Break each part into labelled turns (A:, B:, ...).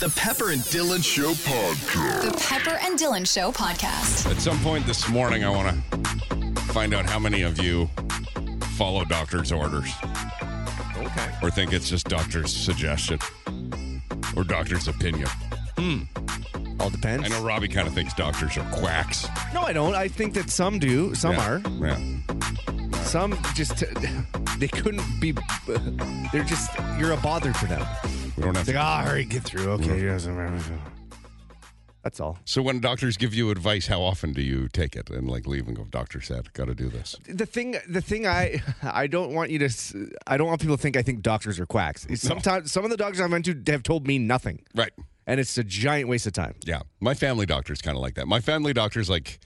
A: The Pepper and Dylan Show Podcast.
B: The Pepper and Dylan Show podcast.
C: At some point this morning, I want to find out how many of you follow doctor's orders
D: Okay.
C: or think it's just doctor's suggestion or doctor's opinion.
D: All depends.
C: I know Robbie kind of thinks doctors are quacks.
D: No, I don't. I think that some do. Some
C: Yeah. Yeah.
D: are. Some just they couldn't be. They're just you're a bother to them.
C: We don't have to. Mm-hmm.
D: ah, hurry, get through. Okay. yes, I'm- I'm- I'm- That's all.
C: So when doctors give you advice, how often do you take it and like leave and go, doctor said, got to do this?
D: The thing, the thing, I, I don't want you to. s- I don't want people to think I think doctors are quacks. Sometimes some of the doctors I've been to have told me nothing,
C: Right.
D: and it's a giant waste of time.
C: Yeah. My family doctor's kind of like that. My family doctor's like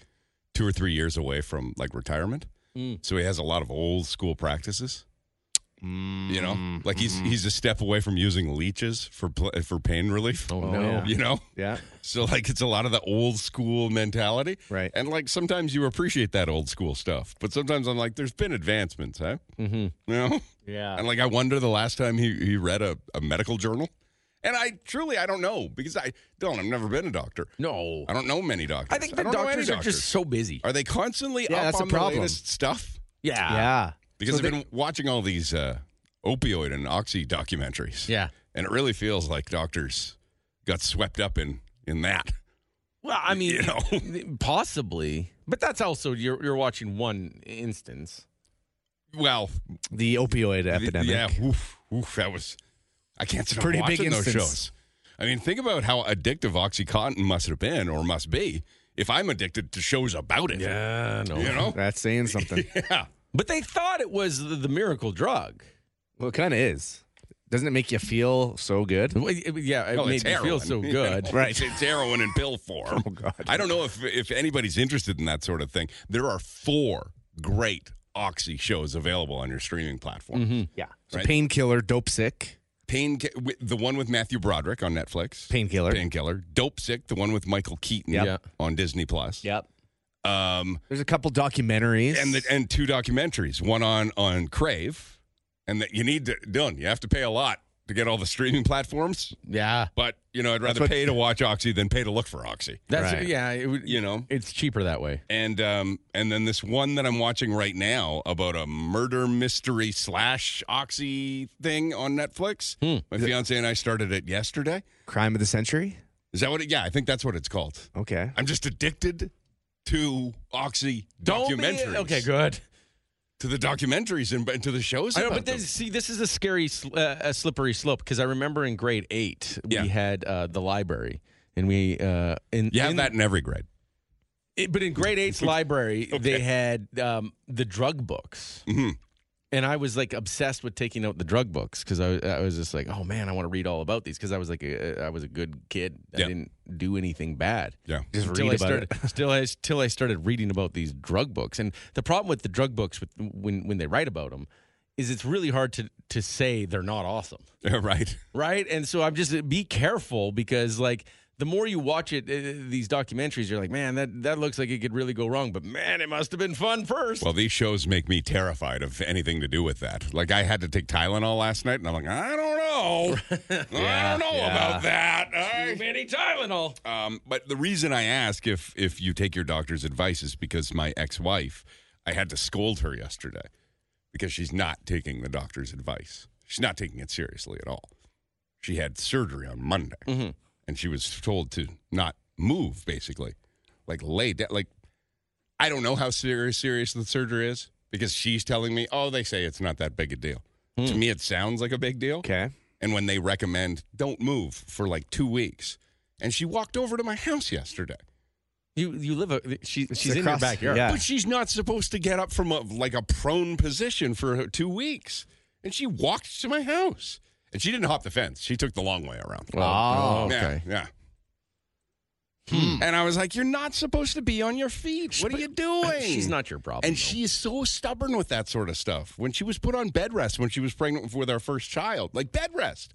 C: two or three years away from like retirement.
D: Mm.
C: So he has a lot of old school practices. You know, like he's he's a step away from using leeches for pl- for pain relief.
D: Oh, no. yeah.
C: You know?
D: Yeah.
C: So like it's a lot of the old school mentality.
D: Right.
C: And like sometimes you appreciate that old school stuff, but sometimes I'm like there's been advancements, huh?
D: Mm-hmm.
C: Mhm. You know?
E: Yeah.
C: And like I wonder the last time he he read a, a medical journal. And I truly I don't know because I don't I've never been a doctor.
E: No.
C: I don't know many doctors.
E: I think the
C: don't know any
E: doctors are just so busy.
C: Are they constantly
D: Yeah,
C: up
D: that's a
C: on
D: problem.
C: the latest stuff?
E: Yeah.
D: Yeah.
C: Because
D: So
C: I've been watching all these uh, opioid and oxy documentaries.
E: Yeah.
C: And it really feels like doctors got swept up in in that.
E: Well, I mean,
C: You know.
E: possibly, but that's also you're you're watching one instance.
C: Well,
D: The opioid
C: th-
D: epidemic.
C: yeah, oof, oof, that was. I can't stop
D: Pretty big
C: watching those
D: instance.
C: shows. I mean, think about how addictive OxyContin must have been or must be. If I'm addicted to shows about it,
E: Yeah, no.
C: you know,
D: That's saying something.
C: yeah.
E: But they thought it was the, the miracle drug.
D: Well, it kind of is. Doesn't it make you feel so good?
E: Well, it- Yeah, it
C: Oh,
E: made
C: it's
E: me feel
C: heroin.
E: so
C: You
E: good.
C: know, It's, it's heroin in pill form. Oh, God. I don't know if, if anybody's interested in that sort of thing. There are four great Oxy shows available on your streaming platform.
E: Mm-hmm.
D: Yeah. So
C: Right.
D: painkiller, dope sick,
C: Pain, wi- the one with Matthew Broderick on Netflix.
D: painkiller.
C: Painkiller. Dope Sick, the one with Michael Keaton
D: Yep.
E: Yeah.
C: on Disney Plus.
D: Yep.
C: Um,
D: There's a couple documentaries.
C: and the, and two documentaries, one on on Crave, and that you need to done. You have to pay a lot to get all the streaming platforms,
E: Yeah.
C: but you know I'd rather
D: what-
C: pay to watch Oxy than pay to look for Oxy.
E: That's
D: Right.
E: yeah, it would,
C: You know,
E: it's cheaper that way.
C: and um and then this one that I'm watching right now about a murder mystery slash oxy thing on Netflix.
E: Hmm.
C: My fiance and I started it yesterday.
D: crime of the century.
C: Is that what it? Yeah, I think that's what it's called.
D: Okay.
C: I'm just addicted to oxy
E: Don't be-
C: documentaries.
E: Okay, good.
C: To the documentaries and, and to the shows.
E: I know,
C: about
E: but
C: them.
E: this, see, this is a scary, sl- uh, a slippery slope because I remember in grade eight
C: Yeah.
E: we had uh, the library, and we uh, in
C: you have
E: in-
C: that in every grade.
E: It- but in grade eight's library, they had um, the drug books.
D: Mm-hmm.
C: Mhm.
E: And I was like obsessed with taking out the drug books because I, I was just like, oh man, I want to read all about these because I was like, a, I was a good kid. I
C: Yeah.
E: didn't do anything bad.
C: Yeah.
D: Just
E: Until
D: read
E: I
D: about
E: started,
D: it.
E: still, I, till I started reading about these drug books, and the problem with the drug books, with when when they write about them, is it's really hard to to say they're not awesome
C: right.
E: right? And so I'm just be careful because like the more you watch it, uh, these documentaries, you're like, man, that that looks like it could really go wrong, but man, it must have been fun first.
C: Well, these shows make me terrified of anything to do with that. Like I had to take Tylenol last night, and I'm like, I don't know, I don't know about that. I-
E: Manny Tylenol.
C: Um, but the reason I ask if if you take your doctor's advice is because my ex-wife, I had to scold her yesterday because she's not taking the doctor's advice. She's not taking it seriously at all. She had surgery on Monday, and she was told to not move, basically, like lay down. Like I don't know how serious serious the surgery is because she's telling me, oh, they say it's not that big a deal. To me, it sounds like a big deal
D: Okay.
C: and when they recommend don't move for like two weeks. And she walked over to my house yesterday.
E: You you live a, eh, she, she's in your
D: across-
E: backyard.
D: yeah.
C: But she's not supposed to get up from a, like a prone position for two weeks. And she walked to my house. And she didn't hop the fence. She took the long way around.
E: Well,
D: Oh,
C: Yeah, yeah.
E: Hmm.
C: And I was like, "You're not supposed to be on your feet. What are you doing?"
E: She's not your problem.
C: And
E: though.
C: she is so stubborn with that sort of stuff. When she was put on bed rest when she was pregnant with our first child, like bed rest,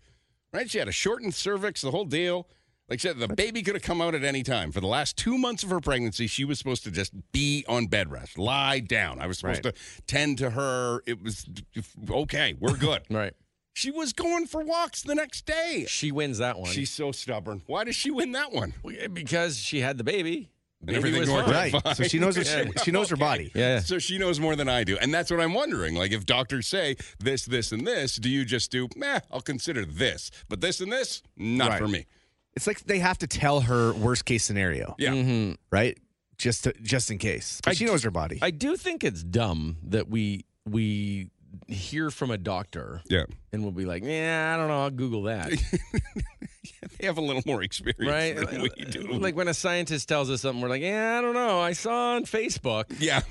C: right? She had a shortened cervix, the whole deal. Like she said, the baby could have come out at any time. For the last two months of her pregnancy, she was supposed to just be on bed rest, lie down. I was supposed
D: Right.
C: to tend to her. It was okay. We're good.
E: right.
C: She was going for walks the next day.
E: She wins that one.
C: She's so stubborn. Why does she win that one?
E: because she had the baby. Baby
C: everything
E: was
C: worked
E: fine.
C: out.
D: Right. So she knows her, she, she knows her body.
E: Yeah.
C: So she knows more than I do. And that's what I'm wondering. Like, if doctors say this, this, and this, do you just do, meh, I'll consider this, but this and this, not
D: Right.
C: for me.
D: It's like they have to tell her worst case scenario,
C: Yeah.
D: right? Just to, just in case. But she knows her body.
E: Mm-hmm. I do think it's dumb that we we hear from a doctor
C: Yeah.
E: and we'll be like, yeah, I don't know, I'll Google that,
C: They have a little more experience
E: right?
C: than we do.
E: Like when a scientist tells us something, we're like, yeah, I don't know, I saw on Facebook
C: yeah.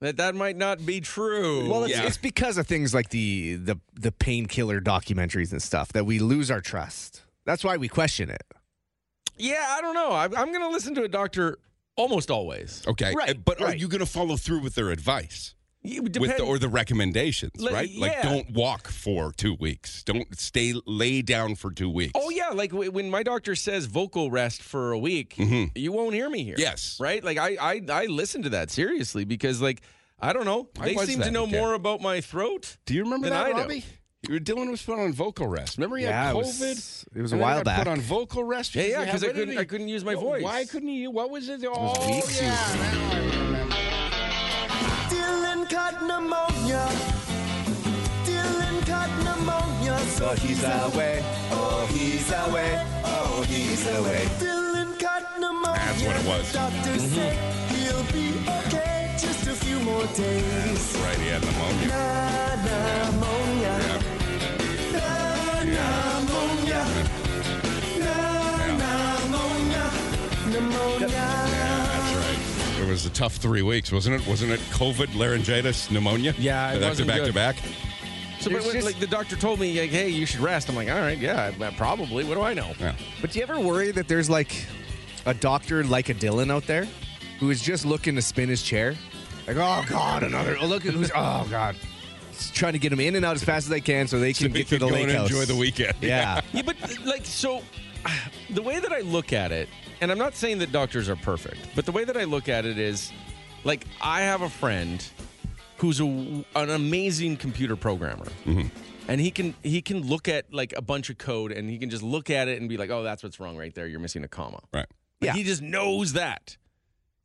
E: that that might not be true.
D: well, it's,
C: yeah.
D: it's because of things like the the the painkiller documentaries and stuff that we lose our trust. That's why we question it.
E: yeah, I don't know. I, I'm going to listen to a doctor almost always.
C: Okay.
D: Right,
C: Uh, But are
D: right.
C: you going to follow through with their advice?
E: You-
C: with
E: depend-
C: the, or the recommendations,
E: Like,
C: right? Like,
E: yeah.
C: don't walk for two weeks. Don't stay, lay down for two weeks.
E: Oh yeah, like w- when my doctor says vocal rest for a week, you won't hear me here.
C: Mm-hmm. Yes.
E: right. Like I, I, I listen to that seriously because like I don't know,
C: Why
E: they
C: was
E: seem
C: that
E: to know
C: again?
E: more about my throat.
C: Do you remember
E: than
C: that,
E: I do.
C: Robbie? You were- Dylan was put on vocal rest. Remember, he
D: Yeah,
C: had
D: it
C: COVID.
D: was- it was a
C: and then he
D: while
C: got
D: back.
C: Put on vocal rest.
E: Yeah, yeah,
C: he
E: 'cause I couldn't-
C: avidity.
E: I couldn't use my
C: Well,
E: voice.
C: Why couldn't you? What was it? oh,
D: weeks he
C: yeah.
D: was-
C: now I remember.
F: Dylan got pneumonia. Dylan got pneumonia, so he's away. Oh, he's away. Oh, he's away. Mm-hmm. Dylan got pneumonia.
C: That's what it was.
F: Doctor said he'll be okay. Just a few more days.
C: Right, he had pneumonia.
F: Na- Pneumonia. Na- Pneumonia. Na- Pneumonia. Pneumonia.
C: That's right. It was a tough three weeks, wasn't it? Wasn't it COVID, laryngitis, pneumonia?
E: Yeah, it
C: back
E: wasn't
C: to back
E: good.
C: to back.
E: So but
D: There's
E: when,
D: just-
E: like the doctor told me, like, hey, you should rest. I'm like, all right, yeah, I- I probably. What do I know?
C: Yeah.
D: But do you ever worry that there's like a doctor like a Dylan out there who is just looking to spin his chair? Like, oh God, another. Oh, look at who's. Oh God. Just trying to get him in and out as fast as they can so they can
C: we
D: get to
C: could
D: the
C: go
D: lake
C: and
D: house.
C: enjoy the weekend.
D: Yeah.
E: Yeah, but like so, the way that I look at it, and I'm not saying that doctors are perfect, but the way that I look at it is, like I have a friend who's a, an amazing computer programmer,
C: Mm-hmm.
E: and he can he can look at like a bunch of code and he can just look at it and be like, oh, that's what's wrong right there. You're missing a comma.
C: Right.
E: Like,
D: Yeah.
E: He just knows that.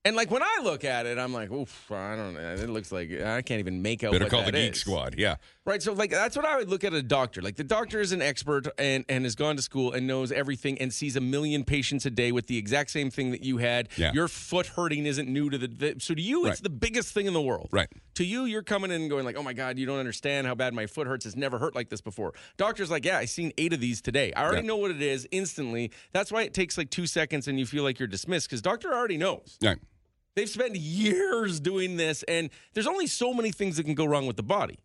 E: And like when I look at it, I'm like, oof, I don't know. It looks like I can't even make out.
C: Better
E: what
C: call the
E: that
C: Geek
E: is."
C: Squad. Yeah.
E: Right. So like that's what I would look at a doctor. Like the doctor is an expert and, and has gone to school and knows everything and sees a million patients a day with the exact same thing that you had.
C: Yeah.
E: Your foot hurting isn't new to the, the so to you it's
C: Right.
E: the biggest thing in the world.
C: Right.
E: To you, you're coming in and going like, Oh my God, you don't understand how bad my foot hurts. It's never hurt like this before. Doctor's like, Yeah, I seen eight of these today. I already
C: Yeah.
E: know what it is instantly. That's why it takes like two seconds and you feel like you're dismissed because doctor already knows.
C: Right.
E: They've spent years doing this, and there's only so many things that can go wrong with the body.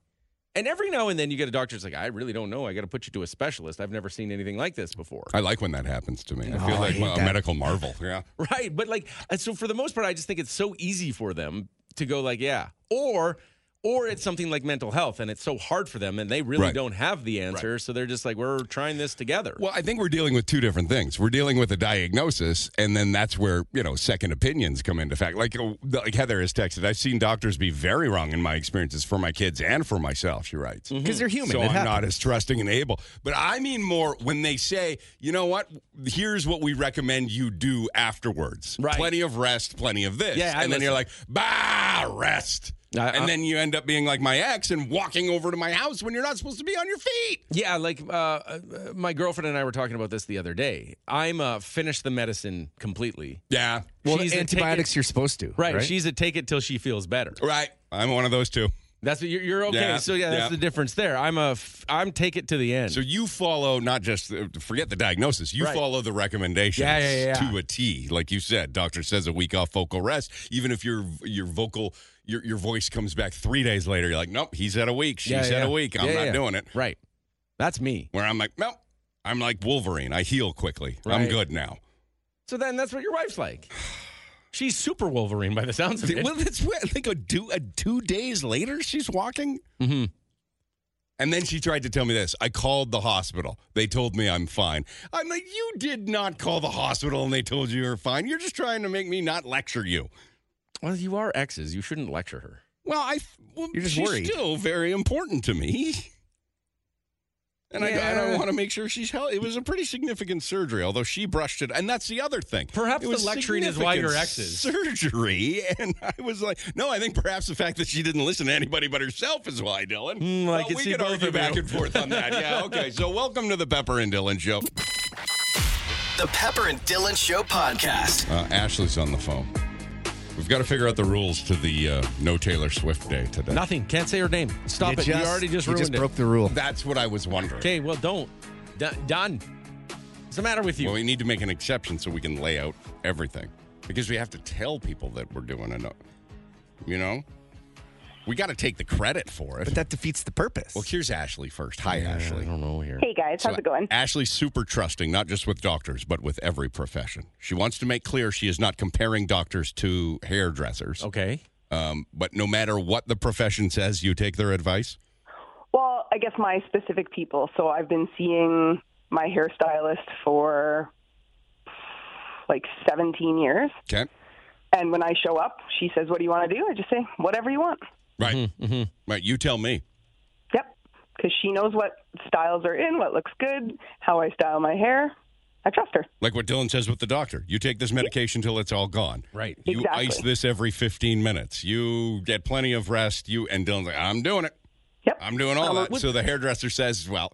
E: And every now and then you get a doctor that's like, I really don't know. I got to put you to a specialist. I've never seen anything like this before.
C: I like when that happens to me. I feel
D: I
C: like
D: hate
C: well, a
D: that.
C: medical marvel. Yeah.
E: Right. But like, and so for the most part, I just think it's so easy for them to go, like, yeah. Or, or it's something like mental health and it's so hard for them and they really
C: Right.
E: don't have the answer. So they're just like, we're trying this together.
C: Well, I think we're dealing with two different things. We're dealing with a diagnosis, and then that's where you know second opinions come into fact. Like uh, like Heather has texted, I've seen doctors be very wrong in my experiences for my kids and for myself. She writes.
E: Mm-hmm.
D: Because they're human.
C: So
D: it
C: I'm
D: happens.
C: not as trusting and able. But I mean more when they say, you know what? Here's what we recommend you do afterwards.
E: Right.
C: Plenty of rest, plenty of this.
E: Yeah,
C: and
E: I
C: then you're like,
E: listen.
C: bah, rest.
E: I-
C: and
E: I-
C: then you end up being like my ex and walking over to my house when you're not supposed to be on your feet.
E: Yeah, like uh, uh, my girlfriend and I were talking about this the other day. I'm uh, finished the medicine completely.
C: Yeah.
D: Well,
E: She's
D: the
E: a take it-
D: antibiotics you're supposed to.
E: Right. She's a take it till she feels better.
C: Right. I'm one of those two.
E: That's what you're, you're okay.
C: Yeah,
E: So yeah, that's
C: yeah.
E: the difference there. I'm a f- I'm take it to the end.
C: So you follow not just forget the diagnosis. You
E: Right.
C: follow the recommendations
E: Yeah, yeah, yeah.
C: to a T. Like you said, doctor says a week off vocal rest. Even if your your vocal your your voice comes back three days later, you're like, nope, he's at a week. She's
E: Yeah,
C: at
E: yeah.
C: a week. I'm
E: Yeah,
C: not
E: yeah.
C: doing it.
E: right. That's me.
C: Where I'm like, nope. I'm like Wolverine. I heal quickly. I'm
E: Right.
C: good now.
E: So then that's what your wife's like. She's super Wolverine by the sounds of it.
C: Well, that's what I think. A two, a two days later, she's walking.
E: Mm-hmm.
C: And then she tried to tell me this. I called the hospital. They told me I'm fine. I'm like, you did not call the hospital and they told you you're fine. You're just trying to make me not lecture you.
E: Well, you are exes. You shouldn't lecture her.
C: Well, I. Well,
D: You're just
C: she's
D: worried.
C: still very important to me. And I, and I
E: Yeah.
C: want to make sure she's healthy. It was a pretty significant surgery, although she brushed it. And that's the other thing.
G: Perhaps
C: It was
G: the lecturing is why you're
C: significant
G: exes.
C: Surgery. And I was like, no, I think perhaps the fact that she didn't listen to anybody but herself is why, Dylan.
E: I
C: But
E: can
C: we
E: see
C: could
E: both
C: argue
E: of you.
C: back and forth on that. Yeah, okay. So welcome to the Pepper and Dylan show.
H: The Pepper and Dylan Show podcast.
C: Uh, Ashley's on the phone. We've got to figure out the rules to the uh, no Taylor Swift day today.
E: Nothing. Can't say her name. Stop it. you already just
D: you
E: ruined
D: just
E: it.
D: broke the rule.
C: That's what I was wondering.
E: Okay, well, don't. D- done. What's the matter with you?
C: Well, we need to make an exception so we can lay out everything because we have to tell people that we're doing it. You know, we got to take the credit for it.
D: But that defeats the purpose.
C: well, here's Ashley first. Hi, Ashley.
E: don't know here.
I: Hey guys, how's it going?
C: Ashley's super trusting, not just with doctors, but with every profession. She wants to make clear she is not comparing doctors to hairdressers.
E: Okay.
C: Um, but no matter what the profession says, you take their advice.
I: Well, I guess my specific people. So I've been seeing my hairstylist for like 17 years.
C: Okay.
I: And when I show up, she says, What do you want to do? I just say, Whatever you want.
C: Right.
E: Mm-hmm,
C: Right. You tell me.
I: Yep. Because she knows what styles are in, what looks good, how I style my hair. I trust her.
C: Like what Dylan says with the doctor. You take this medication till it's all gone.
E: Right.
C: You
I: Exactly.
C: ice this every 15 minutes. You get plenty of rest. You and Dylan's like, I'm doing it.
I: Yep.
C: I'm doing all
E: Uh,
I: Um,
C: that. So the hairdresser says, well,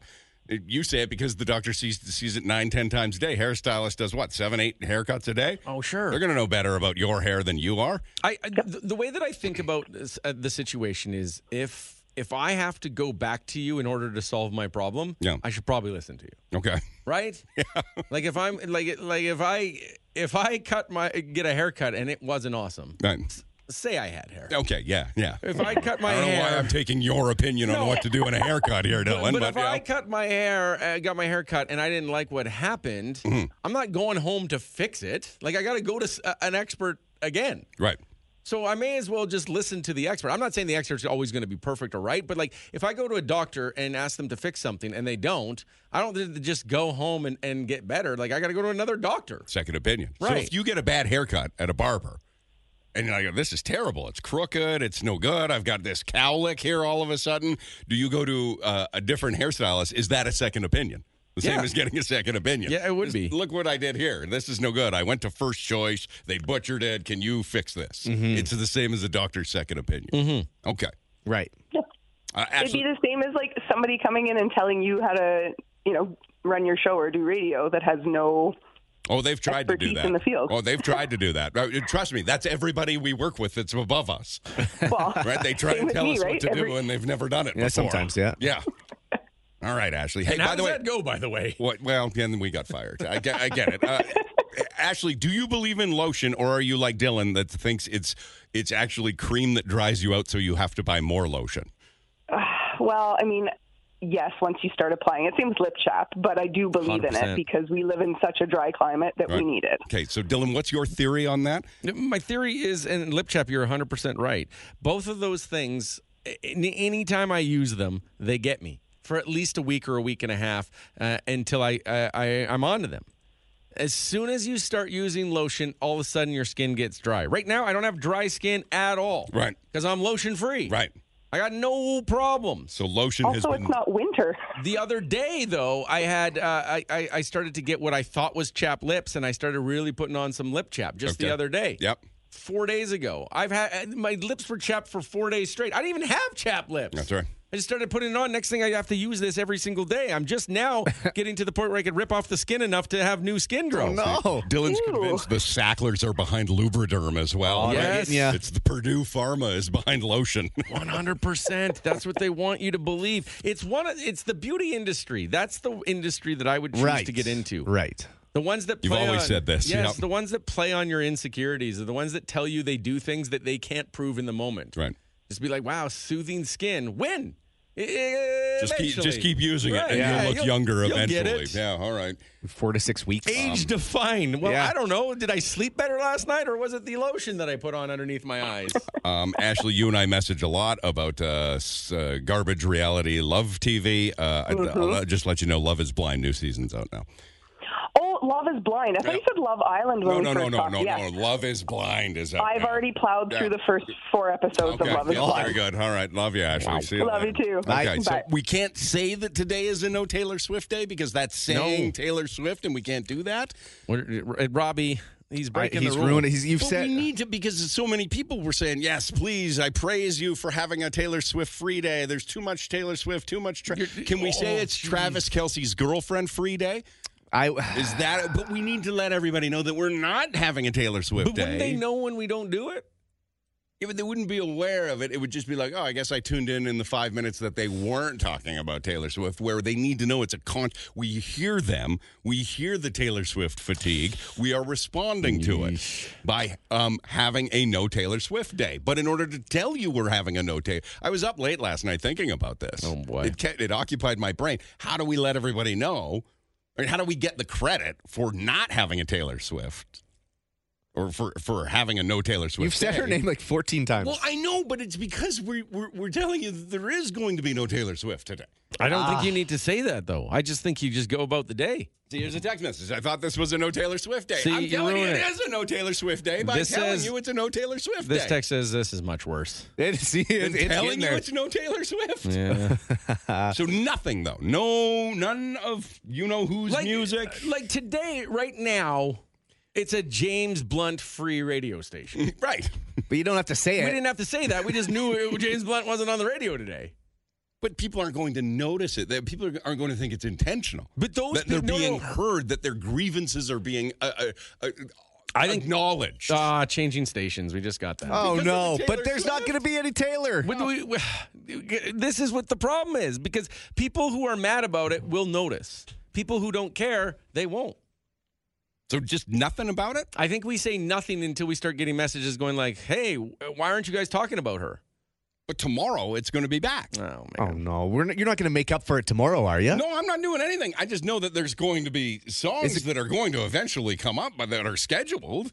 C: you say it because the doctor sees sees it nine, ten times a day. Hairstylist does what? Seven, eight haircuts a day?
E: Oh, sure.
C: They're going to know better about your hair than you are.
E: I, I the, the way that I think about this, uh, the situation is if if I have to go back to you in order to solve my problem,
C: Yeah.
E: I should probably listen to you.
C: Okay.
E: right? Yeah. Like if I'm like like if I if I cut my get a haircut and it wasn't awesome,
C: Right.
E: say I had hair.
C: Okay. Yeah. Yeah.
E: If I cut my
C: I don't know
E: hair,
C: why I'm taking your opinion on what to do in a haircut here, Dylan.
E: but,
C: But,
E: if I
C: yeah.
E: cut my hair, uh, got my hair cut, and I didn't like what happened,
C: Mm-hmm.
E: I'm not going home to fix it. Like I got to go to s- a- an expert again.
C: right.
E: So I may as well just listen to the expert. I'm not saying the expert's always going to be perfect or right, but like if I go to a doctor and ask them to fix something and they don't, I don't th- just go home and, and get better. Like I got to go to another doctor.
C: second opinion. So
E: Right.
C: if you get a bad haircut at a barber and you're like, this is terrible, it's crooked, it's no good, I've got this cowlick here all of a sudden, do you go to uh, a different hairstylist? Is that a second opinion? The same
E: Yeah.
C: as getting a second opinion.
E: Yeah, it would be.
C: Look what I did here. This is no good. I went to first choice. They butchered it. Can you fix this?
E: Mm-hmm.
C: It's the same as a doctor's second opinion. Okay.
D: right.
C: Uh,
I: It'd be
C: actually,
I: the same as like somebody coming in and telling you how to, you know, run your show or do radio that has no.
C: oh, they've tried to do
I: expertise
C: that.
I: in the field.
C: Oh, they've tried to do that. Right, Trust me, that's everybody we work with that's above us.
I: Well,
C: Right? They try
I: Same
C: and
I: with
C: tell
I: me,
C: us what
I: right?
C: to do,
I: Every-
C: and they've never done it
D: Yeah,
C: before.
D: sometimes, yeah.
C: Yeah. All right, Ashley. Hey,
E: And
C: by
E: how
C: the
E: does
C: way,
E: that go? By the way,
C: what? Well, then we got fired. I get, I get it. Uh, Ashley, do you believe in lotion, or are you like Dylan that thinks it's it's actually cream that dries you out, so you have to buy more lotion?
I: Well, I mean, yes, once you start applying it, same with lip chap, but I do believe in
E: 100%.
I: it because we live in such a dry climate that
C: Right.
I: we need it.
C: Okay, so Dylan, what's your theory on that?
E: My theory is, and lip chap, you're 100% right. Both of those things, a- any anytime I use them, they get me for at least a week or a week and a half uh, until I, I, I I'm onto them. As soon as you start using lotion, all of a sudden your skin gets dry. Right now, I don't have dry skin at all.
C: Right.
E: Because I'm lotion free.
C: Right.
E: I got no problems.
C: So lotion has
I: Also,
C: been
I: it's not winter.
E: The other day, though, I had uh, I, I I started to get what I thought was chap lips, and I started really putting on some lip chap just the
C: Okay.
E: other day.
C: Yep.
E: four days ago. I've had uh, my lips were chapped for four days straight. I didn't even have chap lips.
C: That's right.
E: I just started putting it on. Next thing I have to use this every single day. I'm just now getting to the point where I could rip off the skin enough to have new
C: Oh,
E: skin growth.
D: No.
C: Dylan's
I: Ew.
C: convinced the Sacklers are behind Lubriderm as well.
E: Oh, they're
C: right?
E: getting ya.
C: It's the Purdue Pharma is behind lotion.
E: 100%. That's what they want you to believe. It's one of it's the beauty industry. That's the industry that I would choose
D: Right.
E: to get into.
D: Right.
E: The ones that
C: You've
E: play
C: always
E: on-
C: said this,
E: Yes,
C: yep.
E: the ones that play on your insecurities are the ones that tell you they do things that they can't prove in the moment.
C: right.
E: Just be like, wow, soothing skin. When?
C: Just keep, just
E: Eventually.
C: keep using it,
E: Right,
C: and
E: yeah,
C: you'll look
E: you'll-
C: younger
E: you'll get
C: eventually.
E: it.
C: Yeah, Um, all right.
D: Four to six weeks. Um,
E: Age defined. Well,
D: yeah.
E: I don't know. Did I sleep better last night, or was it the lotion that I put on underneath my eyes?
C: Um, Ashley, you and I message a lot about uh, s- uh, garbage
I: Mm-hmm.
C: reality, love TV. Uh, I, will just let you know, Love is Blind. New season's out now.
I: Oh, Oh, Love is Blind. I thought you said Love Island when
C: No, no,
I: we first
C: no, no,
I: talked.
C: no,
I: Yes.
C: no. Love is blind is up.
I: I've
C: now.
I: already plowed
C: Yeah.
I: through the first four episodes
C: Okay.
I: of Love is
C: yeah, very
I: Blind.
C: good. All right. Love you, Ashley. See you
I: Love
C: later.
I: you too.
C: Okay,
I: Bye.
C: so
I: Bye.
C: we can't say that today is a no Taylor Swift day because that's saying
E: No.
C: Taylor Swift, and we can't do that.
E: We're- eh, Robbie, he's breaking
D: he's
E: the rule.
D: ruined it. He's, you've
C: But
D: said
C: we need to because so many people were saying, "Yes, please, I praise you for having a Taylor Swift free day." There's too much Taylor Swift, too much. Tra- Can we
E: oh,
C: say it's Travis Kelsey's girlfriend free day?
D: I.
C: Is that? But we need to let everybody know that we're not having a Taylor Swift
E: But
C: day.
E: wouldn't they know when we don't do it?
C: Yeah, but they wouldn't be aware of it. It would just be like, oh, I guess I tuned in in the five minutes that they weren't talking about Taylor Swift, where they need to know it's a con. We hear them. We hear the Taylor Swift fatigue. We are responding to it by um, having a no Taylor Swift day. But in order to tell you we're having a no Taylor, I was up late last night thinking about this.
E: Oh, boy.
C: It, ca- it occupied my brain. How do we let everybody know? I mean, how do we get the credit for not having a Taylor Swift? Or for, for having a no Taylor Swift.
D: You've said her
C: day?
D: name like 14 times.
C: Well, I know, but it's because we, we're, we're telling you that there is going to be no Taylor Swift today.
E: I don't
C: Ah.
E: think you need to say that though. I just think you just go about the day.
C: See, here's a text message. I thought this was a no Taylor Swift day.
E: See,
C: I'm
E: you
C: telling you,
E: ruined
C: it
E: it.
C: is a no Taylor Swift day by
E: This
C: telling
E: says-
C: you it's a no Taylor Swift
E: This
C: day.
E: text says this is much worse.
D: It- see, it's-
C: And
D: it's getting
C: telling you
D: there.
C: it's no Taylor Swift.
E: Yeah.
C: So nothing though. No, none of you know whose music.
E: Like today, right now, it's a James Blunt free radio station. we
C: right.
D: but you don't have to say it.
E: didn't have to say that. We just knew it- James Blunt wasn't on the radio today.
C: But people aren't going to notice it. That people aren't going to think it's intentional.
E: But those
C: that they're
E: peop- no,
C: being
E: no.
C: heard. That their grievances are being uh, uh, uh,
E: I think-
C: acknowledged.
E: Ah, changing stations. We just got that.
D: Oh
C: because of
D: no!
C: the Taylor
D: but there's not
C: Swift?
D: going to be any Taylor.
E: But Uh, we- we- this is what the problem is because people who are mad about it will notice. People who don't care, they won't.
C: so just nothing about it.
E: I think we say nothing until we start getting messages going like, "Hey, why aren't you guys talking about her?"
C: But tomorrow it's going to be back.
E: Oh
D: Oh no! We're not, you're not going to make up for it tomorrow, are you?
C: No, I'm not doing anything. I just know that there's going to be songs
D: Is it-
C: that are going to eventually come up, but that are scheduled.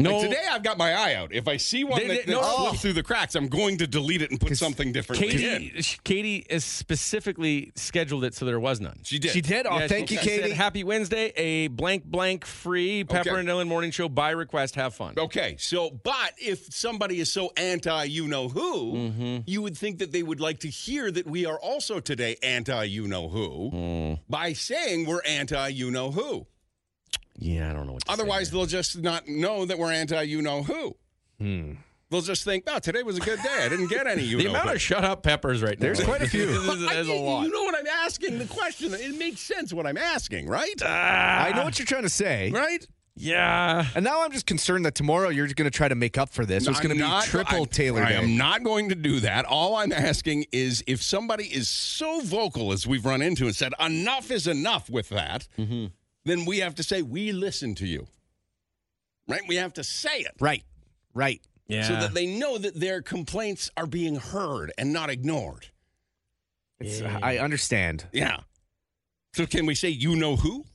E: no.
C: Like today, I've got my eye out. If I see one
E: They-
C: that,
E: they-
C: that
E: no.
C: slips through the cracks, I'm going to delete it and put something different in.
E: Katie, sh- Katie is specifically scheduled it so there was none.
C: She did.
D: She did. Oh,
E: Yeah,
D: thank
E: she
D: you,
E: said,
D: Katie.
E: Happy Wednesday, a blank blank free Pepper
C: Okay.
E: and Dylan morning show by request. Have fun.
C: Okay, so but if somebody is so anti you know who,
E: Mm-hmm.
C: you would think that they would like to hear that we are also today anti you know who
E: Mm.
C: by saying we're anti you know who.
E: Yeah, I don't know what. To
C: Otherwise,
E: say
C: they'll just not know that we're anti you know who. They'll just think, oh, today was a good day. I didn't get any you
E: the
C: know
E: amount
C: who."
E: of shut up peppers right now.
D: There's quite a few.
E: There's-
C: I
E: There's a
C: mean,
E: lot.
C: You know what I'm asking? The question. It makes sense what I'm asking, right?
D: I know what you're trying to say.
C: right?
E: Yeah.
D: And now I'm just concerned that tomorrow you're going to try to make up for this. So it's
C: I'm
D: going to be
C: not-
D: triple
C: I'm-
D: Taylor
C: I
D: Day.
C: am not going to do that. All I'm asking is if somebody is so vocal as we've run into and said, enough is enough with that, then we have to say, we listen to you. Right? We have to say it.
D: Right. Right.
E: Yeah.
C: So that they know that their complaints are being heard and not ignored.
D: It's, I understand.
C: Yeah. So can we say you know who?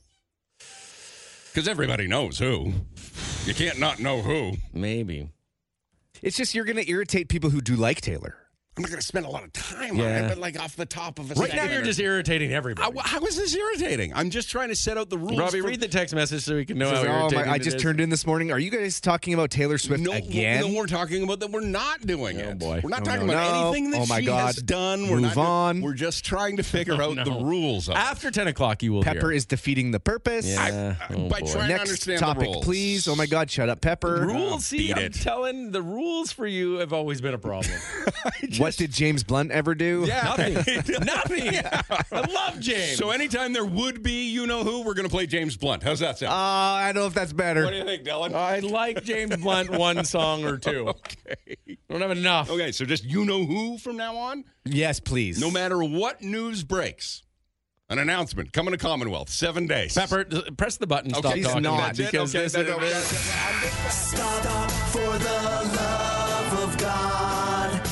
C: Because everybody knows who. You can't not know who.
E: maybe.
D: It's just you're going to irritate people who do like Taylor.
C: I'm not going to spend a lot of time on
E: Yeah.
C: it, but like off the top of a
E: Right now,
C: second
E: you're
C: or-
E: just irritating everybody.
C: I- How is this irritating? I'm just trying to set out the rules.
E: Robbie,
C: for-
E: read the text message so we can know
D: Says,
E: how
D: oh,
E: irritating
D: my, I
E: it
D: just
E: is."
D: turned in this morning. Are you guys talking about Taylor Swift
C: no,
D: again?
C: No, we're talking about that. We're not doing
E: Oh,
C: it.
E: boy.
C: We're not
D: No,
C: talking
D: no,
C: about
D: no.
C: anything that
D: Oh, my
C: she
D: God.
C: has done. We're
D: Move
C: not do-
D: on.
C: We're just trying to figure out the rules. Of it.
E: After 10 o'clock, you will
D: Pepper
E: hear.
D: is defeating the purpose.
E: Yeah.
C: I-
E: Oh,
C: by
E: boy.
C: trying to
D: Next
C: understand
D: topic,
C: the rules.
D: please. Oh my God, shut up, Pepper.
E: rules. See,
C: beat
E: I'm
C: it.
E: telling the rules for you have always been a problem.
D: What did James Blunt ever do?
E: Nothing. Nothing. I love James.
C: So anytime there would be, you know who, we're going to play James Blunt. How's that
D: Uh,
C: sound?
D: I don't know if that's
C: what do
D: better.
C: you think, Dylan?
E: I like James Blunt one song or two.
C: okay. Oh,
E: Don't have enough.
C: Okay, so just you know who from now on,
D: Yes, please.
C: no matter what news breaks, an announcement coming to Commonwealth, seven days.
E: Pepper, d- press the button. Stop
C: he's
E: talking.
D: not.
C: That's it?
E: Because
C: Okay,
E: this
C: that-
E: is-
H: Stop for the love of God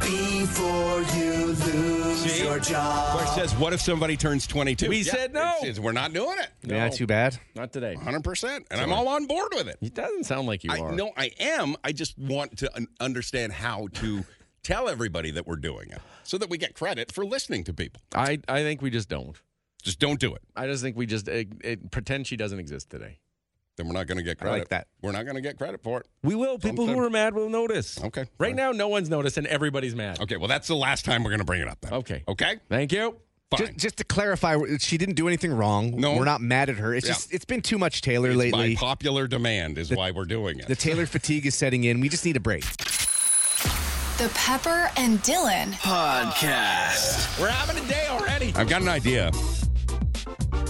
H: before you lose
C: See?
H: your job.
C: Where it says, what if somebody turns 22?
E: We said no.
C: it's- it's- we're not doing it.
D: Yeah,
E: No.
D: too bad.
E: Not today.
C: 100%. And I'm all on board with it.
E: It doesn't sound like you
C: I
E: are.
C: No, I am. I just want to un- understand how to tell everybody that we're doing it so that we get credit for listening to people.
E: I, I think we just don't.
C: Just don't do it.
E: I just think we just it, it, pretend she doesn't exist today.
C: Then we're not going to get
D: I like
C: credit.
D: that.
C: We're not going to get credit for it.
E: We will. People who
C: Sometime.
E: are mad will notice.
C: Okay,
E: Right
C: fine.
E: now, no one's noticed, and everybody's mad.
C: Okay, well, that's the last time we're going to bring it up then.
E: Okay.
C: Okay?
E: Thank you.
C: Fine.
D: Just, just to clarify, she didn't do anything wrong.
C: No.
D: we're not mad at her. It's
C: Yeah.
D: just it's been too much Taylor
C: It's
D: lately.
C: By popular demand is why we're doing it.
D: the Taylor fatigue is setting in. We just need a break.
B: The Pepper and Dylan
H: Podcast.
E: We're having a day already.
C: I've got an idea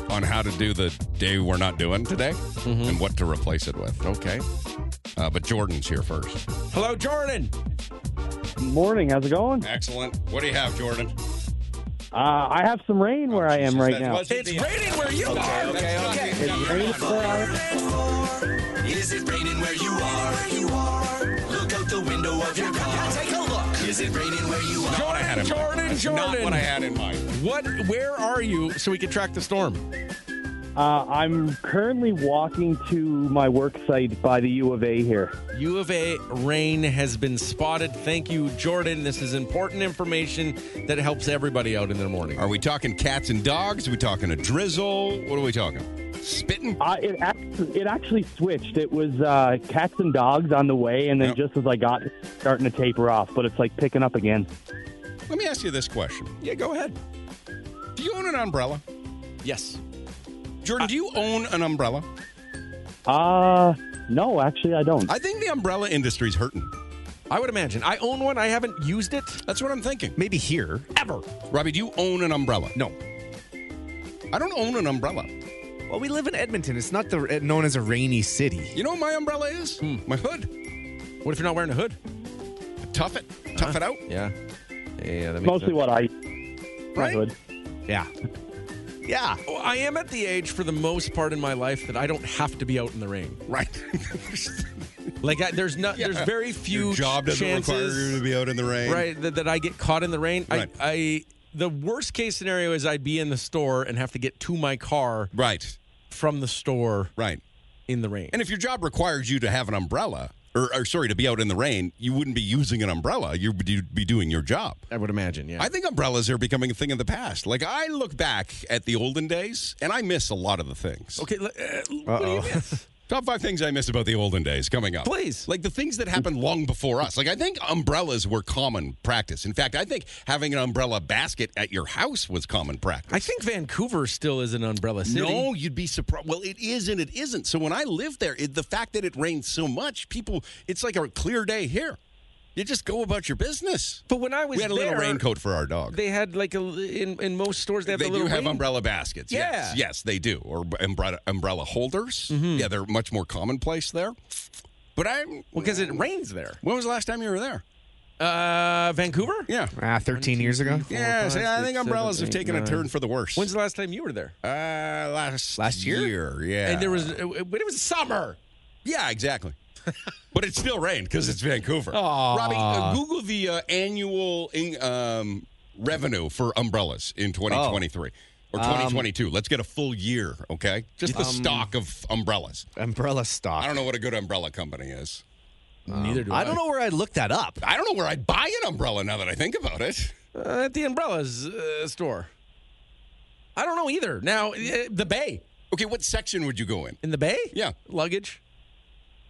C: on how to do the day we're not doing today and what to replace it with.
E: Okay.
C: Uh, but Jordan's here first.
E: Hello, Jordan.
G: Morning, how's it going?
C: Excellent. What do you have, Jordan?
G: Uh, I have some rain
C: Oh,
G: where I am right now.
E: It's raining where you are.
C: okay,
H: Is it raining where you are? You are. Look out the window of your car. Take a look. Is it raining where you are?
C: What I had in
E: Jordan,
C: mind.
E: Jordan,
C: That's
E: Jordan.
C: Not what I had in mind.
E: What? Where are you? So we can track the storm.
G: Uh, I'm currently walking to my work site by the U of A here.
E: U of A rain has been spotted. Thank you, Jordan. This is important information that helps everybody out in their morning.
C: Are we talking cats and dogs? Are we talking a drizzle? What are we talking? Spitting?
G: Uh, it, actually, it actually switched. It was uh, cats and dogs on the way, and then
C: Yep.
G: just as I got starting to taper off, but it's like picking up again.
C: Let me ask you this question.
E: Yeah, go ahead.
C: Do you own an umbrella?
E: Yes.
C: Jordan, do you own an umbrella?
G: Uh, no, actually, I don't.
C: I think the umbrella industry's hurting.
E: I would imagine. I own one. I haven't used it.
C: That's what I'm thinking.
D: Maybe here.
E: Ever.
C: Robbie, do you own an umbrella?
D: No.
C: I don't own an umbrella.
D: Well, we live in Edmonton. It's not the uh, known as a rainy city.
C: You know what my umbrella is? My hood.
E: What if you're not wearing a hood?
C: Tough it. Tough it out.
E: Yeah. Yeah. That makes
G: Mostly
E: sense.
G: what I my
C: Right?
G: hood.
D: Yeah. Yeah.
E: Oh, I am at the age, for the most part in my life, that I don't have to be out in the rain.
C: Right.
E: Like I, there's not, there's very few
C: Your job doesn't
E: chances,
C: require you to be out in the rain.
E: right that, that I get caught in the rain.
C: Right.
E: I, I the worst case scenario is I'd be in the store and have to get to my car
C: Right.
E: from the store
C: Right.
E: in the rain.
C: And if your job requires you to have an umbrella, or, or sorry, to be out in the rain, you wouldn't be using an umbrella. You'd you'd be doing your job.
E: I would imagine, yeah.
C: I think umbrellas are becoming a thing of the past. Like I look back at the olden days, and I miss a lot of the things.
E: okay, l- uh, what do you miss?
C: Top five things I miss about the olden days coming up.
E: Please.
C: Like the things that happened long before us. Like I think umbrellas were common practice. In fact, I think having an umbrella basket at your house was common practice.
E: I think Vancouver still is an umbrella city.
C: No, you'd be surprised. Well, it is and it isn't. So when I lived there, it, the fact that it rained so much, people, it's like a clear day here. You just go about your business.
E: but when I was
C: We had a
E: there,
C: little raincoat for our dog.
E: They had like a in in most stores they have
C: They
E: a
C: do
E: little
C: have
E: rain-
C: umbrella baskets. Yes,
E: Yeah. Mm-hmm.
C: yes, they do, or b- umbrella umbrella holders. Yeah, they're much more commonplace there. But I'm
E: Well, because it rains there.
C: When was the last time you were there?
E: Uh, Vancouver.
C: Yeah.
D: Ah, 13 years ago.
C: Yeah, see, I think umbrellas have taken a turn for the worse.
E: When's the last time you were there?
C: uh, last
D: Last year?
C: Yeah,
E: and there was, uh, but it was summer.
C: yeah, exactly. but it still rained because it's Vancouver. Robbie, uh, Google the uh, annual in, um, revenue for umbrellas
E: Oh.
C: in 2023 or
E: Um,
C: 2022. Let's get a full year, okay? Just the stock of umbrellas.
D: Umbrella stock.
C: I don't know what a good umbrella company is.
E: Neither do
D: I don't know where I'd look that up.
C: I don't know where I'd buy an umbrella now that I think about it.
E: Uh, at the umbrellas uh, store. I don't know either. Now uh, the bay
C: Okay, what section would you go in?
E: in the bay.
C: Yeah.
E: luggage.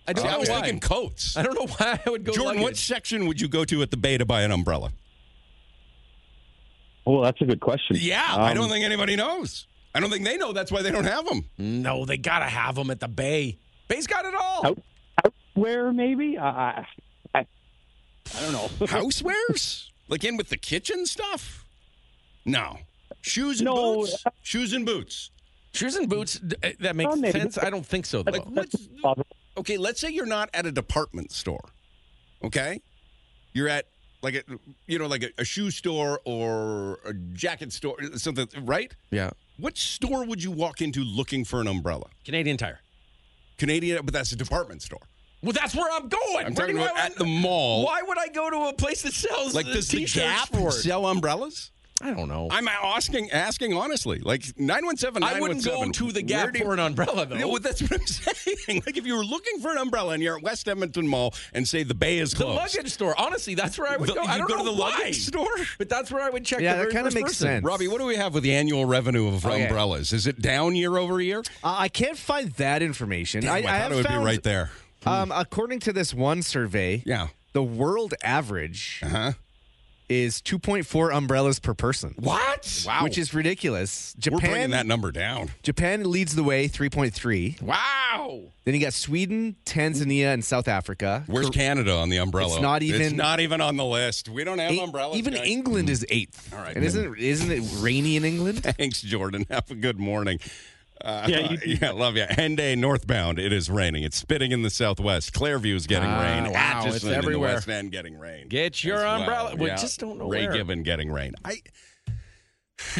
E: Oh, I don't
C: See, I
E: know
C: was
E: why.
C: thinking coats.
E: I don't know why I would go.
C: Jordan, what
E: luggage.
C: section would you go to at the bay to buy an umbrella?
G: Well, that's a good question. Um,
C: Yeah, I don't think anybody knows. I don't think they know. That's why they don't have them.
E: No, they gotta have them at the bay. Bay's got it all.
G: Out, outwear, maybe? I, I, I, I don't know.
C: Housewares? like in with the kitchen stuff? No. Shoes and
G: No.
C: boots? Shoes and boots.
E: Shoes and boots. d- uh, That makes
G: Oh, maybe.
E: sense. I don't think so though.
C: Like what's Okay, let's say you're not at a department store. Okay? You're at like a you know like a, a shoe store or a jacket store something, right?
E: yeah.
C: What store would you walk into looking for an umbrella?
E: Canadian Tire.
C: Canadian, but that's a department store.
E: Well, that's where I'm going.
C: I'm
E: Where
C: talking
E: do I
C: about
E: want-
C: at the mall.
E: Why would I go to a place that sells
C: Like
E: uh,
C: does the
E: t-shirts
C: Gap
E: for it?
C: sell umbrellas?
E: I don't know.
C: I'm asking, asking honestly. Like nine one seven.
E: I wouldn't go to the Gap for an umbrella though.
C: No, that's what I'm saying. Like if you were looking for an umbrella and you're at West Edmonton Mall and say the bay is
E: the
C: closed,
E: luggage store. Honestly, that's where I would
C: The-
E: go.
C: you
E: I don't
C: go to
E: know
C: the
E: why.
C: luggage store?
E: but that's where I would check.
D: Yeah,
E: the
D: that
E: very
D: kinda
E: first
D: makes
E: person.
D: sense.
C: Robbie, what do we have with the annual revenue of
D: Okay.
C: umbrellas? Is it down year over year?
D: Uh, I can't find that information.
C: Damn, I, thought
D: have
C: it would
D: found,
C: be right there.
D: Um, according to this one survey,
C: Hmm. Yeah.
D: the world average
C: Uh-huh.
D: is 2.4 umbrellas per person.
C: What? Wow.
D: Which is ridiculous.
C: we're
D: Japan
C: bringing that number down.
D: Japan leads the way 3.3.
C: Wow.
D: Then you got Sweden, Tanzania, and South Africa.
C: Where's Canada on the umbrella?
D: It's not
C: It's
D: even-
C: not even on the list. We don't have
D: Eight-
C: umbrellas.
D: even
C: guys.
D: England is eighth. All
C: right,
D: And
C: then.
D: isn't isn't it rainy in England?
C: Thanks, Jordan. Have a good morning. Uh,
G: Yeah, you too.
C: yeah, love you. Henday northbound, it is raining. It's spitting in the southwest. Clairview is getting
E: Ah,
C: rain.
E: wow, it's
C: Atchison in the
E: everywhere.
C: West End getting rain.
E: Get your
C: as well.
E: umbrella. We
C: Yeah.
E: just don't know
C: Ray
E: where.
C: Gibbon getting rain. I.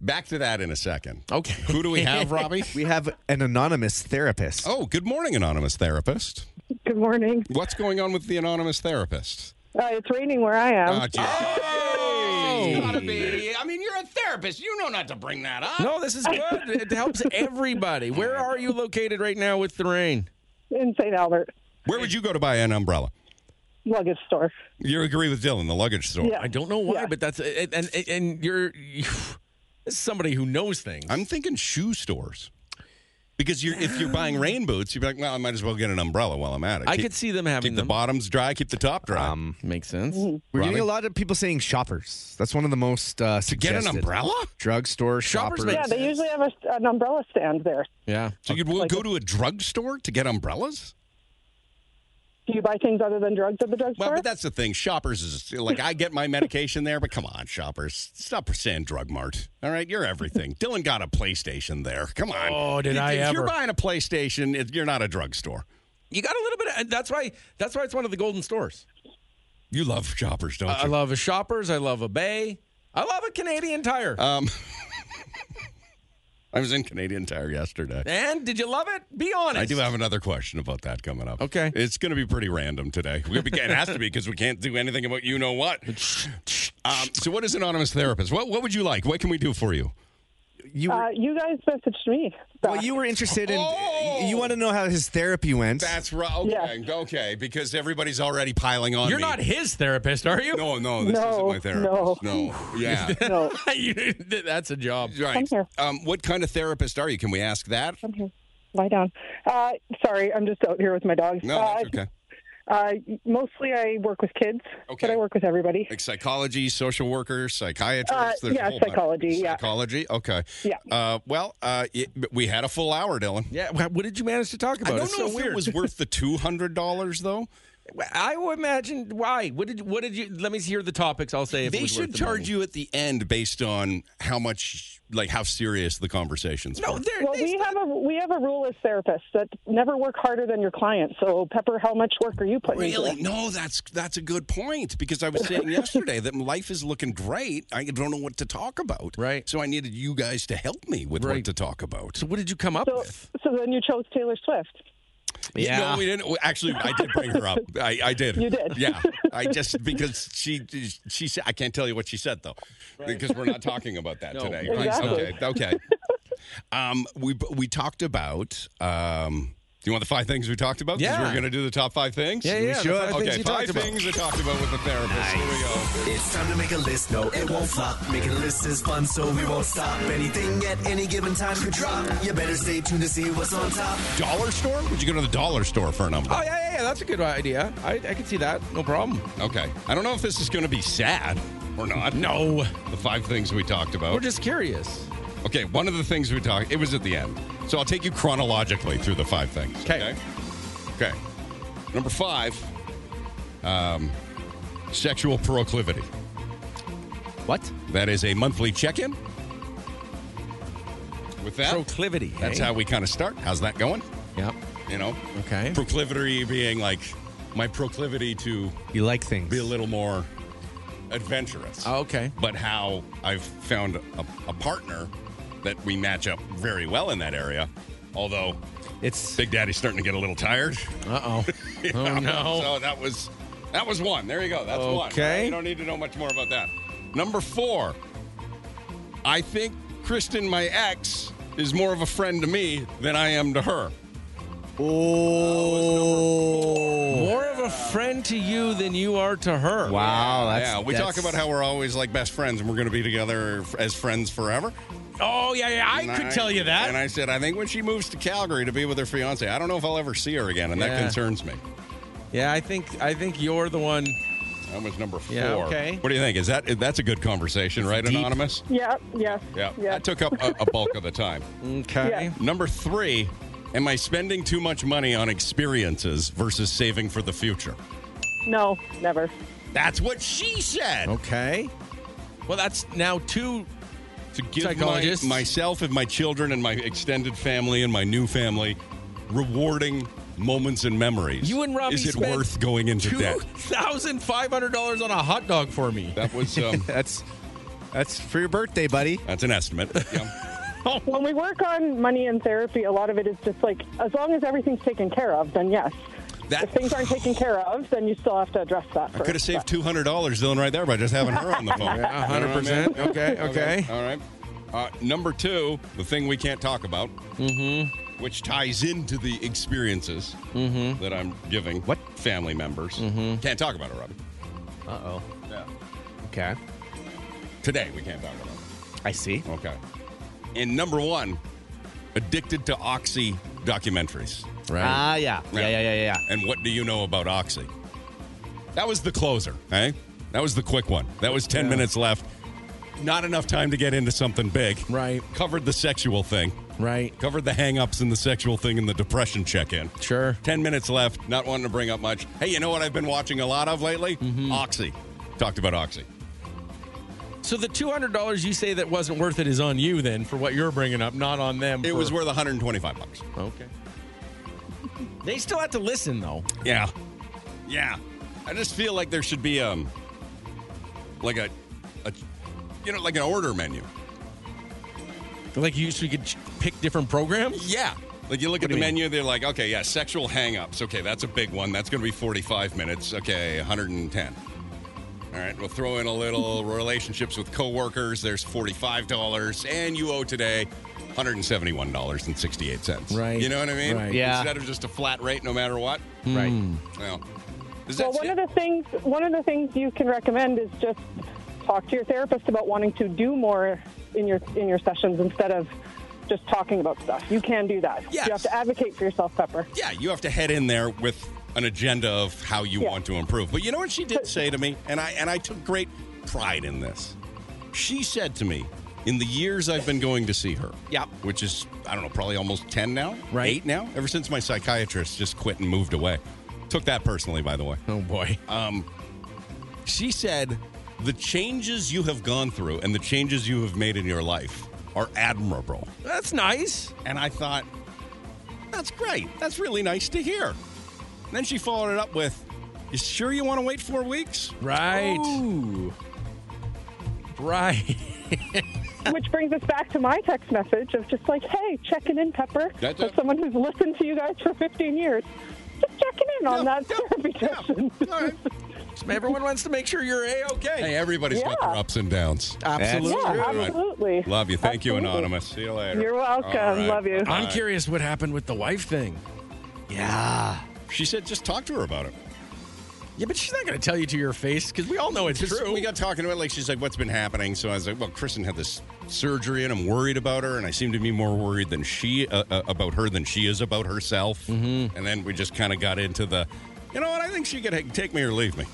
C: Back to that in a second.
E: Okay.
C: Who do we have, Robbie?
D: We have an anonymous therapist.
C: oh, good morning, anonymous therapist.
I: Good morning.
C: What's going on with the anonymous therapist?
I: Uh, it's raining where I am.
C: Ah, gee.
E: Gotta
H: Hey, I mean, you're a therapist. You know not to bring that up.
E: No, this is good. It helps everybody. Where are you located right now with the rain?
I: in St. Albert
C: Where would you go to buy an umbrella?
I: luggage store.
C: You agree with Dylan, the luggage store.
I: Yeah.
E: I don't know why,
I: Yeah.
E: but that's and and, and you're this is somebody who knows things.
C: I'm thinking shoe stores. Because you're, if you're buying rain boots, you'd be like, well, I might as well get an umbrella while I'm at it.
E: I
C: Keep-
E: could see them having
C: keep the
E: them.
C: bottoms dry, keep the top dry.
D: Um,
E: Makes sense.
D: we're
C: Robbie?
D: getting a lot of people saying shoppers. That's one of the most uh,
C: to get an
D: suggested.
C: umbrella?
D: Drugstore
E: Shoppers
D: shoppers.
E: make-
I: Yeah, they usually have a, an umbrella stand there.
E: Yeah.
C: So you'd go to a drugstore to get umbrellas?
I: Do you buy things other than drugs at
C: Well,
I: the drugstore?
C: but that's the thing. Shoppers is like I get my medication there, but come on, shoppers, stop saying drug mart. All right, you're everything. Dylan got a PlayStation there. Come on.
E: Oh, did
C: If-
E: I
C: if
E: ever.
C: You're buying a PlayStation. It, you're not a drugstore.
E: You got a little bit of that's why that's why it's one of the golden stores.
C: You love shoppers, don't
E: I
C: you?
E: love a shoppers, I love a bay. I love a Canadian tire.
C: um, I was in Canadian Tire yesterday.
E: and did you love it? Be honest.
C: I do have another question about that coming up.
E: Okay.
C: It's going to be pretty random today. We, it has to be because we can't do anything about you know what. Um, so, what is anonymous therapist? What What would you like? What can we do for you?
D: You were,
I: uh, you guys messaged me.
D: well, you were interested in.
C: Oh!
D: You want to know how his therapy went?
C: That's right. Okay. Okay. Because everybody's already piling on.
E: You're
C: me.
E: not his therapist, are you?
C: No, no, this
I: No,
C: isn't my therapist. No. Yeah.
I: No,
E: You- that's a job.
C: Right.
I: Come here.
C: Um, what kind of therapist are you? Can we ask that?
I: lie down. Uh, sorry, I'm just out here with my dogs.
C: No,
I: uh,
C: that's okay.
I: uh, mostly I work with kids,
C: Okay.
I: but I work with everybody.
C: Like psychology, social worker, psychiatrist.
I: Uh,
C: there's a
I: yeah,
C: whole bunch.
I: psychology, yeah.
C: Psychology. Okay.
I: Yeah.
C: Uh, well, uh, it, we had a full hour, Dylan.
E: Yeah, wha- what did you manage to talk
C: I
E: about?
C: don't
E: it's
C: know
E: so
C: if
E: weird.
C: it was worth the two hundred dollars though.
E: I would imagine why. What did what did you? Let me hear the topics. I'll say if it
C: they
E: was
C: should
E: worth the
C: charge
E: money.
C: you at the end based on how much, like how serious the conversations.
E: No,
C: were.
E: they're,
I: Well,
E: they
I: we have a we have a rule as therapists that never work harder than your client. So, Pepper, how much work are you putting?
C: Really?
I: Into it?
C: No, that's that's a good point because I was saying yesterday that life is looking great. I don't know what to talk about.
E: Right.
C: So I needed you guys to help me with
E: Right.
C: what to talk about.
E: So what did you come up
I: So,
E: with?
I: so then you chose Taylor Swift.
C: Yeah. No, we didn't. Actually, I did bring her up. I, I did.
I: You did.
C: Yeah. I just because she she said I can't tell you what she said though, because we're not talking about that
E: No,
C: today.
E: of
I: course not.
C: Okay. Okay. um, we we talked about. Um, do you want the five things we talked about? 'Cause
E: Yeah.
C: We're gonna do the top five things.
E: Yeah, yeah, yeah, the
C: should.
E: five things
C: okay.
E: you
C: five
E: talked about.
C: things we talked about with the therapist. Here we go.
H: It's time to make a list. No, it won't flop. Making a list is fun, so we won't stop. Anything at any given time could drop. You better stay tuned to see what's on top.
C: Dollar store? Would you go to the dollar store for an
E: Oh
C: umbrella?
E: yeah, yeah, yeah. That's a good idea. I, I could see that. No problem.
C: Okay. I don't know if this is going to be sad or not. No. The five things we talked about.
E: We're just curious.
C: Okay, one of the things we talked, it was at the end. So I'll take you chronologically through the five things.
E: 'Kay.
C: Okay. Okay. Number five, um, sexual proclivity.
D: What?
C: That is a monthly check-in. With that,
E: Proclivity.
C: that's
E: eh?
C: how we kind of start. How's that going?
E: Yeah.
C: You know,
E: Okay.
C: proclivity being like my proclivity to
D: You like things?
C: be a little more adventurous.
E: Oh, okay.
C: But how I've found a, a partner that we match up very well in that area. Although
D: It's
C: Big Daddy's starting to get a little tired.
E: Uh oh. Oh no.
C: So that was that was one. There you go. That's one.
E: Okay.
C: You don't need to know much more about that. Number four, I think Kristen, my ex, is more of a friend to me than I am to her.
E: More of a friend to you than you are to her.
D: Wow, that's
C: yeah, we talk
D: that's-
C: about how we're always like best friends and we're going to be together f- as friends forever.
E: Oh yeah, yeah. I
C: And
E: could tell you that.
C: And I said, I think when she moves to Calgary to be with her fiance, I don't know if I'll ever see her again, and that
E: Yeah.
C: concerns me.
E: yeah, I think I think you're the one.
C: That was number four.
E: Yeah, okay.
C: What do you think? Is that that's a good conversation, right,
E: deep.
C: Anonymous?
I: Yeah, yes.
C: Yeah.
I: Yeah.
C: That took up a, a bulk of the time.
E: Okay.
C: Number three, am I spending too much money on experiences versus saving for the future?
I: No, never.
C: That's what she said.
E: Okay. Well, that's now two.
C: To give my,
E: Psychologists.
C: myself and my children and my extended family and my new family rewarding moments and memories.
E: You and Robbie
C: Is it
E: spent
C: worth going into
E: Two
C: debt?
E: thousand five hundred dollars on a hot dog for me.
C: That was um,
D: That's that's for your birthday, buddy.
C: that's an estimate. Yeah.
J: When we work on money and therapy, a lot of it is just like, as long as everything's taken care of, then yes.
C: That-
J: if things aren't taken care of, then you still have to address that.
C: I could have saved two hundred dollars, Dylan, right there by just having her on the phone. You
E: A hundred
C: know what I mean?
E: percent. Okay. Okay.
C: All right. Uh, number two, the thing we can't talk about, which ties into the experiences that I'm giving what family members. Can't talk about it, Robbie.
D: Uh oh.
C: Yeah.
D: Okay.
C: Today we can't talk about
D: I see.
C: it. Okay. And number one, addicted to Oxy documentaries.
E: Right.
D: Ah, yeah. Yeah, yeah, yeah, yeah.
C: And what do you know about Oxy? That was the closer, eh? That was the quick one. That was 10 minutes left. Not enough time to get into something big.
E: Right.
C: Covered the sexual thing.
E: Right.
C: Covered the hang ups and the sexual thing and the depression check in.
E: Sure.
C: 10 minutes left, not wanting to bring up much. Hey, you know what I've been watching a lot of lately?
D: Mm-hmm.
C: Oxy. Talked about Oxy.
E: So the two hundred dollars you say that wasn't worth it is on you then for what you're bringing up, not on them.
C: It
E: for-
C: was worth 125 bucks.
E: Okay. They still have to listen though.
C: Yeah. Yeah. I just feel like there should be um like a, a you know, like an order menu.
E: Like you, so you could ch- pick different programs.
C: Yeah. Like you look at
E: do
C: the
E: you mean?
C: menu, they're like, okay, yeah, sexual hang-ups. Okay, that's a big one. That's going to be 45 minutes. Okay, 110. All right, we'll throw in a little relationships with coworkers. There's $45, and you owe today $171.68.
E: Right.
C: You know what I mean?
E: Right. Hmm.
D: Yeah.
C: Instead of just a flat rate no matter what.
D: Right.
C: Well, is
J: Well,
C: that
J: one
C: it?
J: of the things one of the things you can recommend is just talk to your therapist about wanting to do more in your in your sessions instead of just talking about stuff. You can do that.
C: Yes.
J: You have to advocate for yourself, Pepper.
C: yeah, you have to head in there with an agenda of how you
J: Yeah.
C: want to improve. But you know what she did say to me, and I and I took great pride in this. She said to me, in the years I've been going to see her,
E: Yep.
C: which is I don't know, probably almost ten now,
E: Right.
C: Eight now, ever since my psychiatrist just quit and moved away. Took that personally, by the way.
E: Oh boy.
C: She said, the changes you have gone through and the changes you have made in your life are admirable.
E: That's nice.
C: And I thought, that's great. That's really nice to hear. And then she followed it up with, You sure you want to wait four weeks?
E: Right. Right.
J: Which brings us back to my text message of just like, hey, checking in, Pepper.
C: That's
J: As
C: it.
J: someone who's listened to you guys for 15 years, just checking in on that therapy session.
C: All right.
E: Everyone wants to make sure you're a okay.
C: Hey, everybody's got their
J: Yeah.
C: ups and downs.
E: Absolutely.
J: Yeah,
C: All right.
J: absolutely.
C: Love you. Thank you,
J: Absolutely.
C: Anonymous. See you later.
J: You're welcome.
C: All right.
J: Love you.
C: All
E: I'm
C: right.
E: curious what happened with the wife thing.
D: Yeah.
C: She said, Just talk to her about it.
E: Yeah, but she's not going to tell you to your face because we all know it's
C: Just-
E: true.
C: We got talking about it. Like, she's like, What's been happening? So I was like, Well, Kristen had this surgery and I'm worried about her. And I seem to be more worried than she uh, uh, about her than she is about herself. And then we just kind of got into the, You know what? I think she could ha- take me or leave me.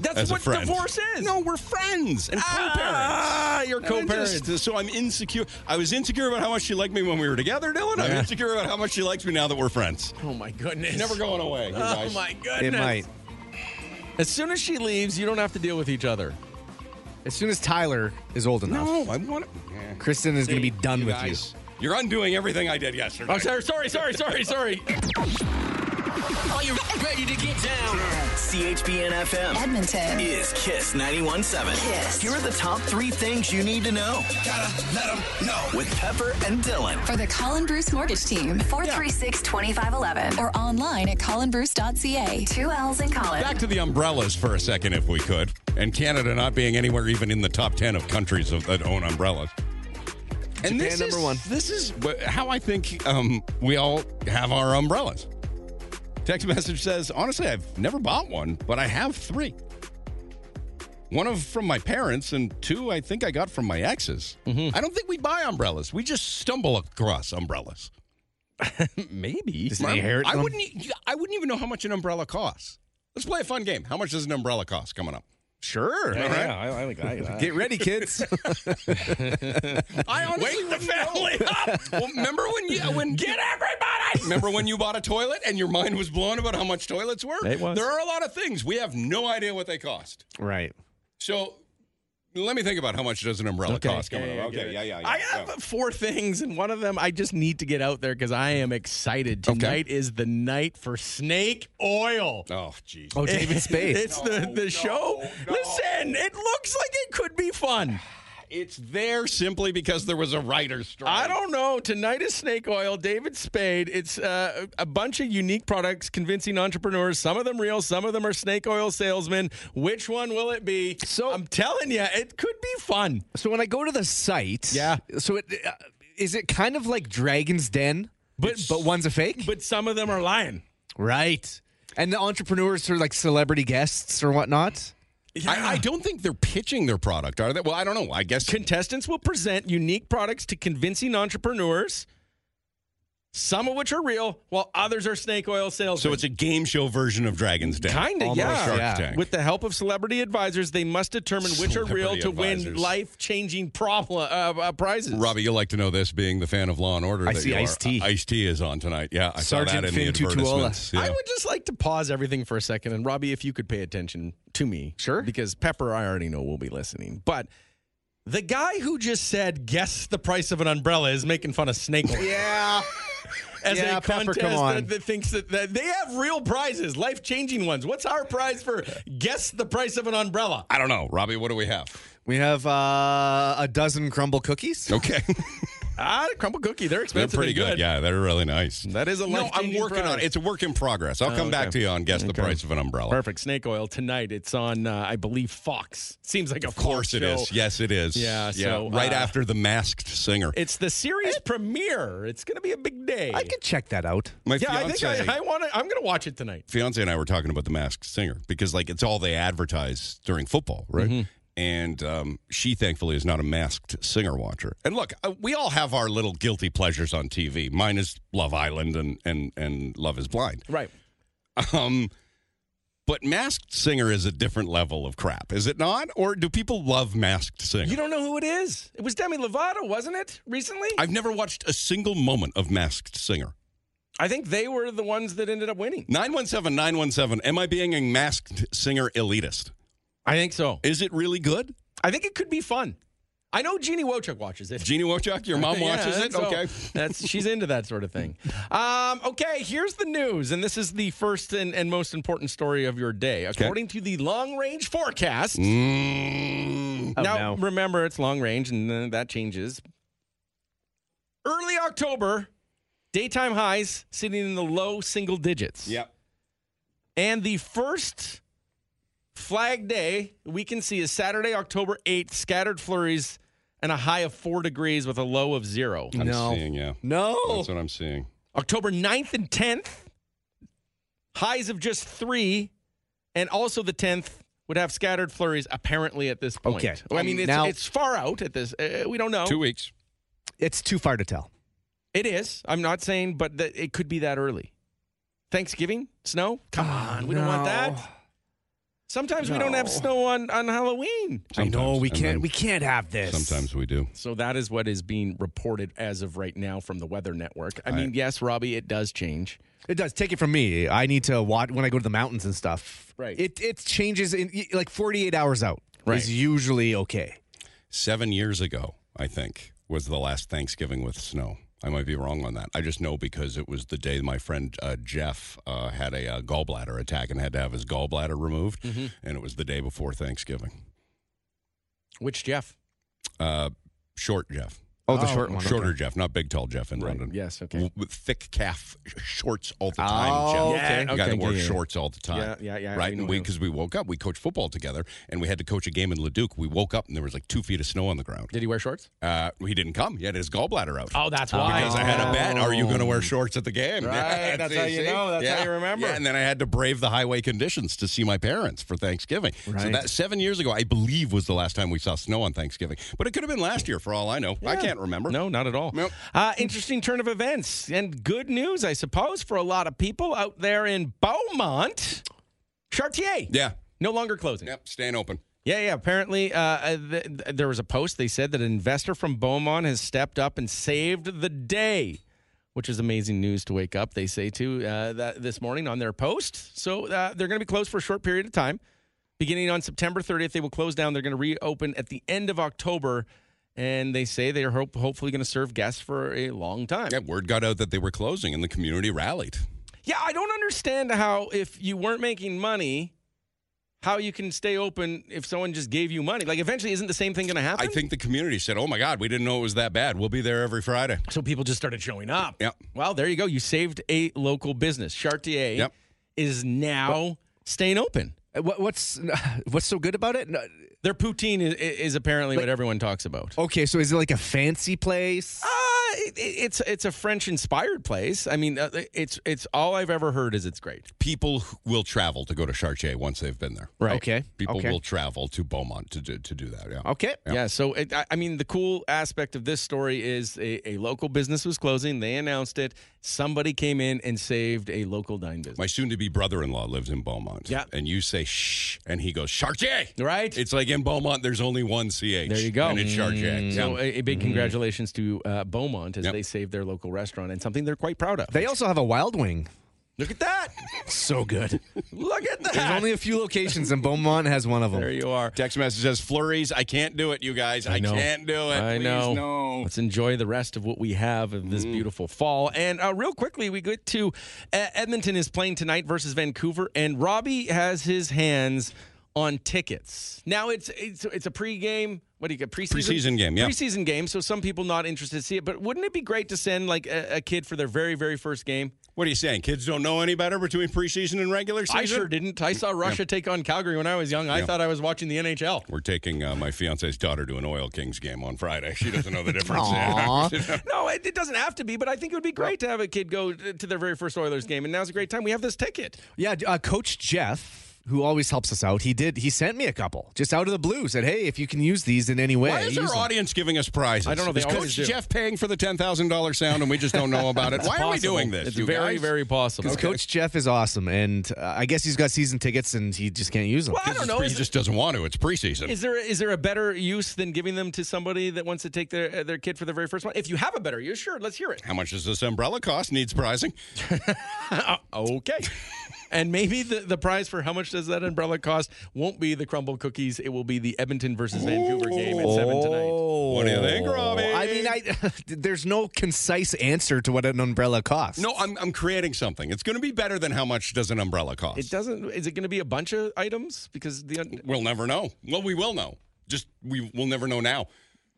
E: That's
C: as a
E: what
C: friend.
E: divorce is.
C: No, we're friends and co-parents.
E: Ah, you're
C: And then
E: co-parents.
C: just- So I'm insecure. I was insecure about how much she liked me when we were together, Dylan. I'm
E: Yeah.
C: insecure about how much she likes me now that we're friends.
E: Oh my goodness.
C: Never going away. you
E: Oh
C: guys.
E: my
D: It
E: goodness.
D: might.
E: As soon as she leaves, you don't have to deal with each other.
D: As soon as Tyler is old enough,
C: No, I want it.
D: Kristen is going to be done with
C: you. You're undoing everything I did yesterday.
E: Oh, sorry, sorry, sorry, sorry, sorry.
H: Are you ready to get down? CHBN FM
B: Edmonton.
H: is Kiss 91.7.
B: Kiss.
H: Here are the top three things you need to know. gotta let them know. With Pepper and Dylan.
B: For the Colin Bruce Mortgage Team,
K: 436 2511
B: or online at colinbruce.ca.
K: two L's in Colin.
C: Back to the umbrellas for a second, if we could. and Canada not being anywhere even in the top 10 of countries of, that own umbrellas. And this
D: number
C: is,
D: one.
C: This is wh- how I think um, we all have our umbrellas. Text message says, honestly, I've never bought one, but I have three. One of from my parents, and two I think I got from my exes. I don't think we buy umbrellas. We just stumble across umbrellas. Maybe.
E: Does it inherit
C: I
E: them?
C: wouldn't. e- I wouldn't even know how much an umbrella costs. Let's play a fun game. How much does an umbrella cost? Coming up. Sure.
E: Yeah,
C: All right.
E: yeah, I- I like- I like that.
D: Get ready, kids.
C: I honestly wake the family up. Well, remember when you when get everybody. Remember when you bought a toilet and your mind was blown about how much toilets were?
D: It was.
C: There are a lot of things we have no idea what they cost.
D: right.
C: So let me think about how much does an umbrella
E: Okay.
C: cost coming
E: Yeah, yeah,
C: up.
E: yeah,
C: okay, yeah,
E: yeah,
C: yeah, yeah.
E: I have four things, and one of them I just need to get out there because I am excited. Tonight is the night for snake oil.
C: Oh, jeez.
D: Oh, David Spade.
E: It's the, the show. Listen, it looks like it could be fun.
C: It's there simply because there was a writer's strike.
E: I don't know. Tonight is snake oil. David Spade. It's uh, a bunch of unique products convincing entrepreneurs. Some of them real. Some of them are snake oil salesmen. Which one will it be? So I'm telling you, it could be fun.
D: So when I go to the site, yeah. So it uh, is it kind of like Dragon's Den, but but one's a fake.
E: But some of them are lying.
D: Right. And the entrepreneurs are like celebrity guests or whatnot.
C: I, I don't think they're pitching their product, are they? Well, I don't know. I guess
E: Contestants will present unique products to convincing entrepreneurs, some of which are real, while others are snake oil salesmen.
C: so. It's a game show version of Dragon's Den.
E: Kinda,
C: Almost
E: yeah.
C: Shark
E: Yeah.
C: Tank.
E: With the help of celebrity advisors, they must determine which are real
C: Celebrity
E: to win
C: advisors.
E: life-changing problem uh, uh, prizes.
C: Robbie, you'll like to know this, being the fan of Law and Order.
E: I
C: that
E: see
C: you are.
E: Ice-T.
C: Ice-T is on tonight. Yeah, I saw that in the
E: Tutuola.
C: advertisements. Yeah.
E: I would just like to pause everything for a second, and Robbie, if you could pay attention to me, sure, because Pepper, I already know will be listening, but. The guy who just said, guess the price of an umbrella, is making fun of snake oil.
D: Yeah.
E: As
D: Yeah,
E: a
D: Pepper,
E: contest
D: come on.
E: That, that thinks that, that they have real prizes, life changing ones. What's our prize for guess the price of an umbrella?
C: I don't know, Robbie. What do we have?
D: We have uh, a dozen crumble cookies.
C: Okay.
E: Ah, crumble cookie. They're
C: They're
E: expensive.
C: pretty
E: and
C: good. Yeah, they're really nice.
E: That is a
C: no. I'm
E: life-changing
C: working on it.
E: prize.
C: It's a work in progress. I'll
E: Oh,
C: come back
E: okay.
C: to you on guess the
E: Okay.
C: price of an umbrella.
E: Perfect. Snake oil tonight. It's on, uh, I believe, Fox. Seems like a
C: Of course it is. Yes, it is.
E: Yeah, so,
C: right
E: uh,
C: after the Masked Singer.
E: It's the series premiere. It's going to be a big day.
D: I could check that out.
C: My
E: yeah, I think
C: fiance-
E: I, I want to. I'm going to watch it tonight.
C: fiance and I were talking about the Masked Singer because like it's all they advertise during football, right?
E: Mm-hmm.
C: And um, she thankfully is not a masked singer watcher. And look, uh, we all have our little guilty pleasures on TV. Mine is Love Island and and and Love Is Blind.
E: Right.
C: Um, but Masked Singer is a different level of crap, is it not? Or do people love Masked Singer?
E: You don't know who it is. It was Demi Lovato, wasn't it? Recently, I,
C: I've never watched a single moment of Masked Singer.
E: think they were the ones that ended up winning.
C: 917 917. Am I being a masked singer elitist?
E: I think so.
C: Is it really good?
E: I think it could be fun. I know Jeannie Wojcik watches it.
C: Jeannie Wochuk, your mom
E: Yeah,
C: watches
E: I
C: it?
E: think so.
C: Okay.
E: That's she's into that sort of thing. Um, okay, here's the news, and this is the first and, and most important story of your day. According to the long range forecast.
C: Mm. Oh,
E: now remember it's long range and uh, that changes. Early October, daytime highs sitting in the low single digits.
C: Yep.
E: And the first flag day we can see is Saturday, October 8th, scattered flurries and a high of four degrees with a low of zero.
C: I'm
D: No.
C: seeing, yeah.
E: Oh.
D: No.
C: That's what I'm seeing.
E: October 9th and 10th, highs of just three, and also the 10th would have scattered flurries apparently at this point.
D: Okay.
E: I mean, it's,
D: Now-
E: it's far out at this. Uh, we don't know.
C: Two weeks.
D: It's too far to tell.
E: It is. I'm not saying, but that it could be that early. Thanksgiving, snow? Come on. We don't want that. Sometimes we don't have
D: Oh, No.
E: snow on, on Halloween.
D: I know
C: Sometimes.
D: we
C: And
D: can't.
C: then
D: We can't have this.
C: Sometimes we do.
E: So that is what is being reported as of right now from the Weather Network. I
C: All
E: mean,
C: right.
E: yes, Robbie, it does change.
D: It does. Take it from me. I need to watch when I go to the mountains and stuff.
E: Right.
D: It it changes in y- like 48 hours out.
E: Right.
D: Is usually okay.
C: Seven years ago, I think, was the last Thanksgiving with snow. I might be wrong on that. I just know because it was the day my friend uh, Jeff uh, had a uh, gallbladder attack and had to have his gallbladder removed.
E: Mm-hmm.
C: And it was the day before Thanksgiving.
E: Which Jeff?
C: Uh, short Jeff.
D: Oh, the short one.
C: Shorter Jeff, not big, tall Jeff in London.
E: Yes, okay.
C: with thick calf shorts all the time, Jeff.
E: Oh, okay.
C: The guy
E: Okay,
C: that wore
E: yeah, yeah, yeah.
C: shorts all the time.
E: Yeah, yeah, yeah, we
C: Right?
E: know
C: And we,
E: him.
C: because we woke up, we coached football together and we had to coach a game in Leduc. We woke up and there was like two feet of snow on the ground.
E: Did he wear shorts?
C: Uh, he didn't come. He had his gallbladder out.
E: Oh, that's why.
C: Because I had a bet. Are you going to wear
E: Oh.
C: shorts at the game?
E: Right, that's how you know, that's how you remember.
C: Yeah, and then I had to brave the highway conditions to see my parents for Thanksgiving. So
E: Right.
C: that seven years ago, I believe, was the last time we saw snow on Thanksgiving. But it could have been last year, for all I know. I can't remember.
E: No, not at all. Uh, interesting turn of events and good news, I suppose, for a lot of people out there in Beaumont. Chartier.
C: Yeah.
E: No longer closing.
C: Yep, staying open.
E: Yeah, yeah. Apparently, uh, uh, th- th- there was a post. They said that an investor from Beaumont has stepped up and saved the day, which is amazing news to wake up. They say to uh, that this morning on their post. So uh, they're going to be closed for a short period of time, beginning on September 30th. They will close down. They're going to reopen at the end of October, and they say they are hope- hopefully going to serve guests for a long time.
C: Yeah, word got out that they were closing and the community rallied.
E: Yeah, I don't understand how if you weren't making money, how you can stay open if someone just gave you money. Like eventually, isn't the same thing going to happen?
C: I think the community said, oh my God, we didn't know it was that bad. We'll be there every Friday.
E: So people just started showing up.
C: Yep.
E: Well, there you go. You saved a local business. Chartier
D: Yep.
E: is now staying open.
D: Uh, What, what's what's so good about it? No-
E: Their poutine is, is apparently what everyone talks about.
D: Okay, so is it like a fancy place?
E: Uh, it, it's it's a French inspired place. I mean, uh, it's it's all I've ever heard is it's great.
C: People who will travel to go to Chartier once they've been there.
E: Right.
D: Okay,
C: People
D: okay.
C: will travel to Beaumont to do, to do that. Yeah.
D: Okay.
E: Yeah. so, it, I, I mean, the cool aspect of this story is a, a local business was closing. They announced it. Somebody came in and saved a local dine business.
C: My soon to be brother in law lives in Beaumont.
E: Yeah.
C: And you say shh, and he goes, Chartier.
E: Right.
C: It's like in Beaumont, there's only one CH.
E: There you go. Mm.
C: And it's Chartier.
E: So,
C: Yeah.
E: a, a
D: Mm-hmm.
E: big congratulations to uh, Beaumont as
C: Yep.
E: they saved their local restaurant and something they're quite proud of.
D: They also have a Wild Wing.
E: Look at that.
D: So good.
E: Look at
D: There's
E: that.
D: only a few locations, and Beaumont has one of them.
E: there you are.
C: Text message says, Flurries, I can't do it, you guys. I,
E: know.
C: can't do it.
E: I
C: Please,
E: know.
C: no. Mm.
E: Let's enjoy the rest of what we have of this beautiful fall. And uh, real quickly, we get to uh, Edmonton is playing tonight versus Vancouver, and Robbie has his hands on tickets. Now it's it's it's a pregame. What do you get? Preseason,
C: Preseason game, yeah.
E: Preseason game. So some people not interested to see it, but wouldn't it be great to send like a, a kid for their very very first game?
C: What are you saying? Kids don't know any better between preseason and regular season?
E: I sure didn't. I saw Russia take on Calgary when I was young. I thought I was watching the NHL.
C: We're taking uh, my fiance's daughter to an Oil Kings game on Friday. She doesn't know the difference.
D: Aw.
E: No, it, it doesn't have to be, but I think it would be great to have a kid go t- to their very first Oilers game, and now's a great time. We have this ticket.
D: Yeah, uh, Coach Jeff, who always helps us out, he did. He sent me a couple just out of the blue. Said, "Hey, if you can use these in any way."
C: Why is
D: use
C: our
D: them."
C: audience giving us prizes?
E: I don't know, they
C: Is
E: always
C: Coach
E: do.
C: Jeff paying for the ten thousand dollar sound, and we just don't know about it. Why are we doing this?
E: It's
C: you
E: very,
C: guys?
E: very possible.
D: 'Cause Coach Jeff is awesome, and uh, I guess he's got season tickets, and he just can't use them.
E: Well, I don't know.
C: He
E: Is,
C: just doesn't want to. It's preseason.
E: is there is there a better use than giving them to somebody that wants to take their uh, their kid for the very first one? If you have a better use, sure, let's hear it.
C: How much does this umbrella cost? Needs pricing.
E: Okay. And maybe the, the prize for how much does that umbrella cost won't be the crumble cookies. It will be the Edmonton versus Vancouver game at seven tonight.
C: What do you think, Robbie?
D: I mean, I, there's no concise answer to what an umbrella costs.
C: No, I'm, I'm creating something. It's going to be better than how much does an umbrella cost?
E: It doesn't. Is it going to be a bunch of items? Because the
C: We'll never know. Well, we will know. Just we will never know now.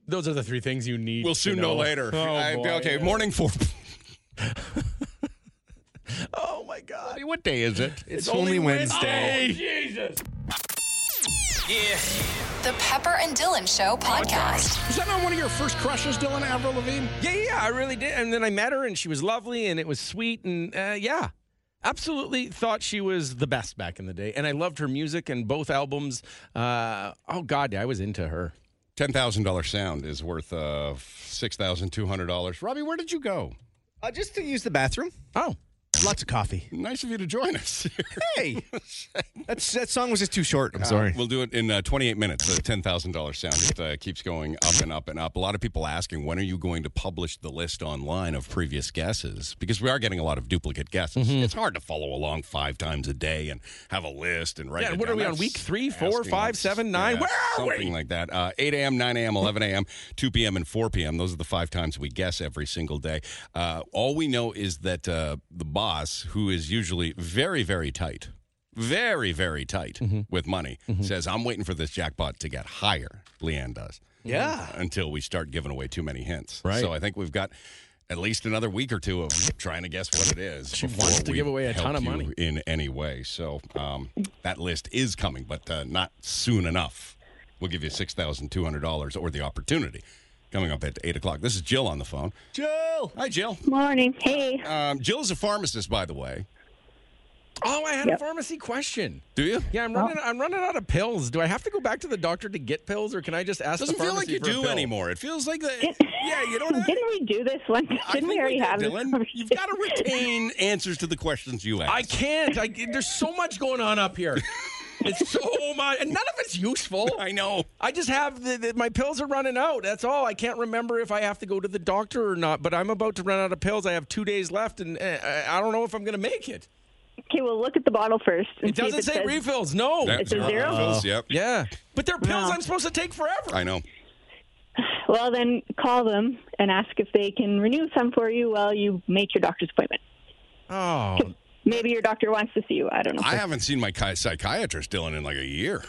E: those are the three things you need.
C: We'll
E: to
C: soon know, later.
E: Oh,
C: I-
E: boy.
C: okay, morning for.
E: Oh my God.
C: what day is it?
D: it's, only Wednesday.
K: The Pepper and Dylan Show podcast.
C: Was that not one of your first crushes, Dylan Avril Levine?
E: Yeah, yeah, yeah, I really did. And then I met her, and she was lovely, and it was sweet, and uh, yeah, absolutely thought she was the best back in the day. And I loved her music and both albums. Uh, oh God, yeah, I was into her.
C: Ten thousand dollar sound is worth uh, six thousand two hundred dollars. Robbie, where did you go?
D: Uh, just to use the bathroom.
E: Oh,
D: Lots of coffee.
C: Nice of you to join us.
D: Hey, that's, that song was just too short. I'm sorry.
C: We'll do it in uh, 28 minutes. The $10,000 sound. It uh, keeps going up and up and up. A lot of people asking, when are you going to publish the list online of previous guesses? Because we are getting a lot of duplicate guesses.
E: Mm-hmm.
C: It's hard to follow along five times a day and have a list and write
E: Yeah,
C: it
E: what
C: down.
E: are we on,
C: That's
E: week three, four,
C: asking
E: five,
C: us-
E: seven, nine? Where are
C: something
E: we?
C: like that. Uh, 8 a.m., 9 a.m., 11 a.m., 2 p.m., and 4 p.m. Those are the five times we guess every single day. Uh, all we know is that uh, the boss, who is usually very, very tight, very, very tight
E: Mm-hmm.
C: with money, says, I'm waiting for this jackpot to get higher. Leanne does. Mm-hmm.
D: Yeah.
C: Until we start giving away too many hints. Right. So I think we've got at least another week or two of trying to guess what it is.
E: She
C: before
E: wants to
C: we
E: give away a
C: help
E: ton of
C: you
E: money.
C: in any way. So um, that list is coming, but uh, not soon enough. We'll give you six thousand two hundred dollars or the opportunity coming up at eight o'clock. This is Jill on the phone. Jill. Hi, Jill.
L: Morning. Hey.
C: Um, Jill is a pharmacist, by the way.
E: Oh, I had a
C: Yep.
E: pharmacy question.
C: Do you?
E: Yeah, I'm running. I'm running out of pills. Do I have to go back to the doctor to get pills, or can I just ask?
C: Doesn't
E: the
C: feel like
E: pharmacy
C: you
E: for a
C: do
E: pill?
C: anymore. It feels like that. Yeah, you don't.
L: Didn't we do this one? Didn't we already have this?
C: Dylan, you've got to retain answers to the questions you ask.
E: I can't. I, there's so much going on up here. It's so much, and none of it's useful.
C: I know.
E: I just have the, the, my pills are running out. That's all. I can't remember if I have to go to the doctor or not. But I'm about to run out of pills. I have two days left, and uh, I I don't know if I'm going to make it.
L: Okay, well, look at the bottle first. and
E: It
L: see if
E: doesn't say
L: says-
E: refills. No,
L: That- It's a zero zero?
C: refills, yep.
E: Yeah, but they're pills
L: No.
E: I'm supposed to take forever.
C: I know.
L: Well, then call them and ask if they can renew some for you while you make your doctor's appointment.
E: Oh,
L: Maybe your doctor wants to see you. I don't know.
C: I haven't seen my chi- psychiatrist, Dylan, in like a year.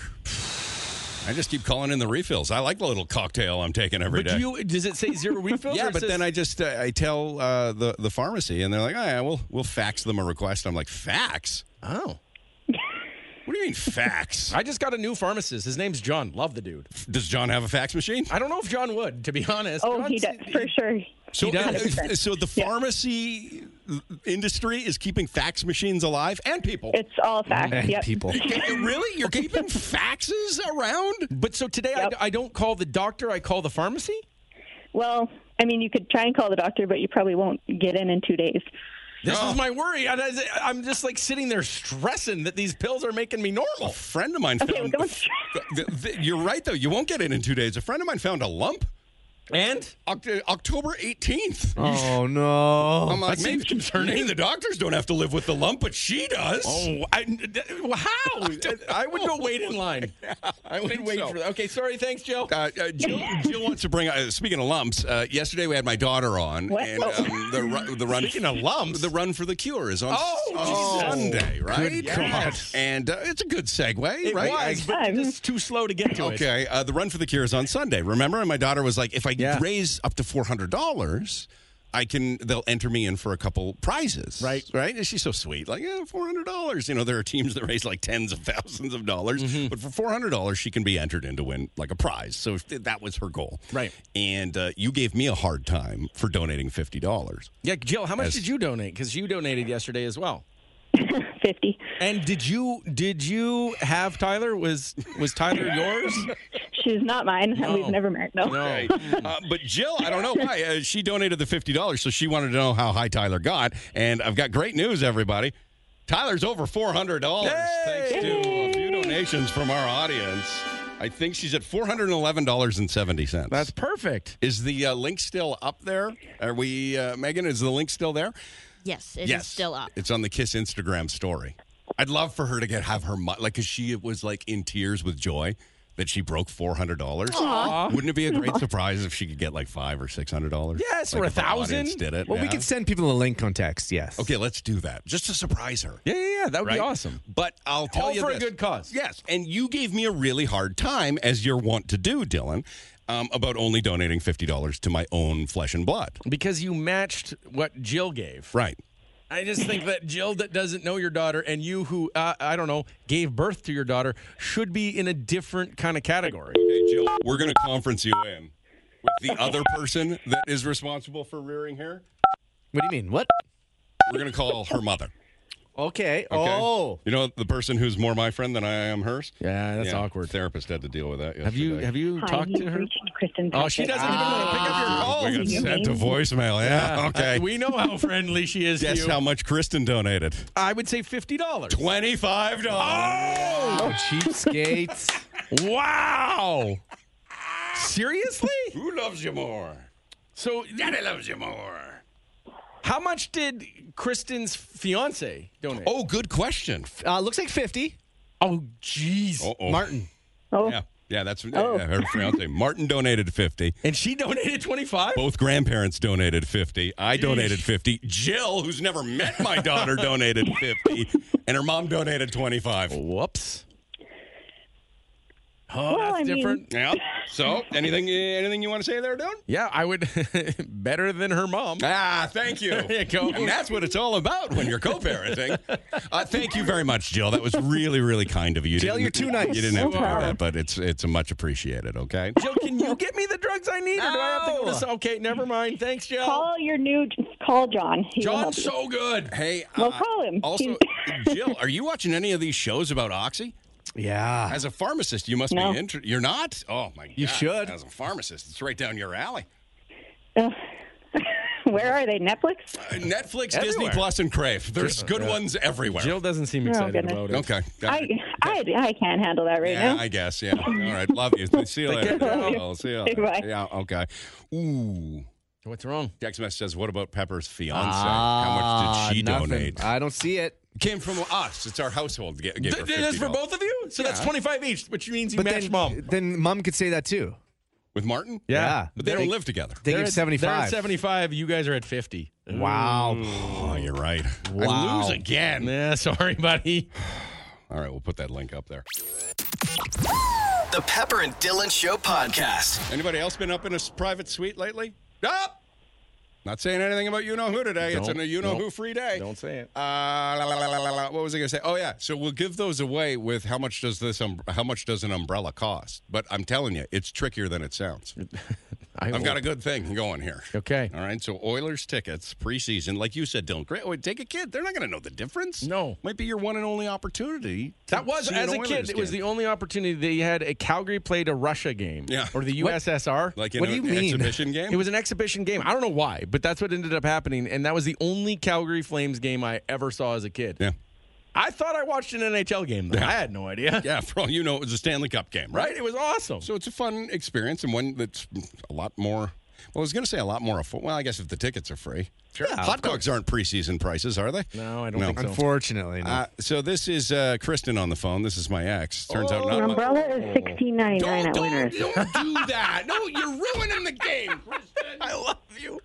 C: I just keep calling in the refills. I like the little cocktail I'm taking every
E: but
C: day.
E: do you? Does it say zero refills?
C: yeah, but then I just uh, I tell uh, the the pharmacy, and they're like, "Oh yeah, we'll we'll fax them a request." I'm like, "Fax?
E: Oh,
C: what do you mean fax?
E: I just got a new pharmacist. His name's John. Love the dude.
C: Does John have a fax machine?"
E: I don't know if John would, to be honest.
L: Oh, he does
E: John's-
L: for sure.
C: So,
E: He does.
C: uh, so the pharmacy uh, industry is keeping fax machines alive and people.
L: It's all fact.
C: And
L: yep.
C: people. really? You're keeping faxes around?
E: But so today I, I don't call the doctor, I call the pharmacy?
L: Well, I mean, you could try and call the doctor, but you probably won't get in in two days.
E: This is my worry. And I, I'm just like sitting there stressing that these pills are making me
C: A
E: normal.
C: friend of mine found. Th- th- you're right, though. You won't get it in two days. A friend of mine found a lump.
E: And?
C: Oct- uh, October 18th.
D: Oh no!
C: I'm like, maybe, maybe the doctors don't have to live with the lump, but she does.
E: Oh, I, d- well, how? I, would go wait in line. I would
C: think
E: wait
C: so.
E: for that. Okay, sorry. Thanks, Joe.
C: Uh, uh, Jill, Jill wants to bring. Uh, speaking of lumps, uh, yesterday we had my daughter on,
E: What?
C: and um, the ru- the run.
E: Speaking of lumps.
C: the run for the cure is on
E: Oh,
C: s-
E: Jesus. Oh,
C: Sunday, right?
E: Good God.
C: And uh, it's a good segue,
E: It
C: right?
E: was, but it's too slow to get to it.
C: Okay, uh, the run for the cure is on Sunday. Remember, and my daughter was like, "If I raise up to four hundred dollars, I can they'll enter me in for a couple prizes." Right, right. And she's so sweet, like yeah, four hundred dollars. You know, there are teams that raise like tens of thousands of dollars,
E: Mm-hmm.
C: but for four hundred dollars, she can be entered in to win like a prize. So th- that was her goal, right? And uh, you gave me a hard time for donating fifty dollars.
E: Yeah, Jill, how much
C: As-
E: did you donate? Because you donated yesterday as well.
L: 50.
E: And did you did you have Tyler? Was was Tyler yours?
L: She's not mine.
E: No.
L: We've never met. No.
E: No.
C: Uh, but Jill, I don't know why uh, she donated the fifty dollars, so she wanted to know how high Tyler got. And I've got great news, everybody. Tyler's over four hundred dollars thanks to a few donations from our audience. I think she's at four hundred and eleven dollars and seventy cents. That's
E: perfect.
C: Is the uh, link still up there? Are we, uh, Megan? Is the link still there?
M: Yes, it is
C: yes,
M: still up.
C: It's on the Kiss Instagram story. I'd love for her to get have her mo- like because she was like in tears with joy that she broke four hundred dollars.
D: Aw.
C: Wouldn't it be a great surprise if she could get like five or six hundred dollars?
D: Yes,
C: like
D: or a
C: if our
D: thousand.
C: audience Did it?
D: Well, we
C: yeah.
D: could send people a link on text. Yes.
C: Okay, let's do that just to surprise her.
E: Yeah, yeah, yeah. That would
C: Right?
E: be awesome.
C: But I'll tell
E: All
C: you
E: for a
C: this.
E: good cause.
C: Yes, and you gave me a really hard time, as you're wont to do, Dylan, um, about only donating fifty dollars to my own flesh and blood.
E: Because you matched what Jill gave.
C: Right.
E: I just think that Jill, that doesn't know your daughter, and you, who uh, I don't know, gave birth to your daughter, should be in a different kind of category.
C: Hey, Jill, we're going to conference you in with the other person that is responsible for rearing her.
D: What do you mean? What?
C: We're going to call her mother.
D: Okay.
C: okay?
D: Oh.
C: You know, the person who's more my friend than I am hers?
E: Yeah, that's awkward.
C: Therapist had to deal with that yesterday.
E: Have you have you talked to her? Oh, she doesn't even want to pick up your call.
C: We got sent a voicemail. Yeah, okay.
E: We know how friendly she is
C: Guess
E: to you.
C: how much Kristen donated?
E: I would say fifty dollars.
C: $25.
E: Oh,
D: cheapskates!
E: wow. Seriously?
C: Who loves you more?
E: So
C: Daddy loves you more.
E: How much did Kristen's fiance donate?
C: Oh, good question.
D: Uh, looks like fifty.
E: Oh, jeez.
C: Uh-oh.
D: Martin.
L: Oh.
C: Yeah. Yeah, that's yeah, her fiance. Martin donated 50.
E: And she donated 25?
C: Both grandparents donated 50. I donated 50. Jill, who's never met my daughter, donated 50. And her mom donated 25.
E: Whoops.
C: Oh,
E: Well, that's I mean- different.
C: Yeah. So, anything anything you want to say there, dude?
E: Yeah, I would better than her mom.
C: Ah, thank you.
E: There you go.
C: And that's what it's all about when you're co-parenting. Uh, thank you very much, Jill. That was really, really kind of you. You
D: Jill,
C: didn't-
D: you're too nice.
C: You didn't have to
E: You
C: do
E: are.
C: that, but it's it's much appreciated. Okay.
E: Jill, can you get me the drugs I need, or do I have to go to?
C: No.
E: some- Okay, never mind. Thanks, Jill.
L: Call your new call, John. He will help
C: John's
L: you.
C: so good. Hey, uh,
L: Well, call him.
C: Also, Jill, are you watching any of these shows about Oxy?
D: Yeah.
C: As a pharmacist, you must
L: No.
C: be interested. You're not? Oh my god.
D: You should.
C: As a pharmacist, it's right down your alley.
L: Where are they? Netflix?
C: Uh, Netflix, Disney
E: Everywhere.
C: Plus and Crave. There's good ones everywhere.
E: Jill doesn't seem
L: Oh,
E: excited
L: goodness.
E: about it.
C: Okay. got
L: I,
C: it.
L: I, I can't handle that right
C: Yeah,
L: now.
C: I guess. Yeah. All right. Love you. See you later. Oh, see you later.
L: Bye.
C: Yeah. Okay. Ooh.
E: What's wrong?
C: Text message says, "What about Pepper's fiance? How
D: Ah,
C: much did she
D: nothing.
C: donate?
D: I don't see it.
C: Came from us. It's our household. G- gave her
E: Th- that's for
C: $50.
E: both of you? So that's
C: Yeah.
E: 25 each, which means you
D: But
E: match
D: then,
E: mom.
D: then mom could say that too.
C: with Martin.
D: Yeah.
C: But they don't live together.
D: They
E: They're
D: give
E: at- They're
D: 75.
E: at 75. You guys are at 50.
D: Wow.
C: Oh, you're right. I
D: Wow.
C: lose again.
E: Mm. Yeah, sorry, buddy.
C: All right, we'll put that link up there.
H: The Pepper and Dylan Show Podcast.
C: Anybody else been up in a s- private suite lately? Up. Not saying anything about you know who today. it's
E: Don't-
C: a you know who
E: don't-
C: free day.
E: Don't say it.
C: Uh, la, la, la, la, la, la. what was I going to say? Oh yeah, so we'll give those away with how much does this um, how much does an umbrella cost? But I'm telling you, it's trickier than it sounds.
E: I
C: I've got a good thing going here.
E: Okay.
C: All right, so Oilers tickets preseason, like you said, Dylan. Great, wait, take a kid. They're not going to know the difference.
E: No.
C: might be your one and only opportunity. to
E: That was
C: see
E: as
C: an
E: a
C: Oilers
E: kid. It was
C: game.
E: the only opportunity they had. A Calgary played a Russia game,
C: Yeah.
E: or the
C: What?
E: USSR.
C: like in
D: What do
C: an
D: you mean?
C: exhibition game.
E: It was an exhibition game. I don't know why, but that's what ended up happening, and that was the only Calgary Flames game I ever saw as a kid.
C: yeah,
E: I thought I watched an NHL game. Though. I had no idea.
C: yeah. For all you know, it was a Stanley Cup game, right?
E: Right? It was awesome.
C: So it's a fun experience and one that's a lot more. Well, I was going to say a lot more. affo- Well, I guess if the tickets are free. Sure. Hot dogs aren't preseason prices, are they?
E: No, I don't think so.
D: Unfortunately, no.
C: Uh, so this is uh, Kristen on the phone. This is my ex. Turns
I: Oh,
C: out not. my-
L: Umbrella is sixteen ninety nine
C: don't,
L: at
C: don't,
L: Winners.
C: don't do that. No, you're ruining the game, Kristen. I love you.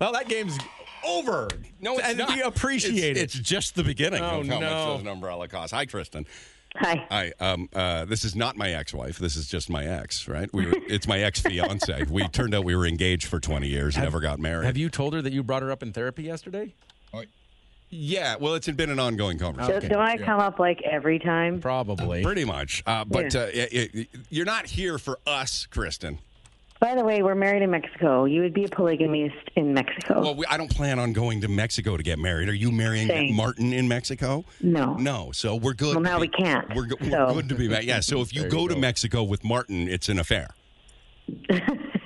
E: well, that game's over.
C: No, it's
E: and
C: not.
E: we appreciate
C: It's- It's
E: it.
C: just the beginning
E: Oh,
C: of how
E: no.
C: much does an umbrella cost. Hi, Kristen.
L: Hi.
C: Hi. Um, uh, this is not my ex-wife. This is just my ex, right? We were, it's my ex-fiance. we turned out we were engaged for 20 years, never got married.
E: Have you told her that you brought her up in therapy yesterday?
C: yeah. Well, it's been an ongoing conversation.
M: Do, do I come up like every time?
E: Probably.
C: Pretty much. Uh, but uh, it, it, you're not here for us, Kristen.
M: By the way, we're married in Mexico. You would be a polygamist in Mexico.
C: Well, we, I don't plan on going to Mexico to get married. Are you marrying
M: Same.
C: Martin in Mexico?
M: no.
C: No. So we're good.
M: Well,
C: to
M: now
C: be-
M: we can't,
C: We're, go- we're
M: so.
C: good to be back. Yeah. So if you
E: There you
C: go to
E: go.
C: Mexico with Martin, it's an affair.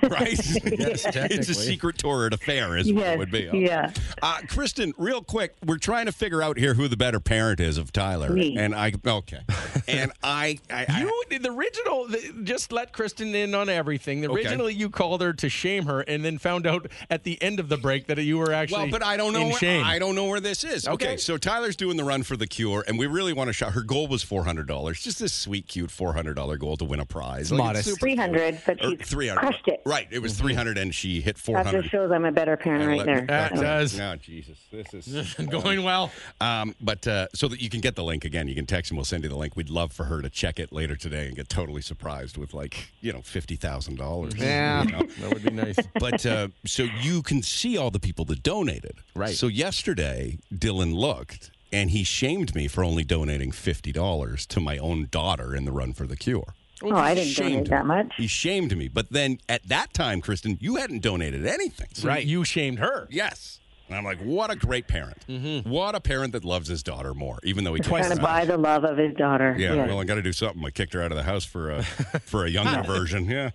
C: right? yes, it's
E: technically.
C: a secret torrid affair, is what
M: Yes,
C: it would be.
M: yeah.
C: Uh, Kristen, real quick, we're trying to figure out here who the better parent is of Tyler.
M: Me.
C: And I, okay. and I, I, I-
E: You the original the, just let Kristen in on everything. The
C: Okay.
E: originally you called her to shame her, and then found out at the end of the break that you were actually
C: well, but I don't know.
E: in
C: Where,
E: shame.
C: I don't know where this is. Okay.
E: Okay.
C: so Tyler's doing the run for the cure, and we really want to shot. Her goal was four hundred dollars, just this sweet, cute four hundred dollar goal to win a prize.
D: modest.
C: super
M: Three hundred, but
C: cute.
M: she's
C: Or 300.
M: crushed it.
C: Right, it was
E: Mm-hmm.
C: hundred, and she hit four
M: That just
C: hundred.
M: shows I'm a better parent right there.
E: That does.
C: No, Jesus, this is
E: going well.
C: Um, but uh, so that you can get the link again, you can text and we'll send you the link. We'd love for her to check it later today and get totally surprised with like you know fifty thousand dollars.
D: Yeah.
E: That would be nice.
C: But uh, so you can see all the people that donated.
E: Right.
C: So yesterday, Dylan looked and he shamed me for only donating fifty dollars to my own daughter in the run for the cure.
M: Oh, I didn't donate
C: Shamed
M: that
C: me.
M: much.
C: He shamed me. But then at that time, Kristen, you hadn't donated anything.
E: right. You shamed her.
C: Yes. And I'm like, what a great parent.
E: Mm-hmm.
C: What a parent that loves his daughter more, even though he can't
M: Trying to
C: decide.
M: buy the love of his daughter.
C: Yeah, well, I got to do something. I kicked her out of the house for a for a younger version. Yeah.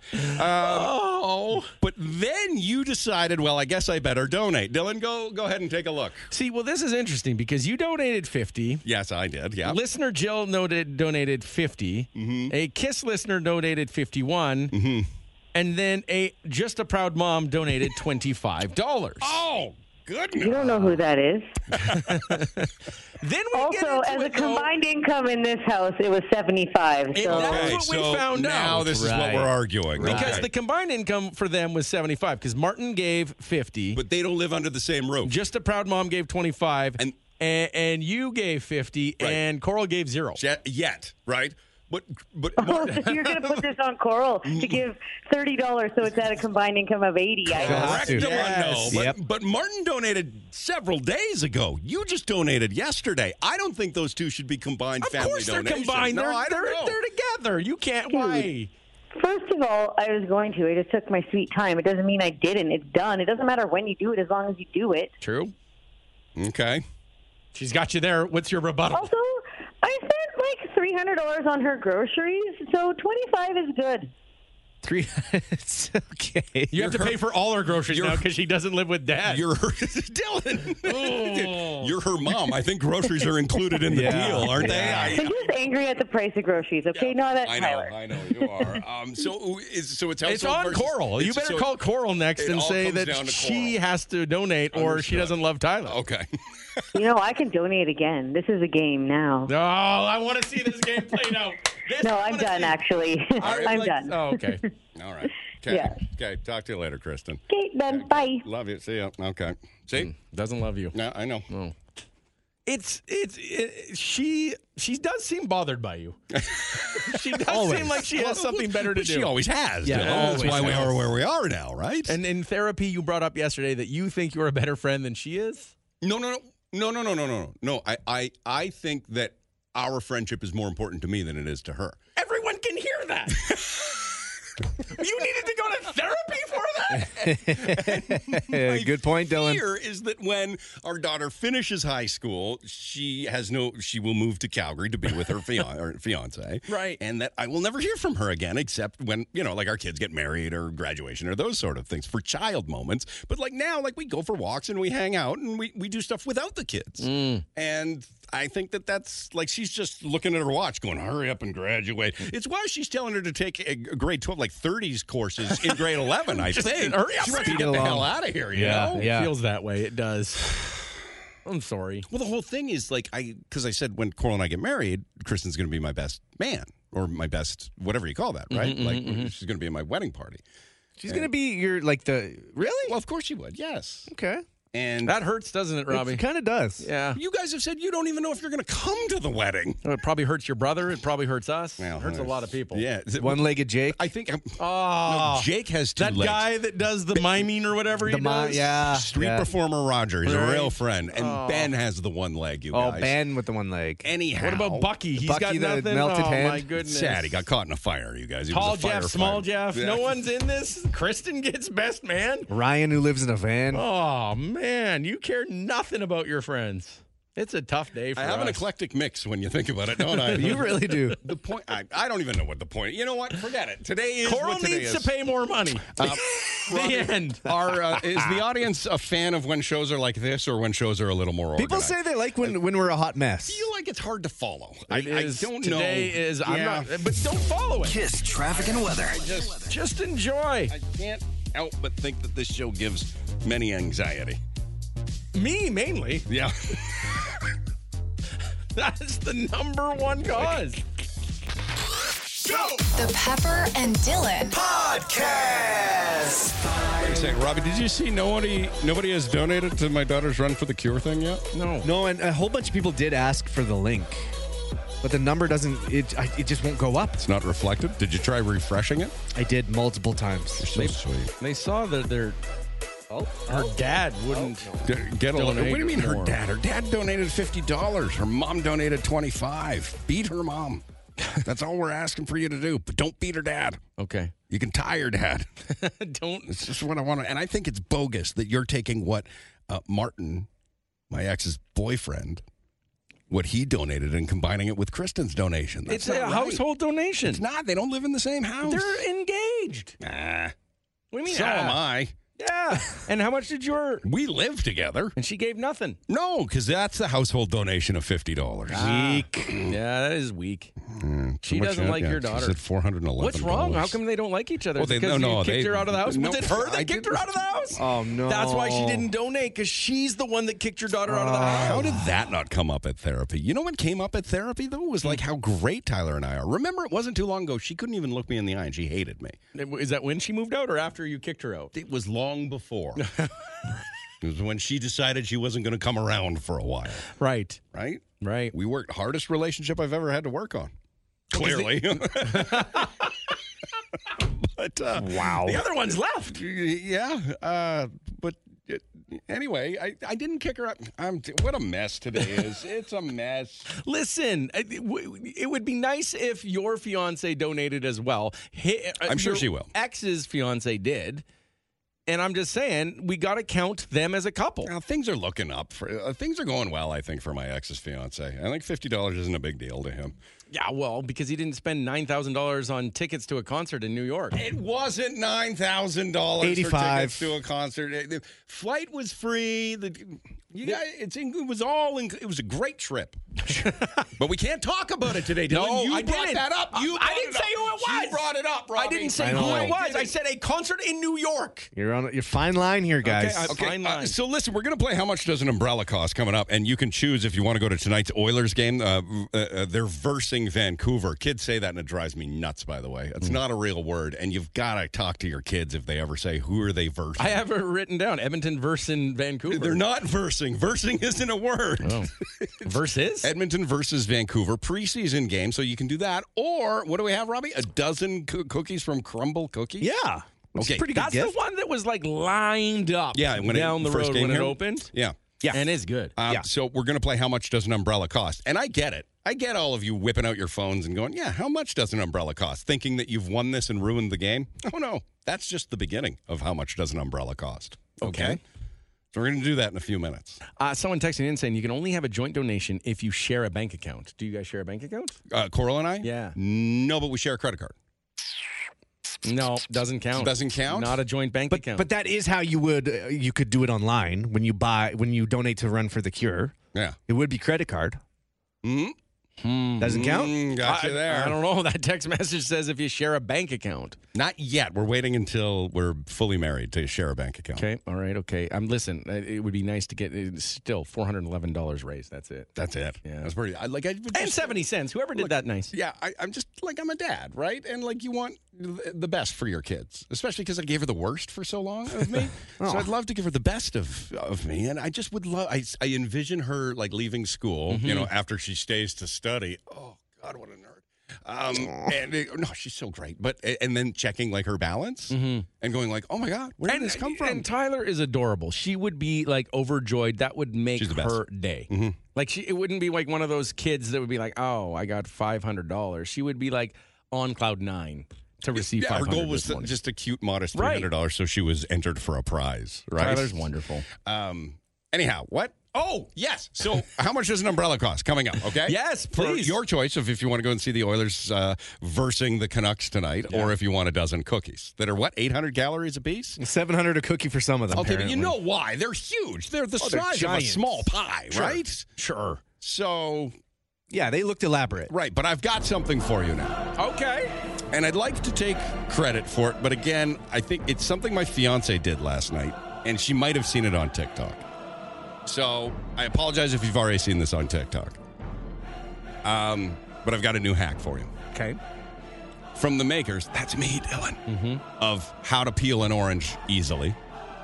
C: oh. But then you decided, well, I guess I better donate. Dylan, go go ahead and take a look.
E: See, well, this is interesting because you donated fifty.
C: Yes, I did. Yeah.
E: Listener Jill noted donated 50.
C: Mm-hmm.
E: A Kiss listener donated 51. And then a Just a Proud Mom donated $25.
C: oh, goodness.
M: You don't know who that is.
E: then
M: we also, as a combined income in this house, it was seventy-five. So
E: uh, That's what we found out.
C: now this is what we're arguing.
E: Because
C: Okay.
E: the combined income for them was 75 because Martin gave 50.
C: But they don't live under the same roof.
E: Just a proud mom gave 25 and and, you gave 50 and Coral gave 0.
C: Yet, right? But but
M: Oh, so you're going to put this on Coral to give thirty dollars, so it's at a combined income of eighty. I
C: Correct,
M: guess.
C: Armando, But, but Martin donated several days ago. You just donated yesterday. I don't think those two should be combined
E: Of
C: family
E: course they're
C: donations.
E: combined.
C: No,
E: they're,
C: I don't
E: they're,
C: know.
E: they're together. You can't why.
M: First of all, I was going to. I just took my sweet time. It doesn't mean I didn't. It's done. It doesn't matter when you do it, as long as you do it.
E: True.
C: Okay.
E: She's got you there. What's your rebuttal?
M: Also, I spent like three hundred dollars on her groceries, so twenty-five is good.
D: Three. it's okay. You
E: have to pay for all her groceries now because she doesn't live with dad.
C: You're Dylan. You're her mom. I think groceries are included in the
E: Oh. Yeah.
C: deal, aren't
M: I'm
C: they? I,
M: just angry at the price of groceries. Okay, not at
C: I know.
M: Tyler.
C: I know you are. Um, so is so it's
E: It's
C: household
E: on
C: versus-
E: Coral. You
C: it's-
E: better
C: so
E: call Coral next
C: it
E: and
C: all
E: say
C: comes
E: that
C: down to Oh.
E: she has to donate or she doesn't love Tyler.
C: Okay.
M: You know, I can donate again. This is a game now.
E: No, I want to see this game played out.
M: no, I'm done. Actually,
C: right,
M: I'm
C: like-
M: done.
E: Oh, okay.
C: All right. Okay.
M: Yeah.
C: Okay. Talk to you later, Kristen.
M: Okay, then bye.
C: Love you. See ya. Okay. See,
E: Mm. doesn't love you.
C: No, I know.
E: It's it's it, she she does seem bothered by you. she does
C: Always.
E: seem like she
C: Well,
E: has something better to
C: but
E: do.
C: she always has, Dylan. That's why we are where we are now, right?
E: And in therapy, you brought up yesterday that you think you're a better friend than she is.
C: No, no, no, no, no, no, no, no. No, I, I, I think that our friendship is more important to me than it is to her.
E: Everyone can hear that. you needed to go to therapy for that.
D: Good point, Dylan.
C: Fear is that when our daughter finishes high school, she has no. She will move to Calgary to be with her fian- or fiance, right? And that I will never hear from her again, except when you know, like our kids get married or graduation or those sort of things for child moments. But like now, like we go for walks and we hang out and we we do stuff without the kids.
E: Mm.
C: And I think that that's like she's just looking at her watch, going, "Hurry up and graduate." It's why she's telling her to take a a grade twelve, like thirties courses in grade eleven. I
E: Just
C: think.
E: hurry up
C: she
E: and
C: wants to
E: get
C: get the
E: along.
C: hell out of here. You
E: Yeah,
C: know?
E: yeah. Feels that way. It does. I'm sorry.
C: Well, the whole thing is like I because I said when Coral and I get married, Kristen's going to be my best man or my best whatever you call that,
E: Mm-hmm,
C: right?
D: Mhm,
C: like
D: mhm, mhm.
C: she's going to be at my wedding party.
D: She's gonna be your like the really?
C: Well, of course she would. Yes.
D: Okay.
C: And
E: that hurts, doesn't it, Robbie?
D: It kind of does.
E: Yeah.
C: You guys have said you don't even know if you're going to come to the wedding.
E: It probably hurts your brother. It probably hurts us. it hurts a lot of people.
C: Yeah, Is it-
D: One-legged Jake.
C: I think. I'm,
E: Oh,
C: no, Jake has two
E: that
C: legs.
E: guy Ah, that does the miming or whatever he
D: The mi-
E: does.
D: yeah.
C: Street
D: Yeah.
C: performer Roger. He's a
D: Right.
C: real friend. And
D: Oh.
C: Ben has the one leg, you
D: Oh,
C: guys.
D: Ben with the one leg.
C: Anyhow.
E: What about Bucky? He's
D: Bucky,
E: got
D: the
E: nothing.
D: melted
E: oh
D: hand.
E: my goodness.
C: Sad. He got caught in a fire, you guys. He
E: Tall
C: was a
E: Jeff,
C: firefighter.
E: small Jeff. No
C: Yeah.
E: one's in this. Kristen gets best man.
D: Ryan, who lives in a van.
E: Oh man, you care nothing about your friends. It's a tough day for
C: I have an
E: us.
C: eclectic mix when you think about it, don't I?
D: You really do.
C: The point. I, I don't even know what the point. You know what? Forget it. Today is
E: Coral
C: what today
E: needs
C: is.
E: to pay more money.
C: Uh,
E: the end.
C: Are, uh, is the audience a fan of when shows are like this or when shows are a little more
D: People
C: organized?
D: say they like when when we're a hot mess.
C: feel like it's hard to follow. I,
E: It
C: I
E: is-
C: don't know.
E: today is I'm
C: Yeah.
E: not but don't follow it.
H: Kiss traffic and weather.
C: I just
E: Just enjoy.
C: I can't help but think that this show gives many anxiety.
E: Me mainly.
C: Yeah.
E: That's the number one cause.
K: The Pepper and Dylan.
H: Podcast.
C: Wait a second, Robbie. Did you see nobody nobody has donated to my daughter's Run for the Cure thing yet?
E: No.
D: No, and a whole bunch of people did ask for the link, but the number doesn't. It I, it just won't go up.
C: It's not reflected. Did you try refreshing it?
D: I did multiple times.
C: So sweet.
E: They saw that their
D: Oh,
E: her dad wouldn't.
C: D- Get a little. What
E: Donate
C: do you mean her
E: more.
C: dad? Her dad donated fifty dollars. Her mom donated twenty five. Beat her mom. That's all we're asking for you to do. But don't beat her dad.
E: Okay.
C: You can tie her dad.
E: Don't.
C: It's just what I want to. And I think it's bogus that you're taking what uh, Martin, my ex's boyfriend, what he donated and combining it with Kristen's donation. That's
E: It's
C: not
E: a
C: right.
E: household donation.
C: It's not. They don't live in the same house.
E: They're engaged.
C: Nah.
E: What do you mean?
C: So am
E: ah?
C: I.
E: Yeah. and how much did your
C: We live together.
E: And she gave nothing.
C: No, because that's the household donation of fifty dollars.
E: Weak.
C: Mm.
E: Yeah, that is weak. She doesn't like your daughter.
C: She said four hundred and eleven.
E: What's wrong? How come they don't like each other?
C: Well,
E: Is
C: they-
E: it 'cause
C: no,
E: you
C: no, they-
E: kicked her out of the house.
C: no,
E: Was it her that
C: I
E: kicked her out of the house?
D: Oh no.
E: That's why she didn't donate because she's the one that kicked your daughter out of the house.
C: How did that not come up at therapy? You know what came up at therapy though was like how great Tyler and I are. Remember, it wasn't too long ago. She couldn't even look me in the eye, and she hated me.
E: Is that when she moved out or after you kicked her out?
C: It was long before. It was when she decided she wasn't going to come around for a while.
E: Right.
C: Right.
E: Right.
C: We worked hardest relationship I've ever had to work on. Clearly. but uh,
E: wow.
C: The other one's left. Yeah. Uh, but uh, anyway, I, I didn't kick her up. I'm what a mess today is. it's a mess.
E: Listen, I- it w- it would be nice if your fiance donated as well. Hi- uh,
C: I'm sure
E: your
C: she will.
E: Ex's fiance did. And I'm just saying, we got to count them as a couple.
C: Now things are looking up for uh, things are going well. I think for my ex's fiance, I think fifty dollars isn't a big deal to him.
E: Yeah, well, because he didn't spend $9,000 on tickets to a concert in New York.
C: It wasn't nine thousand dollars for
E: 85.
C: tickets to a concert. Uh, The flight was free. The you guys, it's in, it was all in, it was a great trip. but we can't talk about it today, Dylan.
E: No,
C: you
E: I
C: brought
E: didn't.
C: that up. You
E: I-
C: brought
E: I didn't
C: it up.
E: say who it
C: She
E: was.
C: brought it up.
E: I
C: Robbie.
E: didn't say
D: I
E: who
D: know.
E: it was.
C: Did
E: I
C: it?
E: said a concert in New York.
D: You're on your fine line here, guys.
C: Okay, uh, so listen, we're going to play How Much Does an Umbrella Cost coming up, and you can choose if you want to go to tonight's Oilers game. Uh, v- uh, uh, they're versing Vancouver. Kids say that, and it drives me nuts, by the way.
E: Mm.
C: It's not a real word, and you've got to talk to your kids if they ever say, Who are they versing?
E: I have it written down Edmonton versus in Vancouver.
C: They're not versing. Versing isn't a word.
E: Oh. Versus?
C: Edmonton versus Vancouver preseason game, so you can do that. Or what do we have, Robbie? A dozen coo- cookies from Crumble Cookie.
D: Yeah.
C: Okay.
E: That's the one that was like lined up
C: Yeah, when it
E: down the
C: first
E: road
C: came
E: when it
C: here?
E: opened.
C: Yeah. Yeah.
E: And it's good.
C: Um, So we're going to play How Much Does an Umbrella Cost? And I get it. I get all of you whipping out your phones and going, yeah, how much does an umbrella cost? Thinking that you've won this and ruined the game. Oh, no. That's just the beginning of how much does an umbrella cost. Okay.
E: Okay.
C: So we're going to do that in a few minutes.
E: Uh, someone texting in saying you can only have a joint donation if you share a bank account. Do you guys share a bank account?
C: Uh, Coral and I?
E: Yeah.
C: No, but we share a credit card.
E: No, doesn't count.
C: Doesn't count?
E: Not a joint bank account.
D: But that is how you would uh, you could do it online when you buy when you donate to Run for the Cure.
C: Yeah.
D: It would be credit card.
C: Mm.
D: Doesn't
C: Mm,
D: count.
C: got you
E: I-
C: there.
E: I don't know. That text message says if you share a bank account.
C: Not yet. We're waiting until we're fully married to share a bank account.
E: Okay. All right. Okay. Um, listen, uh, it would be nice to get uh, still four hundred eleven dollars raised. That's it.
C: That's it.
E: Yeah.
C: That's pretty. I, like I
E: And seventy cents. Whoever did that, nice.
C: Yeah, I, I'm just like I'm a dad, right? And like you want th- the best for your kids, especially because I gave her the worst for so long of me. So
E: Oh.
C: I'd love to give her the best of of me, and I just would love. I, I envision her like leaving school, you
E: Mm-hmm.
C: know, after she stays to study. Oh God, what a nerd! Um,
E: Oh.
C: and it- no, she's so great, but a- and then checking like her balance and going like, oh my God, where did
E: Mm-hmm. and,
C: this come from?
E: and Tyler is adorable. She would be like overjoyed. That would make
C: She's the best. Mm-hmm.
E: her day. Like she, it wouldn't be like one of those kids that would be like, "Oh, I got five hundred dollars." She would be like on cloud nine to receive.
C: yeah, her
E: 500
C: goal was
E: this
C: to-
E: morning.
C: just a cute, modest three
E: Right.
C: hundred dollars, so she was entered for a prize. Right?
E: Tyler's wonderful.
C: Um, anyhow, what? Oh, yes. So, how much does an umbrella cost? Coming up, okay?
E: Yes,
C: For
E: please.
C: your choice of if you want to go and see the Oilers uh, versing the Canucks tonight, or if you want a dozen cookies that are what eight hundred calories apiece.
D: Seven hundred a cookie for some of them.
C: Okay, but you
D: apparently.
C: know why? They're huge. They're the
D: Oh, they're
C: size of a
D: giant.
C: small pie,
D: Sure.
C: right?
E: Sure.
C: So,
D: Yeah, they looked elaborate.
C: right. But I've got something for you now.
E: Okay.
C: And I'd like to take credit for it, but again, I think it's something my fiance did last night, and she might have seen it on TikTok. So I apologize if you've already seen this on TikTok. Um, but I've got a new hack for you
E: Okay.
C: from the makers. That's me, Dylan,
E: Mm-hmm.
C: of how to peel an orange easily.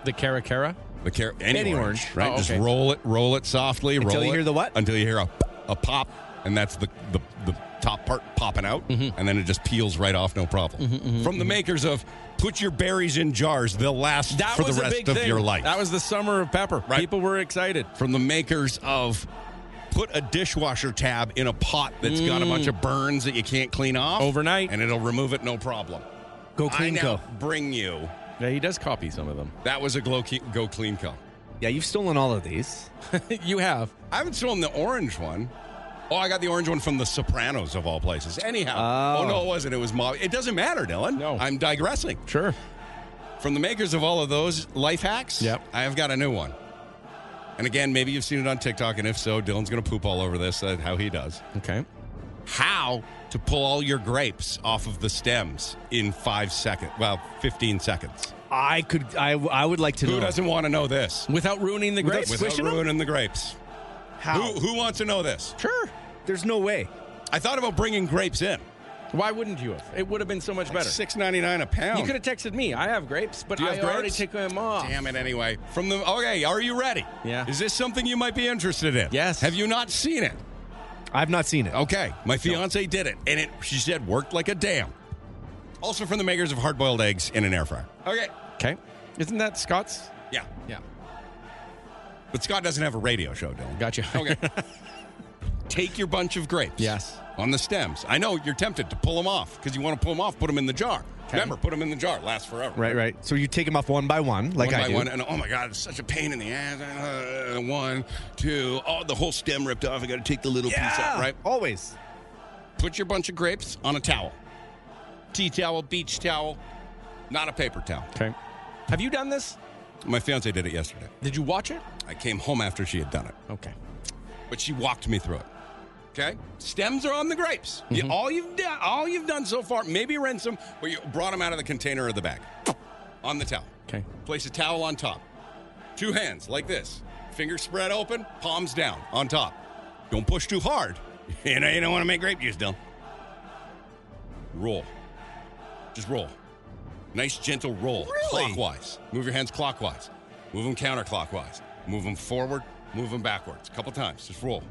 E: The Cara Cara.
C: The car- any,
D: Any
C: orange,
D: orange.
C: right?
E: Oh,
C: Just
E: okay.
C: roll it, roll it softly.
D: Until
C: roll
D: you
C: it-
D: hear the what?
C: Until you hear a, a pop, and that's the, the, the top part popping out,
E: Mm-hmm.
C: and then it just peels right off, no problem. From the makers of Put Your Berries in Jars, they'll last
E: That
C: for the
E: was a
C: rest
E: big
C: of
E: thing.
C: your life.
E: That was the summer of Pepper.
C: Right.
E: People were excited.
C: From the makers of Put a Dishwasher Tab in a Pot that's got a bunch of burns that you can't clean off
E: Mm. Overnight.
C: and it'll remove it, no problem.
D: Go
C: I
D: clean
C: now
D: co.
C: bring you.
E: Yeah, he does copy some of them.
C: That was a Glow Ke- Go Clean Co.
D: Yeah, you've stolen all of these.
E: you have.
C: I haven't stolen the orange one. Oh, I got the orange one from The Sopranos of all places. Anyhow,
D: Oh.
C: oh, no, it wasn't. It was mob. It doesn't matter, Dylan.
E: No.
C: I'm digressing.
E: Sure.
C: From the makers of all of those life hacks, yep. I have got a new one. And again, maybe you've seen it on TikTok, and if so, Dylan's going to poop all over this, uh, how he does.
E: Okay.
C: How to pull all your grapes off of the stems in five seconds. Well, 15 seconds.
D: I could. I. I would like to
C: Who
D: know.
C: doesn't want to know this?
E: Without ruining the grapes?
C: Without
E: Squishing 'em?
C: ruining the grapes. How? Who, who wants to know this?
E: Sure.
D: There's no way.
C: I thought about bringing grapes in.
E: Why wouldn't you have? It would have been so much better.
C: Six ninety nine a pound.
E: You could have texted me. I have grapes, but
C: Do you
E: I
C: have
E: already
C: grapes?
E: took them off.
C: Damn it, anyway. From the okay, are you ready?
E: Yeah.
C: Is this something you might be interested in? Yes. Have you not seen it?
D: I've not seen it.
C: Okay, my fiance did it, and it she said worked like a damn. Also from the makers of hard boiled eggs in an air fryer. Okay.
E: Okay. Isn't that Scott's?
C: Yeah.
E: Yeah.
C: But Scott doesn't have a radio show, Dylan.
E: Gotcha.
C: Okay. Take your bunch of grapes.
E: Yes.
C: On the stems. I know you're tempted to pull them off because you want to pull them off. Put them in the jar. Remember, put them in the jar. Lasts forever.
D: Right, right. So you take them off one by one, like
C: one
D: I
C: by
D: do.
C: one, and oh my god, it's such a pain in the ass. Uh, one, two, oh, the whole stem ripped off. I got to take the little piece out.
D: Yeah,
C: Right,
D: always.
C: Put your bunch of grapes on a towel, tea towel, beach towel, not a paper towel.
E: Okay. Have you done this?
C: My fiance did it yesterday.
E: Did you watch it?
C: I came home after she had done it,
E: Okay.
C: but she walked me through it. Okay, stems are on the grapes. You- all you've done, all you've done so far, maybe rinse them, but you brought them out of the container or the bag on the towel.
E: Okay.
C: Place a towel on top. Two hands like this. Fingers spread open, palms down on top. Don't push too hard. You know, you don't want to make grape juice, Dylan. Roll. Just roll. Nice, gentle roll. Clockwise. Move your hands clockwise. Move them counterclockwise. Move them forward. Move them backwards. A couple times. Just roll.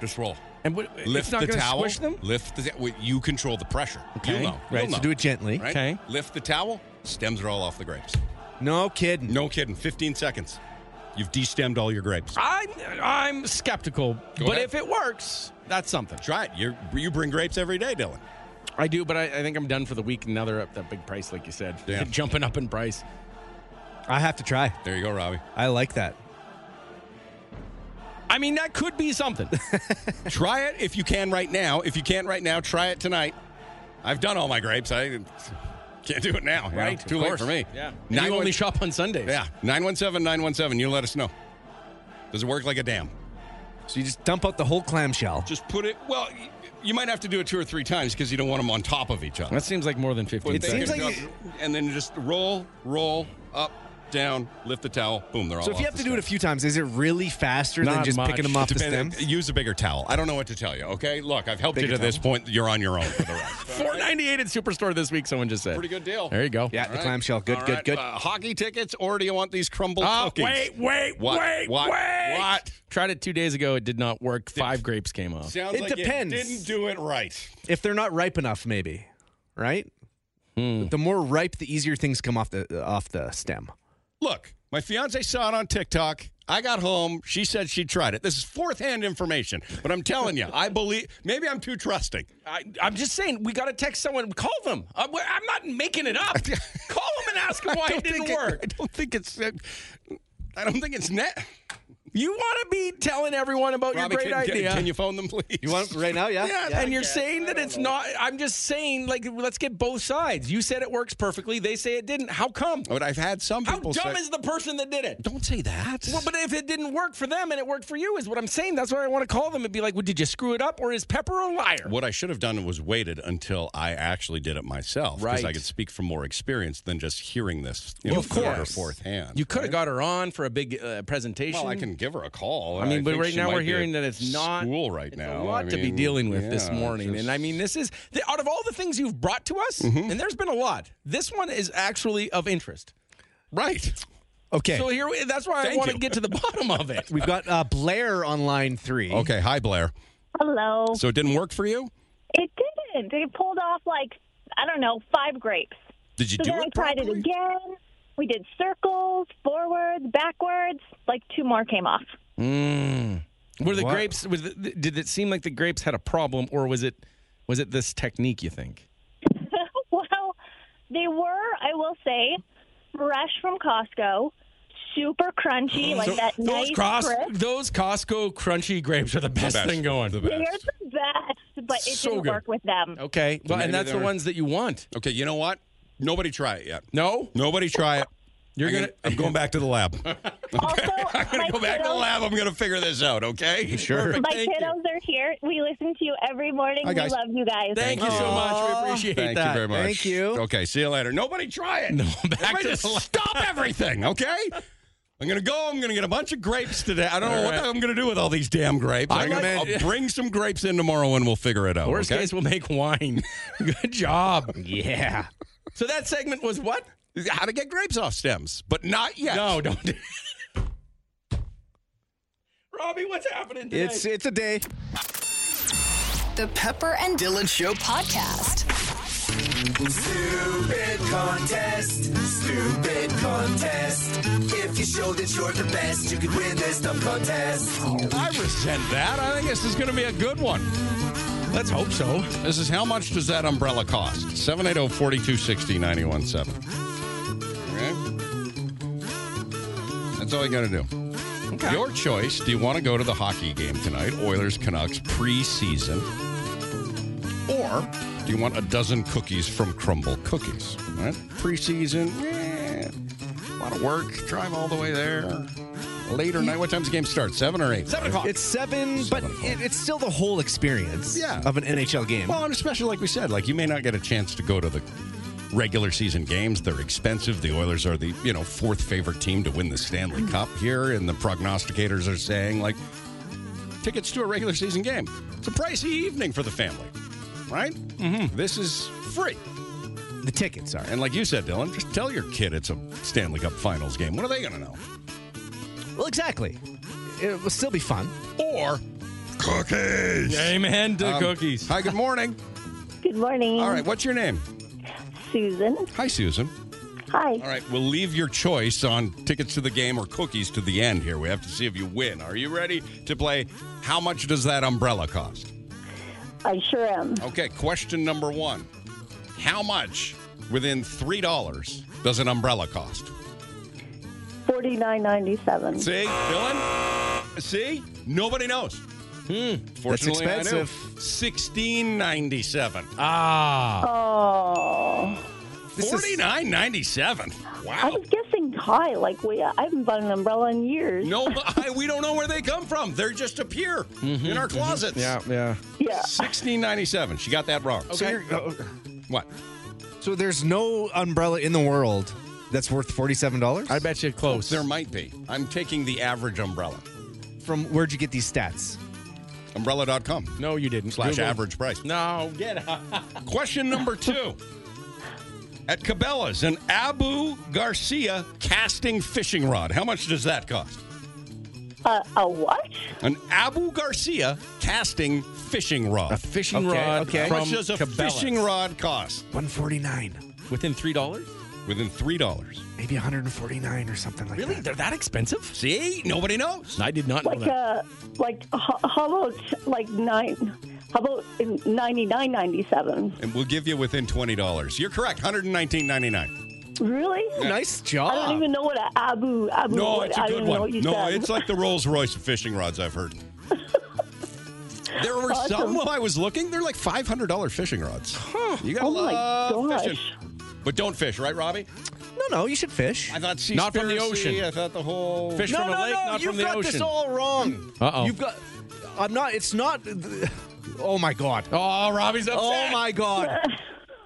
C: Just roll.
E: And what,
C: Lift
E: it's not
C: the
E: gonna
C: towel.
E: Squish them?
C: Lift the well, You control the pressure.
E: Okay.
C: You'll know.
D: Right,
C: You'll
D: so
C: know.
D: do it gently.
C: Right?
E: Okay.
C: Lift the towel. Stems are all off the grapes.
D: No kidding.
C: No kidding. 15 seconds. You've destemmed all your grapes.
E: I'm I'm skeptical,
C: Go
E: but
C: ahead.
E: if it works, that's something.
C: Try it. You you bring grapes every day, Dylan.
E: I do, but I, I think I'm done for the week. And now they're up that big price, like you said,
C: Yeah.
E: jumping up in price.
D: I have to try.
C: There you go, Robbie.
D: I like that.
E: I mean, that could be something.
C: try it if you can right now. If you can't right now, try it tonight. I've done all my grapes. I can't do it now. you know?
E: Right,
C: Too
E: of
C: late
E: course.
C: for me.
E: Yeah. And you
C: Nine
E: only shop on Sundays.
C: Yeah. 917 917. You let us know. Does it work like a dam?
D: So you just dump out the whole clamshell.
C: Just put it, well, y- you might have to do it two or three times because you don't want them on top of each other.
E: That seems like more than
C: Well,
E: 15
C: they
E: seconds.
C: can jump- and then just roll, roll, up, down, lift the towel. Boom, they're all
D: So if
C: off
D: you have
C: the
D: to do it
C: stem.
D: a few times, is it really faster than
E: Not
D: just
E: much.
D: picking them off the stem?
C: Depend- uh, Use a bigger towel. I don't know what to tell you. Okay, look, I've helped
D: Bigger
C: you to this
D: towel.
C: point. You're on your own for the rest.
E: 498 at Superstore this week, someone just said.
C: Pretty good deal.
E: There you go.
D: Yeah,
C: All
D: the
C: right.
D: clamshell. Good,
C: All
D: good,
C: right,
D: good. Ah,
C: uh, hockey tickets, or do you want these crumbled
E: Oh,
C: cookies?
E: wait, wait,
C: What?
E: wait,
C: What?
E: wait.
C: What?
E: Tried it two days ago. It did not work. Five grapes came off.
C: Sounds
D: It
C: like
D: depends.
C: didn't do it right.
D: if they're not ripe enough, maybe, right?
C: Hmm.
D: The more ripe, the easier things come off the uh, off the stem.
C: Look, my fiance saw it on TikTok. I got home. She said she tried it. This is fourth hand information, but I'm telling you, I believe. Maybe I'm too trusting.
E: I, I'm just saying, we got to text someone. Call them. I'm, I'm not making it up. Call them and ask them why
C: I
E: it
C: don't
E: didn't
C: think
E: work.
C: I don't think it's. I don't think it's net.
E: You want to be telling everyone about
C: Robbie,
E: your great
C: can, can-
E: idea.
C: Can you phone them, please?
D: You want 'em right now? Yeah.
E: yeah, and you're saying that it's not. I'm just saying, like, let's get both sides. You said it works perfectly. They say it didn't. How come?
C: But I've had some
E: How
C: people
E: dumb
C: say,
E: is Oh, the person that did it?
C: Don't say that.
E: Well, but if it didn't work for them and it worked for you, is what I'm saying. That's why I want to call them and be like, well, did you screw it up or is Pepper a liar?
C: what I should have done was waited until I actually did it myself, because
E: Right.
C: I could speak from more experience than just hearing this, you know,
E: of
C: third or
E: course.
C: fourth hand.
E: You could have got her on for a big uh, presentation.
C: Well, I can give her a call.
E: I mean, but
C: think
E: right
C: she
E: now
C: might
E: we're
C: be
E: hearing
C: at
E: that it's not
C: school right
E: it's
C: now.
E: A lot
C: I
E: to be
C: mean,
E: deling with this
C: yeah,
E: morning,
C: just- Mm-hmm.
E: and I mean, this is the, out of all the things you've brought to us, and there's been a lot. This one is actually of interest.
C: right.
D: Okay,
E: So here, we- that's why I
C: Thank
E: want to
C: you.
E: get to the bottom of it.
D: we've got uh, Blair on line three.
C: Okay, hi Blair.
N: Hello.
C: So it didn't work for you?
N: It didn't. They pulled off like I don't know five grapes.
C: Did you
N: so
C: do
N: then
C: it
N: I tried
C: properly?
N: it again. We did circles, forwards, backwards. Like two more came off.
E: Were the
D: What?
E: grapes? Was the, did it seem like the grapes had a problem, or was it was it this technique? You think?
N: well, they were, I will say, fresh from Costco, super crunchy, like that
E: those
N: nice
E: Cos-
N: crisp.
E: those Costco crunchy grapes are the best,
C: best.
E: thing going.
C: The
N: They're
C: best.
N: the best, but it
E: So
N: didn't
E: good.
N: work with them.
E: Okay, well,
C: maybe
E: and that's
C: they
E: the
C: were-
E: ones that you want.
C: Okay, you know what? Nobody try it yet. No? Nobody try it. You're gonna, I'm going back to the lab. okay. I'm gonna go back to the lab. I'm gonna figure this out, okay? Perfect.
N: My
C: Thank you.
N: kiddos are here. We listen to you every morning.
C: Hi,
N: we
C: guys.
N: love you guys.
C: Thank you
O: Uh,
C: so much. We appreciate Thank you very much. you. Okay, see you later. Nobody try it. No, back to stop everything, okay? I'm gonna go. I'm gonna get a bunch of grapes today. I don't know
E: All
C: what
E: right.
C: the- I'm gonna do with all these damn grapes.
E: I
C: I'm gonna-
E: like-
C: I'll bring some grapes in tomorrow and we'll figure it out.
E: Worst
C: okay?
E: case, we'll make wine. Good job. Yeah.
C: So that segment was what? How to get grapes off stems, but not yet. No, don't.
E: Robbie, what's happening today?
D: It's it's a day.
K: The Pepper and Dylan Show podcast.
H: Stupid contest, stupid contest. If you show that you're the best, you can win this dumb contest.
C: I resent that. I think this is going to be a good one. Let's hope so. This is how much does that umbrella cost? oh, 780 4260 917. That's all you got to do. Your choice. Do you want to go to the hockey game tonight, Oilers Canucks preseason? Or do you want a dozen cookies from Crumble Cookies? All Right? Preseason, eh, a lot of work, drive all the way there. Later night, what time's the game start? Seven or eight? Seven o'clock.
D: It's seven, but it, it's still the whole experience
C: Yeah.
D: of an NHL game.
C: Well, and especially like we said, like you may not get a chance to go to the regular season games. They're expensive. The Oilers are the you know fourth favorite team to win the Stanley Cup here, and the prognosticators are saying like tickets to a regular season game. It's a pricey evening for the family, right? Mm-hmm. This is free.
D: The tickets are,
C: and like you said, Dylan, just tell your kid it's a Stanley Cup Finals game. What are they going to know?
D: Well, exactly. It will still be fun.
C: Or cookies. Um,
E: Amen to cookies.
C: Hi, good morning.
O: Good morning.
C: All right, what's your name?
O: Susan.
C: Hi, Susan.
O: Hi.
C: All right, we'll leave your choice on tickets to the game or cookies to the end here. We have to see if you win. Are you ready to play How Much Does That Umbrella Cost?
O: I sure am.
C: Okay, question number one How much within $3 does an umbrella cost?
O: Forty nine ninety seven.
C: See, Dylan? See? Nobody knows. Hmm. Fortunately,
O: expensive.
C: Sixteen ninety seven.
E: Ah.
O: Oh.
C: Forty nine ninety seven.
O: I was guessing high. Like we, I haven't bought an umbrella in years.
C: No, I, we don't know where they come from. They're just appear in our closets.
E: Mm-hmm, Yeah, yeah.
O: Yeah.
C: Sixteen ninety seven. She got that wrong.
D: So you're-
C: what?
D: So there's no umbrella in the world that's worth forty-seven dollars. I
E: bet you close.
C: There might be. I'm taking the average umbrella.
D: From where'd you get these stats?
C: Umbrella.com.
E: No, you didn't.
C: Slash
E: Google.
C: average price.
E: No, get out.
C: Question number two. At Cabela's, an Abu Garcia casting fishing rod. How much does that cost?
O: Uh, a what?
C: An Abu Garcia casting fishing rod. A
E: fishing Okay, rod okay.
C: How much
E: from
C: does a
E: Cabela's.
C: fishing rod cost?
D: One forty-nine.
E: Within three dollars?
C: Within three dollars.
D: Maybe one hundred and forty-nine or something like
E: Really?
D: that.
E: They're that expensive?
C: See, nobody knows.
E: I did not
O: Like
E: know that.
O: a like ho- how about like nine? How about ninety nine ninety seven?
C: And we'll give you within twenty dollars. You're correct. One hundred and nineteen ninety nine.
O: Really?
E: Oh,
C: Yeah. Nice job.
O: I don't even know what a abu abu.
C: No,
O: what-
C: it's a
O: I don't
C: good
O: even Know
C: one.
O: what you
C: No,
O: said.
C: it's like the Rolls Royce of fishing rods I've heard. There were some
O: Awesome.
C: while I was looking. They're like five hundred dollar fishing rods. You got a
O: Oh my
C: love
O: gosh.
C: uh, fishing, but don't fish, right, Robbie?
D: No, no, you should fish.
C: I thought sea
E: Not from the
C: spiracy,
E: ocean.
C: I thought the whole
E: Fish
D: no,
E: from a
D: no,
E: lake,
D: no,
E: not
D: you've
E: from the
D: got
E: ocean.
D: this all wrong.
E: Uh-oh.
D: You've got. I'm not. It's not. Oh my god.
E: Oh, Robbie's upset.
D: Oh my god.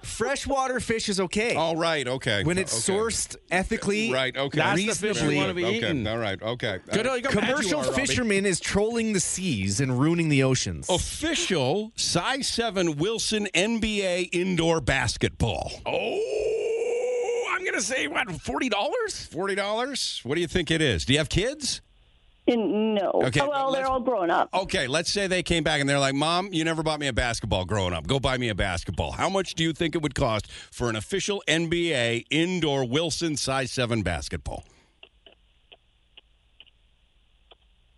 D: Freshwater fish is okay.
C: All right, okay.
D: When it's
C: Oh, uh, Okay.
D: sourced ethically,
C: right? Okay,
D: That's the fish you want to be
C: okay.
D: eating.
C: All right, okay.
E: oh,
D: Commercial fisherman is trolling the seas and ruining the oceans.
C: Oh, Official size seven Wilson NBA indoor basketball.
E: Oh, I'm going to say, what, $40?
C: Forty dollars? What do you think it is? Do you have kids?
O: In- no.
C: Okay,
O: Oh, well, they're all grown up.
C: Okay, let's say they came back and they're like, "Mom, you never bought me a basketball growing up. Go buy me a basketball." How much do you think it would cost for an official NBA indoor Wilson size seven basketball?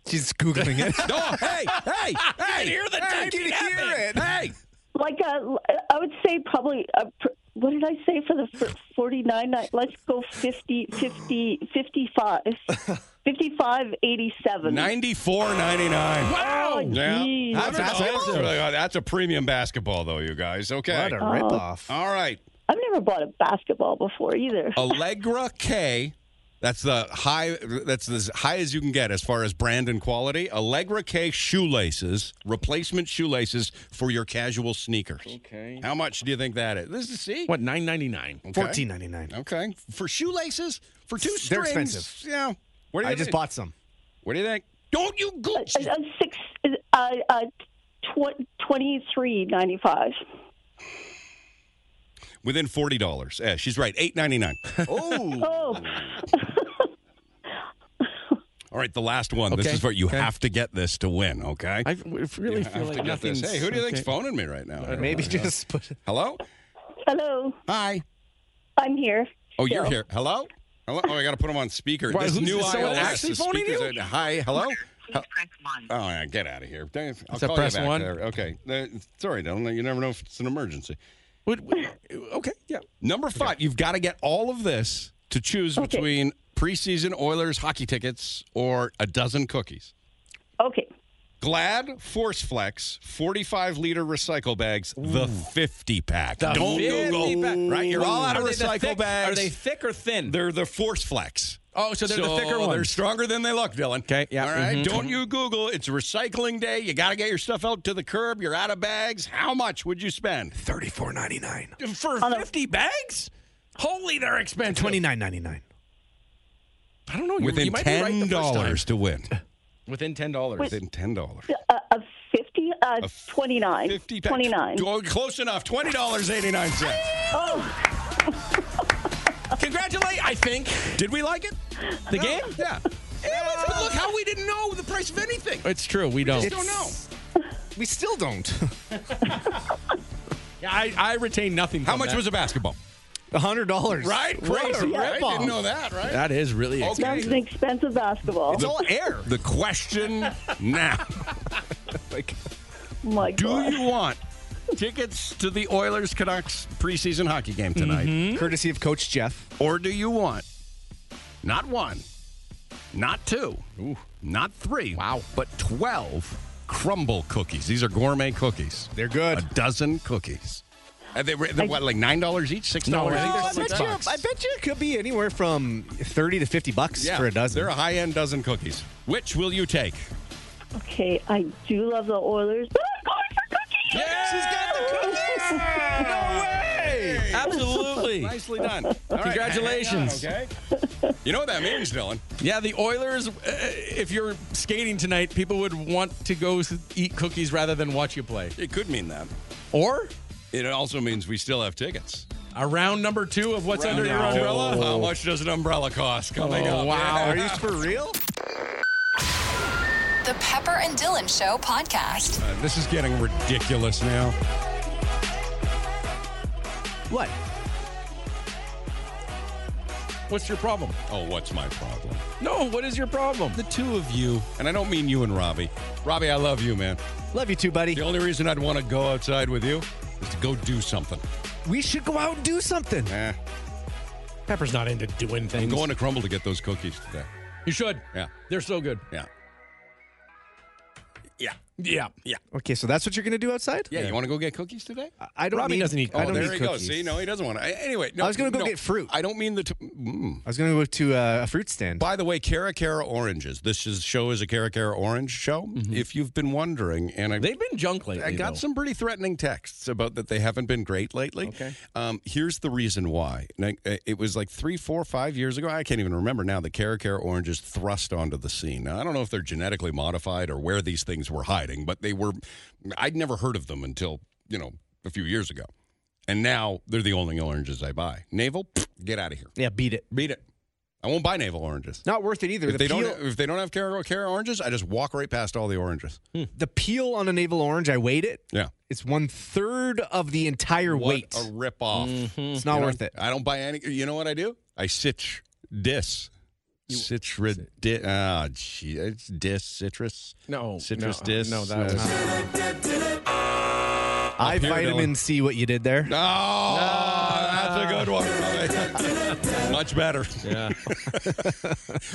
D: She's googling it.
C: no, hey, hey, hey!
E: hear the
C: hey,
E: typing
C: you can hear it. Hey,
O: Like a, I would say probably. A, pr- what did I say for the forty nine? Let's go 50, 50, 55, 55, 87.
C: ninety four ninety nine.
O: Wow.
C: Oh, Yeah,
O: geez.
C: that's,
O: That's
C: that's, a, that's a premium basketball, though, you guys. Okay, Oh,
D: What a ripoff.
C: All right,
O: I've never bought a basketball before either.
C: Allegra K. That's the high. That's as high as you can get as far as brand and quality. Allegra K shoelaces, replacement shoelaces for your casual sneakers. Okay. How much do you think that is? This is see
E: what nine ninety nine.
D: Fourteen ninety nine.
C: Okay. For shoelaces, for two strings.
D: They're expensive.
C: Yeah. What do
D: I
C: you
D: just
C: think?
D: bought some.
C: What do you think? Don't you go?
O: A, a six, uh, uh, tw- twenty three ninety five.
C: Within forty dollars. Yeah, she's right. Eight ninety nine.
O: Oh,
C: All right, the last one. This
E: Oh. Okay.
C: is what you have to get this to win. Okay. I
E: really
C: You
E: feel
C: have
E: like
C: to get this.
E: nothing's-
C: Hey, who do you think's
E: okay. Uh,
C: phoning me right now?
D: Maybe
C: I don't know.
D: just put.
C: Hello.
O: hello.
C: Hi.
O: I'm here.
C: Oh, you're
O: still.
C: here. Hello? Hello? Oh, I got to put him on speaker.
E: Why,
C: this
E: who's-
C: new
E: is someone
C: iOS.
E: actually
C: the
E: phoning
C: speakers
E: you?
C: are- hi, hello? Please press one. Oh, yeah, get out of here. Dang, I'll
E: that
C: call
E: press
C: you back
E: one?
C: there. Okay. Uh, sorry, Dylan. You never know if it's an emergency.
E: okay, yeah.
C: Number five, you've got to get all of this to choose between preseason Oilers hockey tickets or a dozen cookies.
O: Okay.
C: Glad Force Flex 45 liter recycle bags, the 50 pack.
E: The
C: Don't
E: 50
C: Google.
E: pack.
C: Right, you're all out of
E: Are they the
C: recycle
E: thick-
C: bags.
E: Are they thick or thin?
C: They're the Force Flex.
E: Oh, so they're the thicker ones.
C: They're stronger than they look, Dylan. Okay, yeah. All right,
E: mhm.
C: Don't you Google. It's recycling day. You got to get your stuff out to the curb. You're out of bags. How much would you spend? Thirty four ninety nine.
E: for fifty bags? Holy, they're expensive.
D: Twenty nine ninety nine.
E: I don't know. you-
C: Within
E: you might be right the
C: ten
E: first
C: dollars to win.
E: time. Within ten dollars.
C: Within ten dollars.
O: Uh, a fifty, uh, twenty nine. Twenty nine.
C: Oh, Close enough. Twenty dollars eighty nine cents.
O: Oh,
E: Congratulate. I think.
C: Did we like it?
E: The game?
C: Yeah. Yeah, but look how we didn't know the price of anything.
E: It's true. We
C: We
E: don't.
C: just don't know.
D: We still don't.
E: Yeah, I, I retain nothing.
C: How
E: from
C: much
E: that.
C: was a basketball?
D: hundred dollars.
C: Right? Crazy. Right? Didn't know that. Right?
E: That is really
C: Okay.
O: that was an expensive basketball.
C: The- The question now.
O: My
C: Do
O: God.
C: you want tickets to the Oilers Canucks preseason hockey game tonight?
D: Courtesy of Coach Jeff.
C: Or do you want not one, not two, not three, wow, but 12 crumble cookies? These are gourmet cookies.
D: They're good.
C: A dozen cookies. And they, they're what, like $9 each? $6?
D: No, I think
C: each?
D: they're six bucks. I bet you it could be anywhere from thirty to fifty bucks
C: Yeah,
D: for a dozen.
C: They're a high end dozen cookies. Which will you take?
O: Okay, I do love the Oilers. but I'm going for cookies.
E: Absolutely.
C: Nicely done. All right,
E: Congratulations.
C: hang on, okay. You know what that means, Dylan.
E: Yeah, the Oilers. Uh, if you're skating tonight, people would want to go s- eat cookies rather than watch you play.
C: It could mean that.
E: Or
C: It also means we still have tickets.
E: a round number two of what's
C: Round
E: under your
C: number two.
E: umbrella.
C: How much does an umbrella cost? Coming
E: Oh,
C: up.
E: wow.
C: Yeah.
E: Are you
D: for real?
K: The Pepper and Dylan Show podcast.
C: Uh, this is getting ridiculous now.
D: What?
E: What's your problem?
C: Oh, what's my problem?
E: No, what is your problem?
C: The two of you, and I don't mean you and Robbie. Robbie, I love you, man.
D: Love you too, buddy.
C: The only reason I'd want to go outside with you is to go do something.
D: We should go out and do something.
C: Eh,
E: Pepper's not into doing
C: I'm
E: things.
C: going to Crumble to get those cookies today.
E: You should.
C: Yeah,
E: They're so good.
C: yeah, yeah,
E: Yeah.
C: yeah.
D: Okay, so that's what you're gonna do outside?
C: Yeah, you want to go get cookies today?
D: I don't.
E: Robbie
D: need,
E: doesn't eat
D: I
E: Oh,
D: don't
C: there
D: need
C: he goes.
D: cookies.
C: See, no, he doesn't want to. Anyway, no,
D: I was gonna go
C: no,
D: get fruit.
C: I don't mean the. T- mm.
D: I was gonna go to uh, a fruit stand.
C: By the way, Cara Cara oranges. This is, show is a Cara Cara orange show.
D: Mm-hmm.
C: If you've been wondering, and I
E: They've been junk lately.
C: I got
E: though.
C: some pretty threatening texts about that they haven't been great lately.
E: Okay.
C: Um, here's the reason why. And I- It was like three, four, five years ago. I can't even remember now. The Cara Cara oranges thrust onto the scene. Now, I don't know if they're genetically modified or where these things were hiding, but they were. I'd never heard of them until you know a few years ago, and now they're the only oranges I buy. Navel, pfft, get out of here.
D: Yeah, beat it.
C: Beat it. I won't buy navel oranges.
D: Not worth it either.
C: If
D: the
C: they
D: peel,
C: don't, if they don't have Cara Cara oranges, I just walk right past all the oranges.
D: the peel on a navel orange, I weighed it.
C: Yeah.
D: It's one third of the entire
C: What
D: weight.
C: a rip off.
D: It's not
C: You know,
D: worth it.
C: I don't buy any. You know what I do? I sitch dis. Citrus di- ah, gee, it's dis citrus.
E: No,
C: citrus
E: no,
C: dis.
E: no, that was-
D: I
C: here,
D: vitamin
C: Dylan.
D: C what you did there.
C: No, that's a good one. Robbie. much better.
E: Yeah.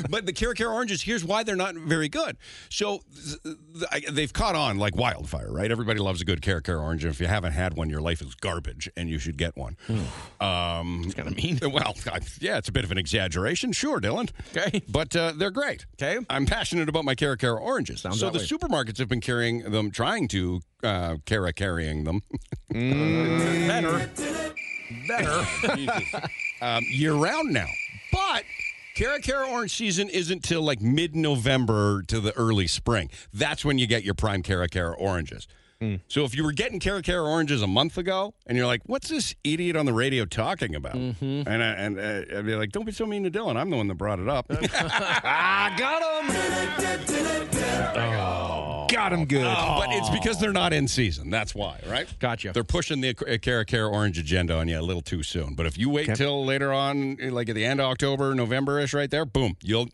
C: but the Kirikara oranges, here's why they're not very good. So th- th- I- they've caught on like wildfire, right? Everybody loves a good Kirikara orange. If you haven't had one, your life is garbage and you should get one. Um, it's kind of mean. Well, I- yeah, it's a bit of an exaggeration. Sure, Dylan. Okay. But uh, they're great. Okay. I'm passionate about my Kirikara oranges.
E: Sounds
C: so
E: that
C: the
E: way.
C: supermarkets have been carrying them, trying to uh, Kara carrying them. Better. Better. um, year round now. But Cara Cara orange season isn't till like mid November to the early spring. That's when you get your prime Cara Cara oranges. So if you were getting Cara Cara oranges a month ago and you're like, what's this idiot on the radio talking about? And, I, and uh, I'd be like, don't be so mean to Dylan. I'm the one that brought it up.
D: ah, got him. Got him good.
C: But it's because they're not in season. That's why, right? Gotcha. They're pushing the uh, Cara Cara orange agenda on you a little too soon. But if you wait till later on, like at the end of October, November ish, right there, boom, you'll,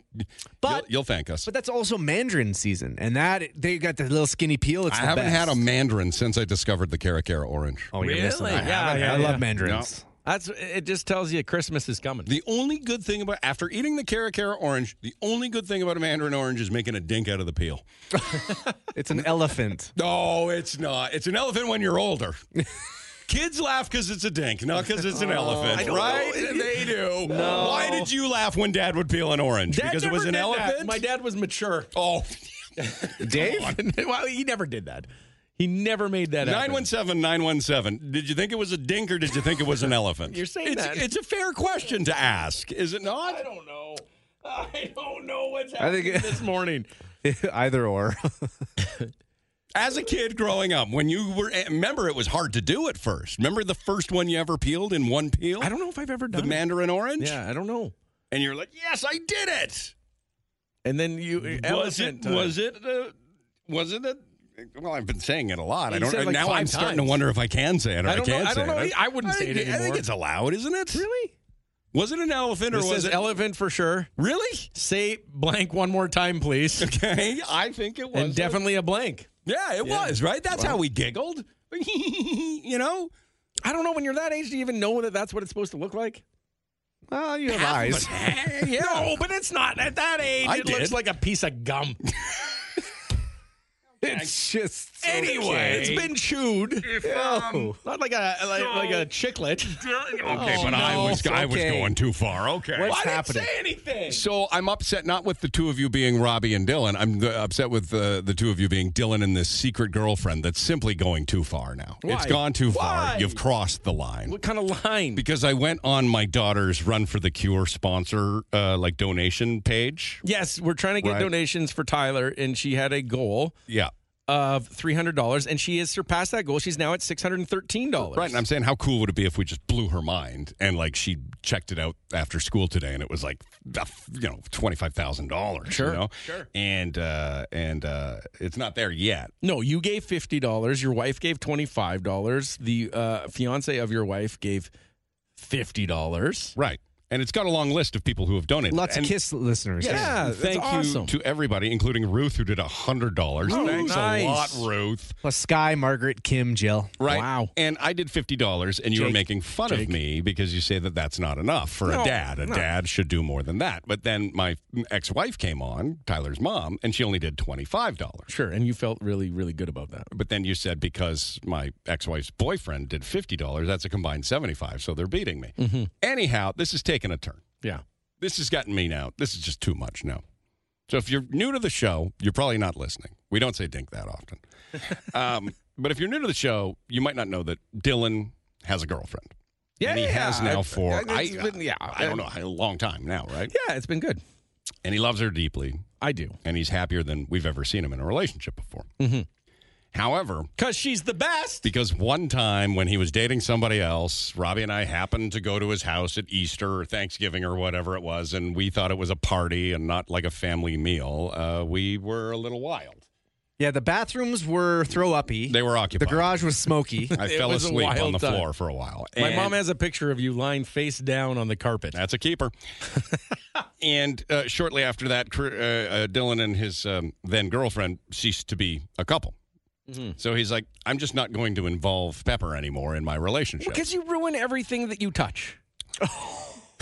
C: you'll you'll thank us.
D: But that's also mandarin season, and that they got the little skinny peel. It's
C: I
D: the
C: haven't
D: best.
C: had a mandarin since I discovered the Cara Cara orange.
D: Oh, you're missing out. I haven't had- I love mandarins.
E: That's it. Just tells you Christmas is coming.
C: The only good thing about after eating the Cara Cara orange, the only good thing about a mandarin orange is making a dink out of the peel.
D: It's an elephant.
C: No, it's not. It's an elephant when you're older. Kids laugh because it's a dink, not because it's an elephant, right? They do.
E: Oh. No.
C: Why did you laugh when Dad would peel an orange?
E: Dad
C: because it was an
E: never did that.
C: elephant.
E: My dad was mature.
C: Oh,
E: Dave. well, he never did that. He never made that. happen.
C: 917 917. Did you think it was a dink or did you think it was an elephant?
E: You're saying
C: it's,
E: that.
C: It's a fair question to ask, is it not?
E: I don't know what's
D: I
E: happening
D: think it-
E: this morning.
D: Either or.
C: As a kid growing up, when you were, eh, remember it was hard to do at first. Remember the first one you ever peeled in one peel? I don't
E: know if I've ever
C: done The mandarin orange?
E: Yeah, I don't know.
C: And you're like, yes, I did it.
E: And then you
C: Was it,
E: elephant time.
C: was it, uh, was it a, well, I've been saying it a lot. I
E: You
C: don't,
E: said it like
C: now
E: five
C: I'm starting to
E: times.
C: wonder if I can say it or I,
E: I don't know.
C: can't
E: I don't
C: say
E: know.
C: it.
E: I wouldn't say
C: think-
E: it
C: I think
E: anymore.
C: it's allowed, isn't it?
E: Really?
C: Was it an elephant or
E: This
C: was
E: says
C: it?
E: elephant for sure.
C: Really?
E: Say blank one more time, please.
C: Okay, I think it was.
E: And definitely a blank.
C: Yeah, it was, right? That's how we giggled. you know?
E: I don't know when you're that age do you even know that that's what it's supposed to look like.
D: Well, you have eyes.
E: yeah. No, but it's not at that age.
D: I
E: it looks
D: did.
E: like a piece of gum.
D: It's just so
E: anyway, it's
D: cute.
E: been chewed.
D: um,
E: not like a like, like a chiclet.
C: Okay, but I was I was going too far. Okay,
E: Oh, What's Well, I didn't happening? say anything.
C: So I'm upset not with the two of you being Robbie and Dylan. I'm uh, upset with uh, the two of you being Dylan and this secret girlfriend that's simply going too far now. It's
E: Why?
C: gone too
E: Why?
C: far. You've crossed the line.
E: What kind of line?
C: Because I went on my daughter's Run for the Cure sponsor uh, like donation page.
E: Yes, we're trying to get
C: Right.
E: donations for Tyler, and she had a goal.
C: Yeah.
E: Of three hundred dollars, and she has surpassed that goal. She's now at six hundred and thirteen dollars.
C: Right, and I'm saying how cool would it be if we just blew her mind and like she checked it out after school today and it was like the- you know twenty five thousand dollars.
E: Sure,
C: you know?
E: sure.
C: And uh, and uh, it's not there yet.
E: No, you gave fifty dollars. Your wife gave twenty five dollars. The uh, fiance of your wife gave fifty dollars.
C: Right. And it's got a long list of people who have donated.
D: Lots
C: And-
D: of Kiss listeners.
C: Yes.
E: Yeah, that's
C: thank
E: awesome.
C: you to everybody, including Ruth, who did hundred dollars.
E: Oh,
C: Thanks a
E: nice.
C: lot, Ruth.
D: Plus Sky, Margaret, Kim, Jill.
C: Right. Wow. And I did fifty dollars, and you were
D: Jake.
C: making fun
D: Jake.
C: of me because you say that that's not enough for
E: No,
C: a dad. A
E: no.
C: dad should do more than that. But then my ex-wife came on, Tyler's mom, and she only did twenty-five dollars.
E: Sure, and you felt really, really good about that.
C: But then you said because my ex-wife's boyfriend did fifty dollars, that's a combined seventy-five. So they're beating me.
E: Mhm.
C: Anyhow, this is taking a turn.
E: Yeah.
C: This has gotten me now. This is just too much now. So if you're new to the show, you're probably not listening. We don't say dink that often. Um, but if you're new to the show, you might not know that Dylan has a girlfriend.
E: Yeah,
C: and he
E: yeah,
C: has
E: yeah.
C: now for
E: I-
C: I,
E: it's been- yeah.
C: I don't know a long time now, right?
E: Yeah, it's been good.
C: And he loves her deeply,
E: I do.
C: and he's happier than we've ever seen him in a relationship before.
E: Mhm.
C: However,
E: Cause she's the best.
C: because one time when he was dating somebody else, Robbie and I happened to go to his house at Easter or Thanksgiving or whatever it was, and we thought it was a party and not like a family meal. Uh, we were a little wild.
D: Yeah, the bathrooms were throw uppy.
C: They were
D: The
C: occupied.
D: garage was smoky.
C: I
E: It
C: fell
E: was a
C: asleep on
E: wild
C: the
E: time.
C: floor for a while.
E: My
C: And-
E: mom has a picture of you lying face down on the carpet.
C: That's a keeper. and uh, shortly after that, cr- uh, uh, Dylan and his um, then girlfriend ceased to be a couple.
E: Mm-hmm.
C: So he's like, I'm just not going to involve Pepper anymore in my relationship.
E: Because you ruin everything that you touch.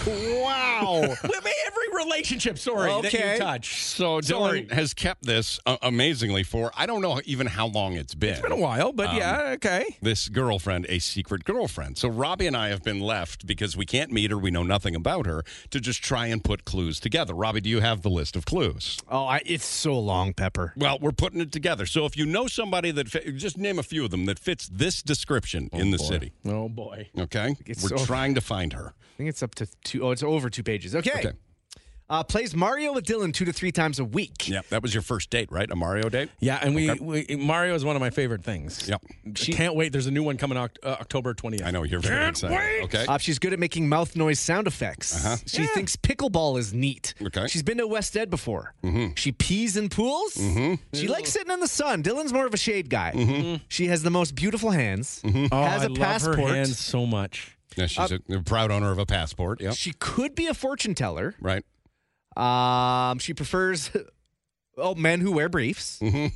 E: Wow. Every relationship, sorry, that you touch.
C: So
E: Sorry.
C: Dylan has kept this uh, amazingly for I don't know even how long it's been. It's
E: been a while, but yeah, okay.
C: This girlfriend, a secret girlfriend. So Robbie and I have been left because we can't meet her, we know nothing about her, to just try and put clues together. Robbie, do you have the list of clues?
D: Oh, I, it's so long, Pepper.
C: Well, we're putting it together. So if you know somebody that fit, just name a few of them that fits this description in the
D: boy.
C: city.
E: Oh boy.
C: Okay,
D: It's
C: we're
D: so-
C: trying to find her.
D: I think it's up to two. Oh, it's over two pages. Okay. Uh, plays Mario with Dylan two to three times a week.
C: Yep, that was your first date, right? A Mario date.
E: Yeah, and we, we Mario is one of my favorite things.
C: Yep.
E: Can't wait. There's a new one coming Oct- uh, October 20th. I
C: know you're
D: very excited.
C: Okay.
D: Uh, she's good at making mouth noise sound effects.
E: Uh-huh.
D: She thinks pickleball is neat. Okay. She's been to West Ed before. She pees in pools. She likes sitting in the sun. Dylan's more of a shade guy. She has the most beautiful hands.
E: Oh,
D: Has
E: I
D: a
E: love
D: passport.
E: her hands so much.
C: Yeah, she's a, a proud owner of a passport. Yep.
D: She could be a fortune teller.
C: Right.
D: Um, she prefers oh men who wear briefs.
C: Mm-hmm.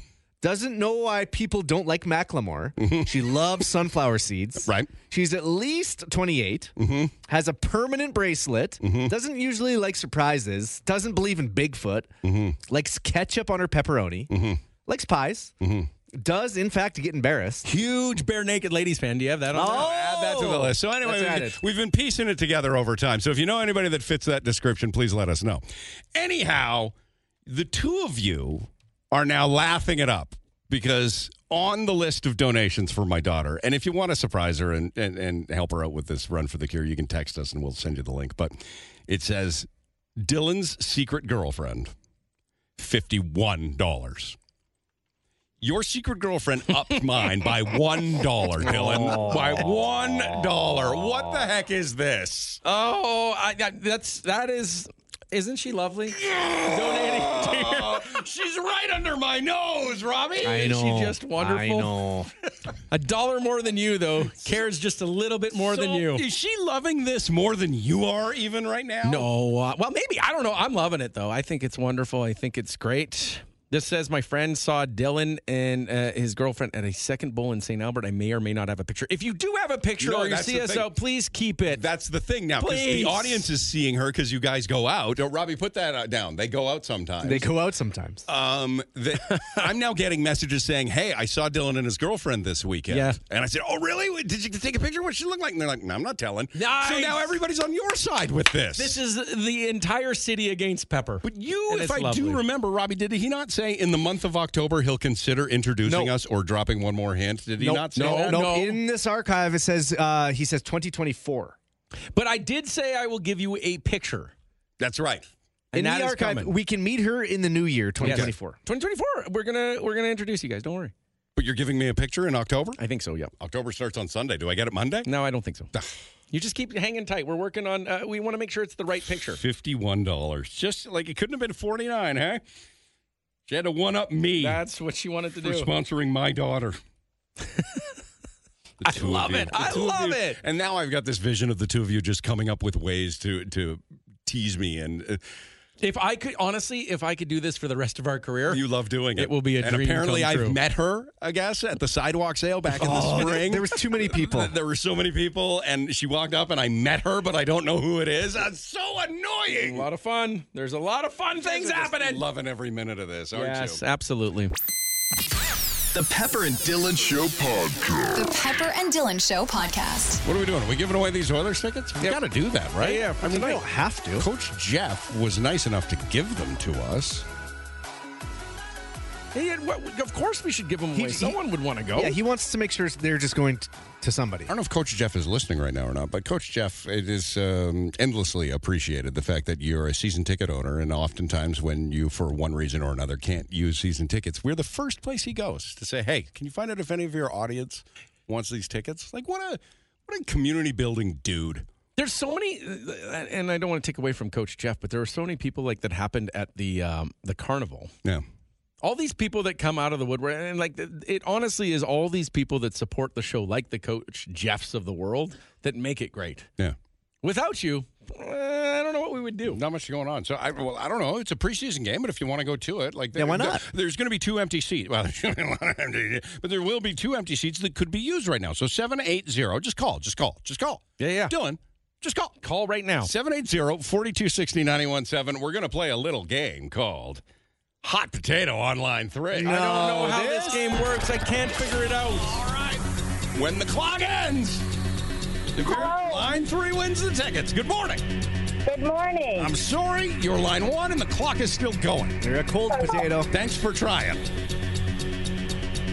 D: Doesn't know why people don't like Macklemore. She loves sunflower seeds.
C: Mm-hmm. Right. Mm-hmm.
D: She's at least 28. Has a permanent bracelet. Doesn't usually like surprises. Doesn't believe in Bigfoot.
C: Mm-hmm.
D: Likes ketchup on her pepperoni. Likes pies.
C: Mm-hmm.
D: Does, in fact, get embarrassed.
E: Huge bare naked ladies fan. Do you have that on?
D: Oh,
C: Add that to the list. So anyway,
D: That's added.
C: we've, we've been piecing it together over time. So if you know anybody that fits that description, please let us know. Anyhow, the two of you are now laughing it up because on the list of donations for my daughter, and if you want to surprise her and, and, and help her out with this run for the cure, you can text us and we'll send you the link. But it says Dylan's secret girlfriend, $51. Your secret girlfriend upped mine by one dollar, Dylan. By one dollar. What the heck is this?
E: Oh, I, I, that's that is. Isn't she lovely? Donating to your-
C: She's right under my nose, Robbie.
E: Isn't She just wonderful. A dollar more than you, though, cares just a little bit more than
C: So,
E: you.
C: Is she loving this more than you are even right now?
E: No. Uh, well, maybe. I don't know. I'm loving it, though. I think it's wonderful. I think it's great. This says my friend saw Dylan and uh, his girlfriend at a second bowl in St. Albert. I may or may not have a picture. If you do have a picture
C: No,
E: or you
C: that's
E: see
C: the
E: us
C: thing.
E: out, please keep it.
C: That's the thing now. 'cause
E: Please.
C: The audience is seeing her because you guys go out. Oh, Robbie, put that uh, down. They go out sometimes.
D: They go out sometimes.
C: Um, the, I'm now getting messages saying, "Hey, I saw Dylan and his girlfriend this weekend."
E: Yeah.
C: and I said, "Oh, really? Wait, Did you take a picture? What she look like?" And they're like, "No, I'm not telling." So
E: Nice.
C: now everybody's on your side with this.
E: This is the entire city against Pepper. But
C: you, if I do remember, Robbie, did he not say in the month of October he'll consider introducing us or dropping one more hint? Did he
D: Nope,
C: not say
D: nope,
C: that?
D: nope. In this archive, it says uh, he says 2024.
E: But I did say I will give you a picture.
C: That's right.
D: in
E: And that
D: the
E: is
D: archive,
E: coming.
D: we can meet her in the new year,
E: Yes.
D: 2024.
E: 2024. We're gonna we're gonna introduce you guys. Don't worry.
C: But you're giving me a picture in October?
E: I think so. Yep.
C: October starts on Sunday. Do I get it Monday?
E: No, I don't think so. You just keep hanging tight. We're working on. Uh, we want to make sure it's the right picture.
C: Fifty-one dollars. Just like it couldn't have been forty-nine, huh? She had to one up me
E: That's what she wanted to
C: for
E: do.
C: sponsoring my daughter. The two of
E: love
C: you.
E: it.
C: The
E: I
C: two of
E: love
C: you.
E: it.
C: And now I've got this vision of the two of you just coming up with ways to to tease me, and uh,
E: If I could, honestly, if I could do this for the rest of our career,
C: you love doing it.
E: It will be a
C: and
E: dream
C: apparently
E: come true. Oh,
C: I've met her, I guess, at the sidewalk sale back in the spring.
D: There was too many people.
C: There were so many people, and she walked up, and I met her, but I don't know who it is. That's so
E: a
C: annoying.
E: lot of fun. There's a lot of fun things
C: You're just
E: happening.
C: Loving every minute of this, aren't
E: Yes,
C: you?
E: absolutely.
A: The Pepper and Dylan Show Podcast.
K: The Pepper and Dylan Show Podcast.
C: What are we doing? Are we giving away these Oilers tickets? We got to do that, right?
E: Yeah, yeah, for
C: I mean, we
E: tonight.
C: don't have to. Coach Jeff was nice enough to give them to us.
E: Hey, and what- of course we should give them
D: He-
E: away.
D: he-
E: Someone would want to go.
D: Yeah, he wants to make sure they're just going t- to somebody.
C: I don't know if Coach Jeff is listening right now or not, but Coach Jeff, it is um, endlessly appreciated the fact that you're a season ticket owner, and oftentimes when you, for one reason or another, can't use season tickets, we're the first place he goes to say, "Hey, can you find out if any of your audience wants these tickets?" Like, what a what a community building dude.
E: There's so many, and I don't want to take away from Coach Jeff, but there were so many people like that happened at the um, the carnival.
C: Yeah.
E: All these people that come out of the woodwork, and like it honestly is all these people that support the show, like the Coach Jeffs of the world, that make it great.
C: Yeah.
E: Without you, uh, I don't know what we would do.
C: Not much going on. So I well, I don't know. It's a preseason game, but if you want to go to it, like
D: Yeah, why not?
C: There's going to be two empty seats. Well, there's gonna be a lot of empty- but there will be two empty seats that could be used right now. So seven eight zero. Just call. Just call. Just call.
E: Yeah, yeah.
C: Dylan,
E: Just call. Call right now.
C: 780-4260-917. We're going to play a little game called Hot Potato on Line 3.
E: I don't know how this game works. I can't figure it out. All
C: right. When the clock ends, if your line 3 wins the tickets. Good morning.
P: Good morning.
C: I'm sorry, you're line 1 and the clock is still going.
D: You're a cold potato.
C: Thanks for trying.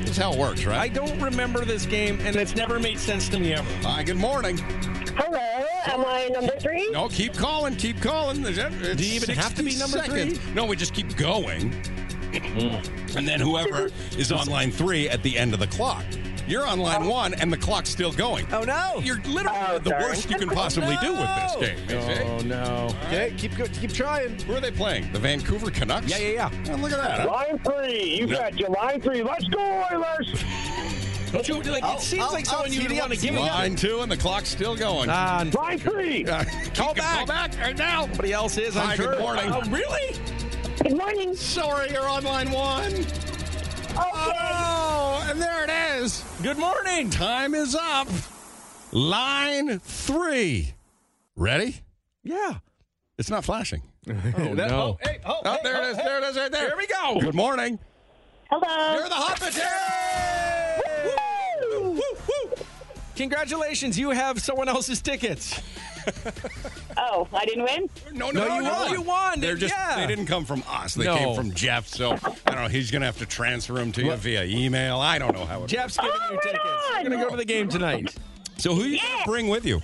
C: That's how it works, right?
E: I don't remember this game, and it's never made sense to me ever.
C: Hi, good morning.
P: Hello, am I number three?
C: No, keep calling, keep calling. There's- it's
E: Do you even have to be
C: 60
E: number
C: seconds.
E: three?
C: No, we just keep going. and then whoever is on line three at the end of the clock. You're on line one, and the clock's still going. Oh no! Oh, You're literally the
D: darn.
C: worst you can possibly do with this game.
E: Oh, no.
D: Okay, keep go- keep trying.
C: Who are they playing? The Vancouver Canucks.
D: Yeah, yeah, yeah.
C: Oh, look at that. huh?
Q: Line three. You
C: No.
Q: got your line three. Let's go, Oilers.
E: But you, like, it seems like someone you would want to give it up.
C: Line two, and the clock's still going.
E: Ah,
Q: Line three.
C: Uh,
E: call back.
C: Call back right now.
E: Somebody else is. I'm
C: Hi,
E: sure.
C: good morning.
E: Oh, really?
P: Good morning.
C: Sorry, you're on line one. Oh, and there it is.
E: Good morning.
C: Time is up. Line three. Ready?
E: Yeah.
C: It's not flashing.
E: Oh,
C: That-
E: no.
C: hey, oh, hey, there it is. there it is right there.
E: Here we go.
C: Good morning.
P: Hello.
C: You're the hot potato.
E: Woo, woo. Congratulations, you have someone else's tickets.
P: Oh, I didn't win?
C: No,
E: No, you won. You won.
C: They're just
E: Yeah.
C: they didn't come from us. They
E: No.
C: came from Jeff. So I don't know. He's gonna have to transfer them to you via email. I don't know how it.
E: Jeff's giving you tickets. You're gonna go to the game tonight.
C: So who you gonna bring with you?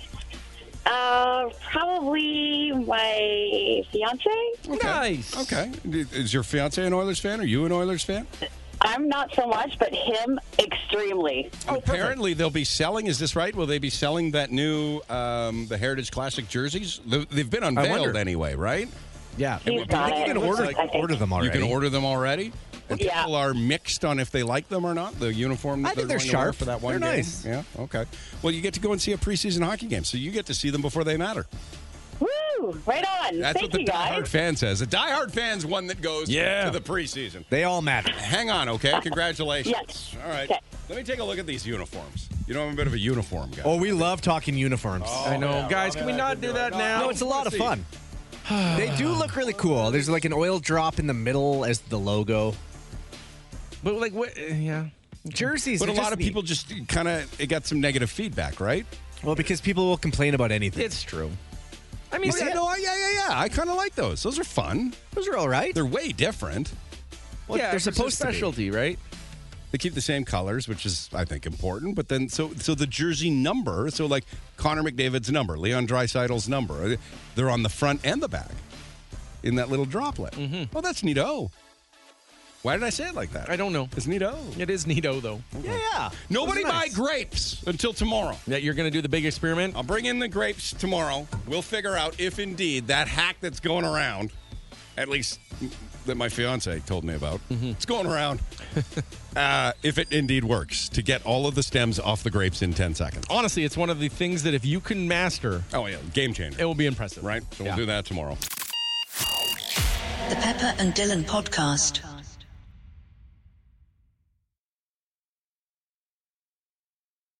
P: Uh, probably my fiance.
E: Nice.
C: Okay. Is your fiance an Oilers fan? Are you an Oilers fan?
P: I'm not so much, but him extremely.
C: Apparently they'll be selling. Is this right? Will they be selling that new um, the Heritage Classic jerseys? They- They've been unveiled
D: wonder.
C: anyway, right?
D: Yeah.
P: He's got it.
D: You can order,
P: I think.
D: order them already.
C: You can order them already. And
P: Yeah.
C: people are mixed on if they like them or not. The uniform. That
D: I think
C: they're,
D: they're
C: going to wear
D: sharp.
C: for that one.
D: They're
C: game.
D: nice.
C: Yeah. Okay. Well, you get to go and see a preseason hockey game, so you get to see them before they matter.
P: Woo! Right on.
C: That's
P: Thank
C: what the
P: you, guys.
C: diehard fan says. The diehard fan's one that goes
E: Yeah.
C: to the preseason.
D: They all matter.
C: Hang on, okay? Congratulations.
P: Uh-huh. Yes.
C: All right.
P: Okay.
C: Let me take a look at these uniforms. You know, I'm a bit of a uniform guy.
D: Oh, we love talking uniforms.
E: I know, guys. Can we not do that now?
D: No, it's a lot of fun. they do look really cool. There's like an oil drop in the middle as the logo.
E: But like, what? uh, Yeah.
D: Jerseys.
C: But a
D: they're
C: lot
D: just
C: of
D: neat.
C: people just kind of it got some negative feedback, right?
D: Well, because people will complain about anything.
E: It's true. I mean,
C: You see,
E: yeah,
C: no, I- Oh, yeah, yeah, yeah. I kind of like those. Those are fun.
D: Those are all right.
C: They're way different.
D: Well,
E: yeah,
D: they're
E: it's a
D: supposed to be.
E: specialty, right?
C: They keep the same colors, which is I think important. But then, so so the jersey number, so like Connor McDavid's number, Leon Dreisaitl's number, uh, they're on the front and the back in that little droplet. Oh, that's neato. Why did I say it like that?
E: I don't know.
C: It's neato.
E: It is neato though.
D: Yeah, yeah.
C: Nobody
D: Those are nice.
C: buy grapes until tomorrow.
E: That you're gonna do the big experiment.
C: I'll bring in the grapes tomorrow. We'll figure out if indeed that hack that's going around, at least that my fiance told me about,
D: Mm-hmm.
C: it's going around. uh, if it indeed works to get all of the stems off the grapes in 10 seconds.
E: Honestly, it's one of the things that if you can master,
C: Oh, yeah. Game
E: it
C: changer.
E: will be impressive.
C: Right? So
E: Yeah.
C: we'll do that tomorrow.
R: The Pepper and Dylan Podcast.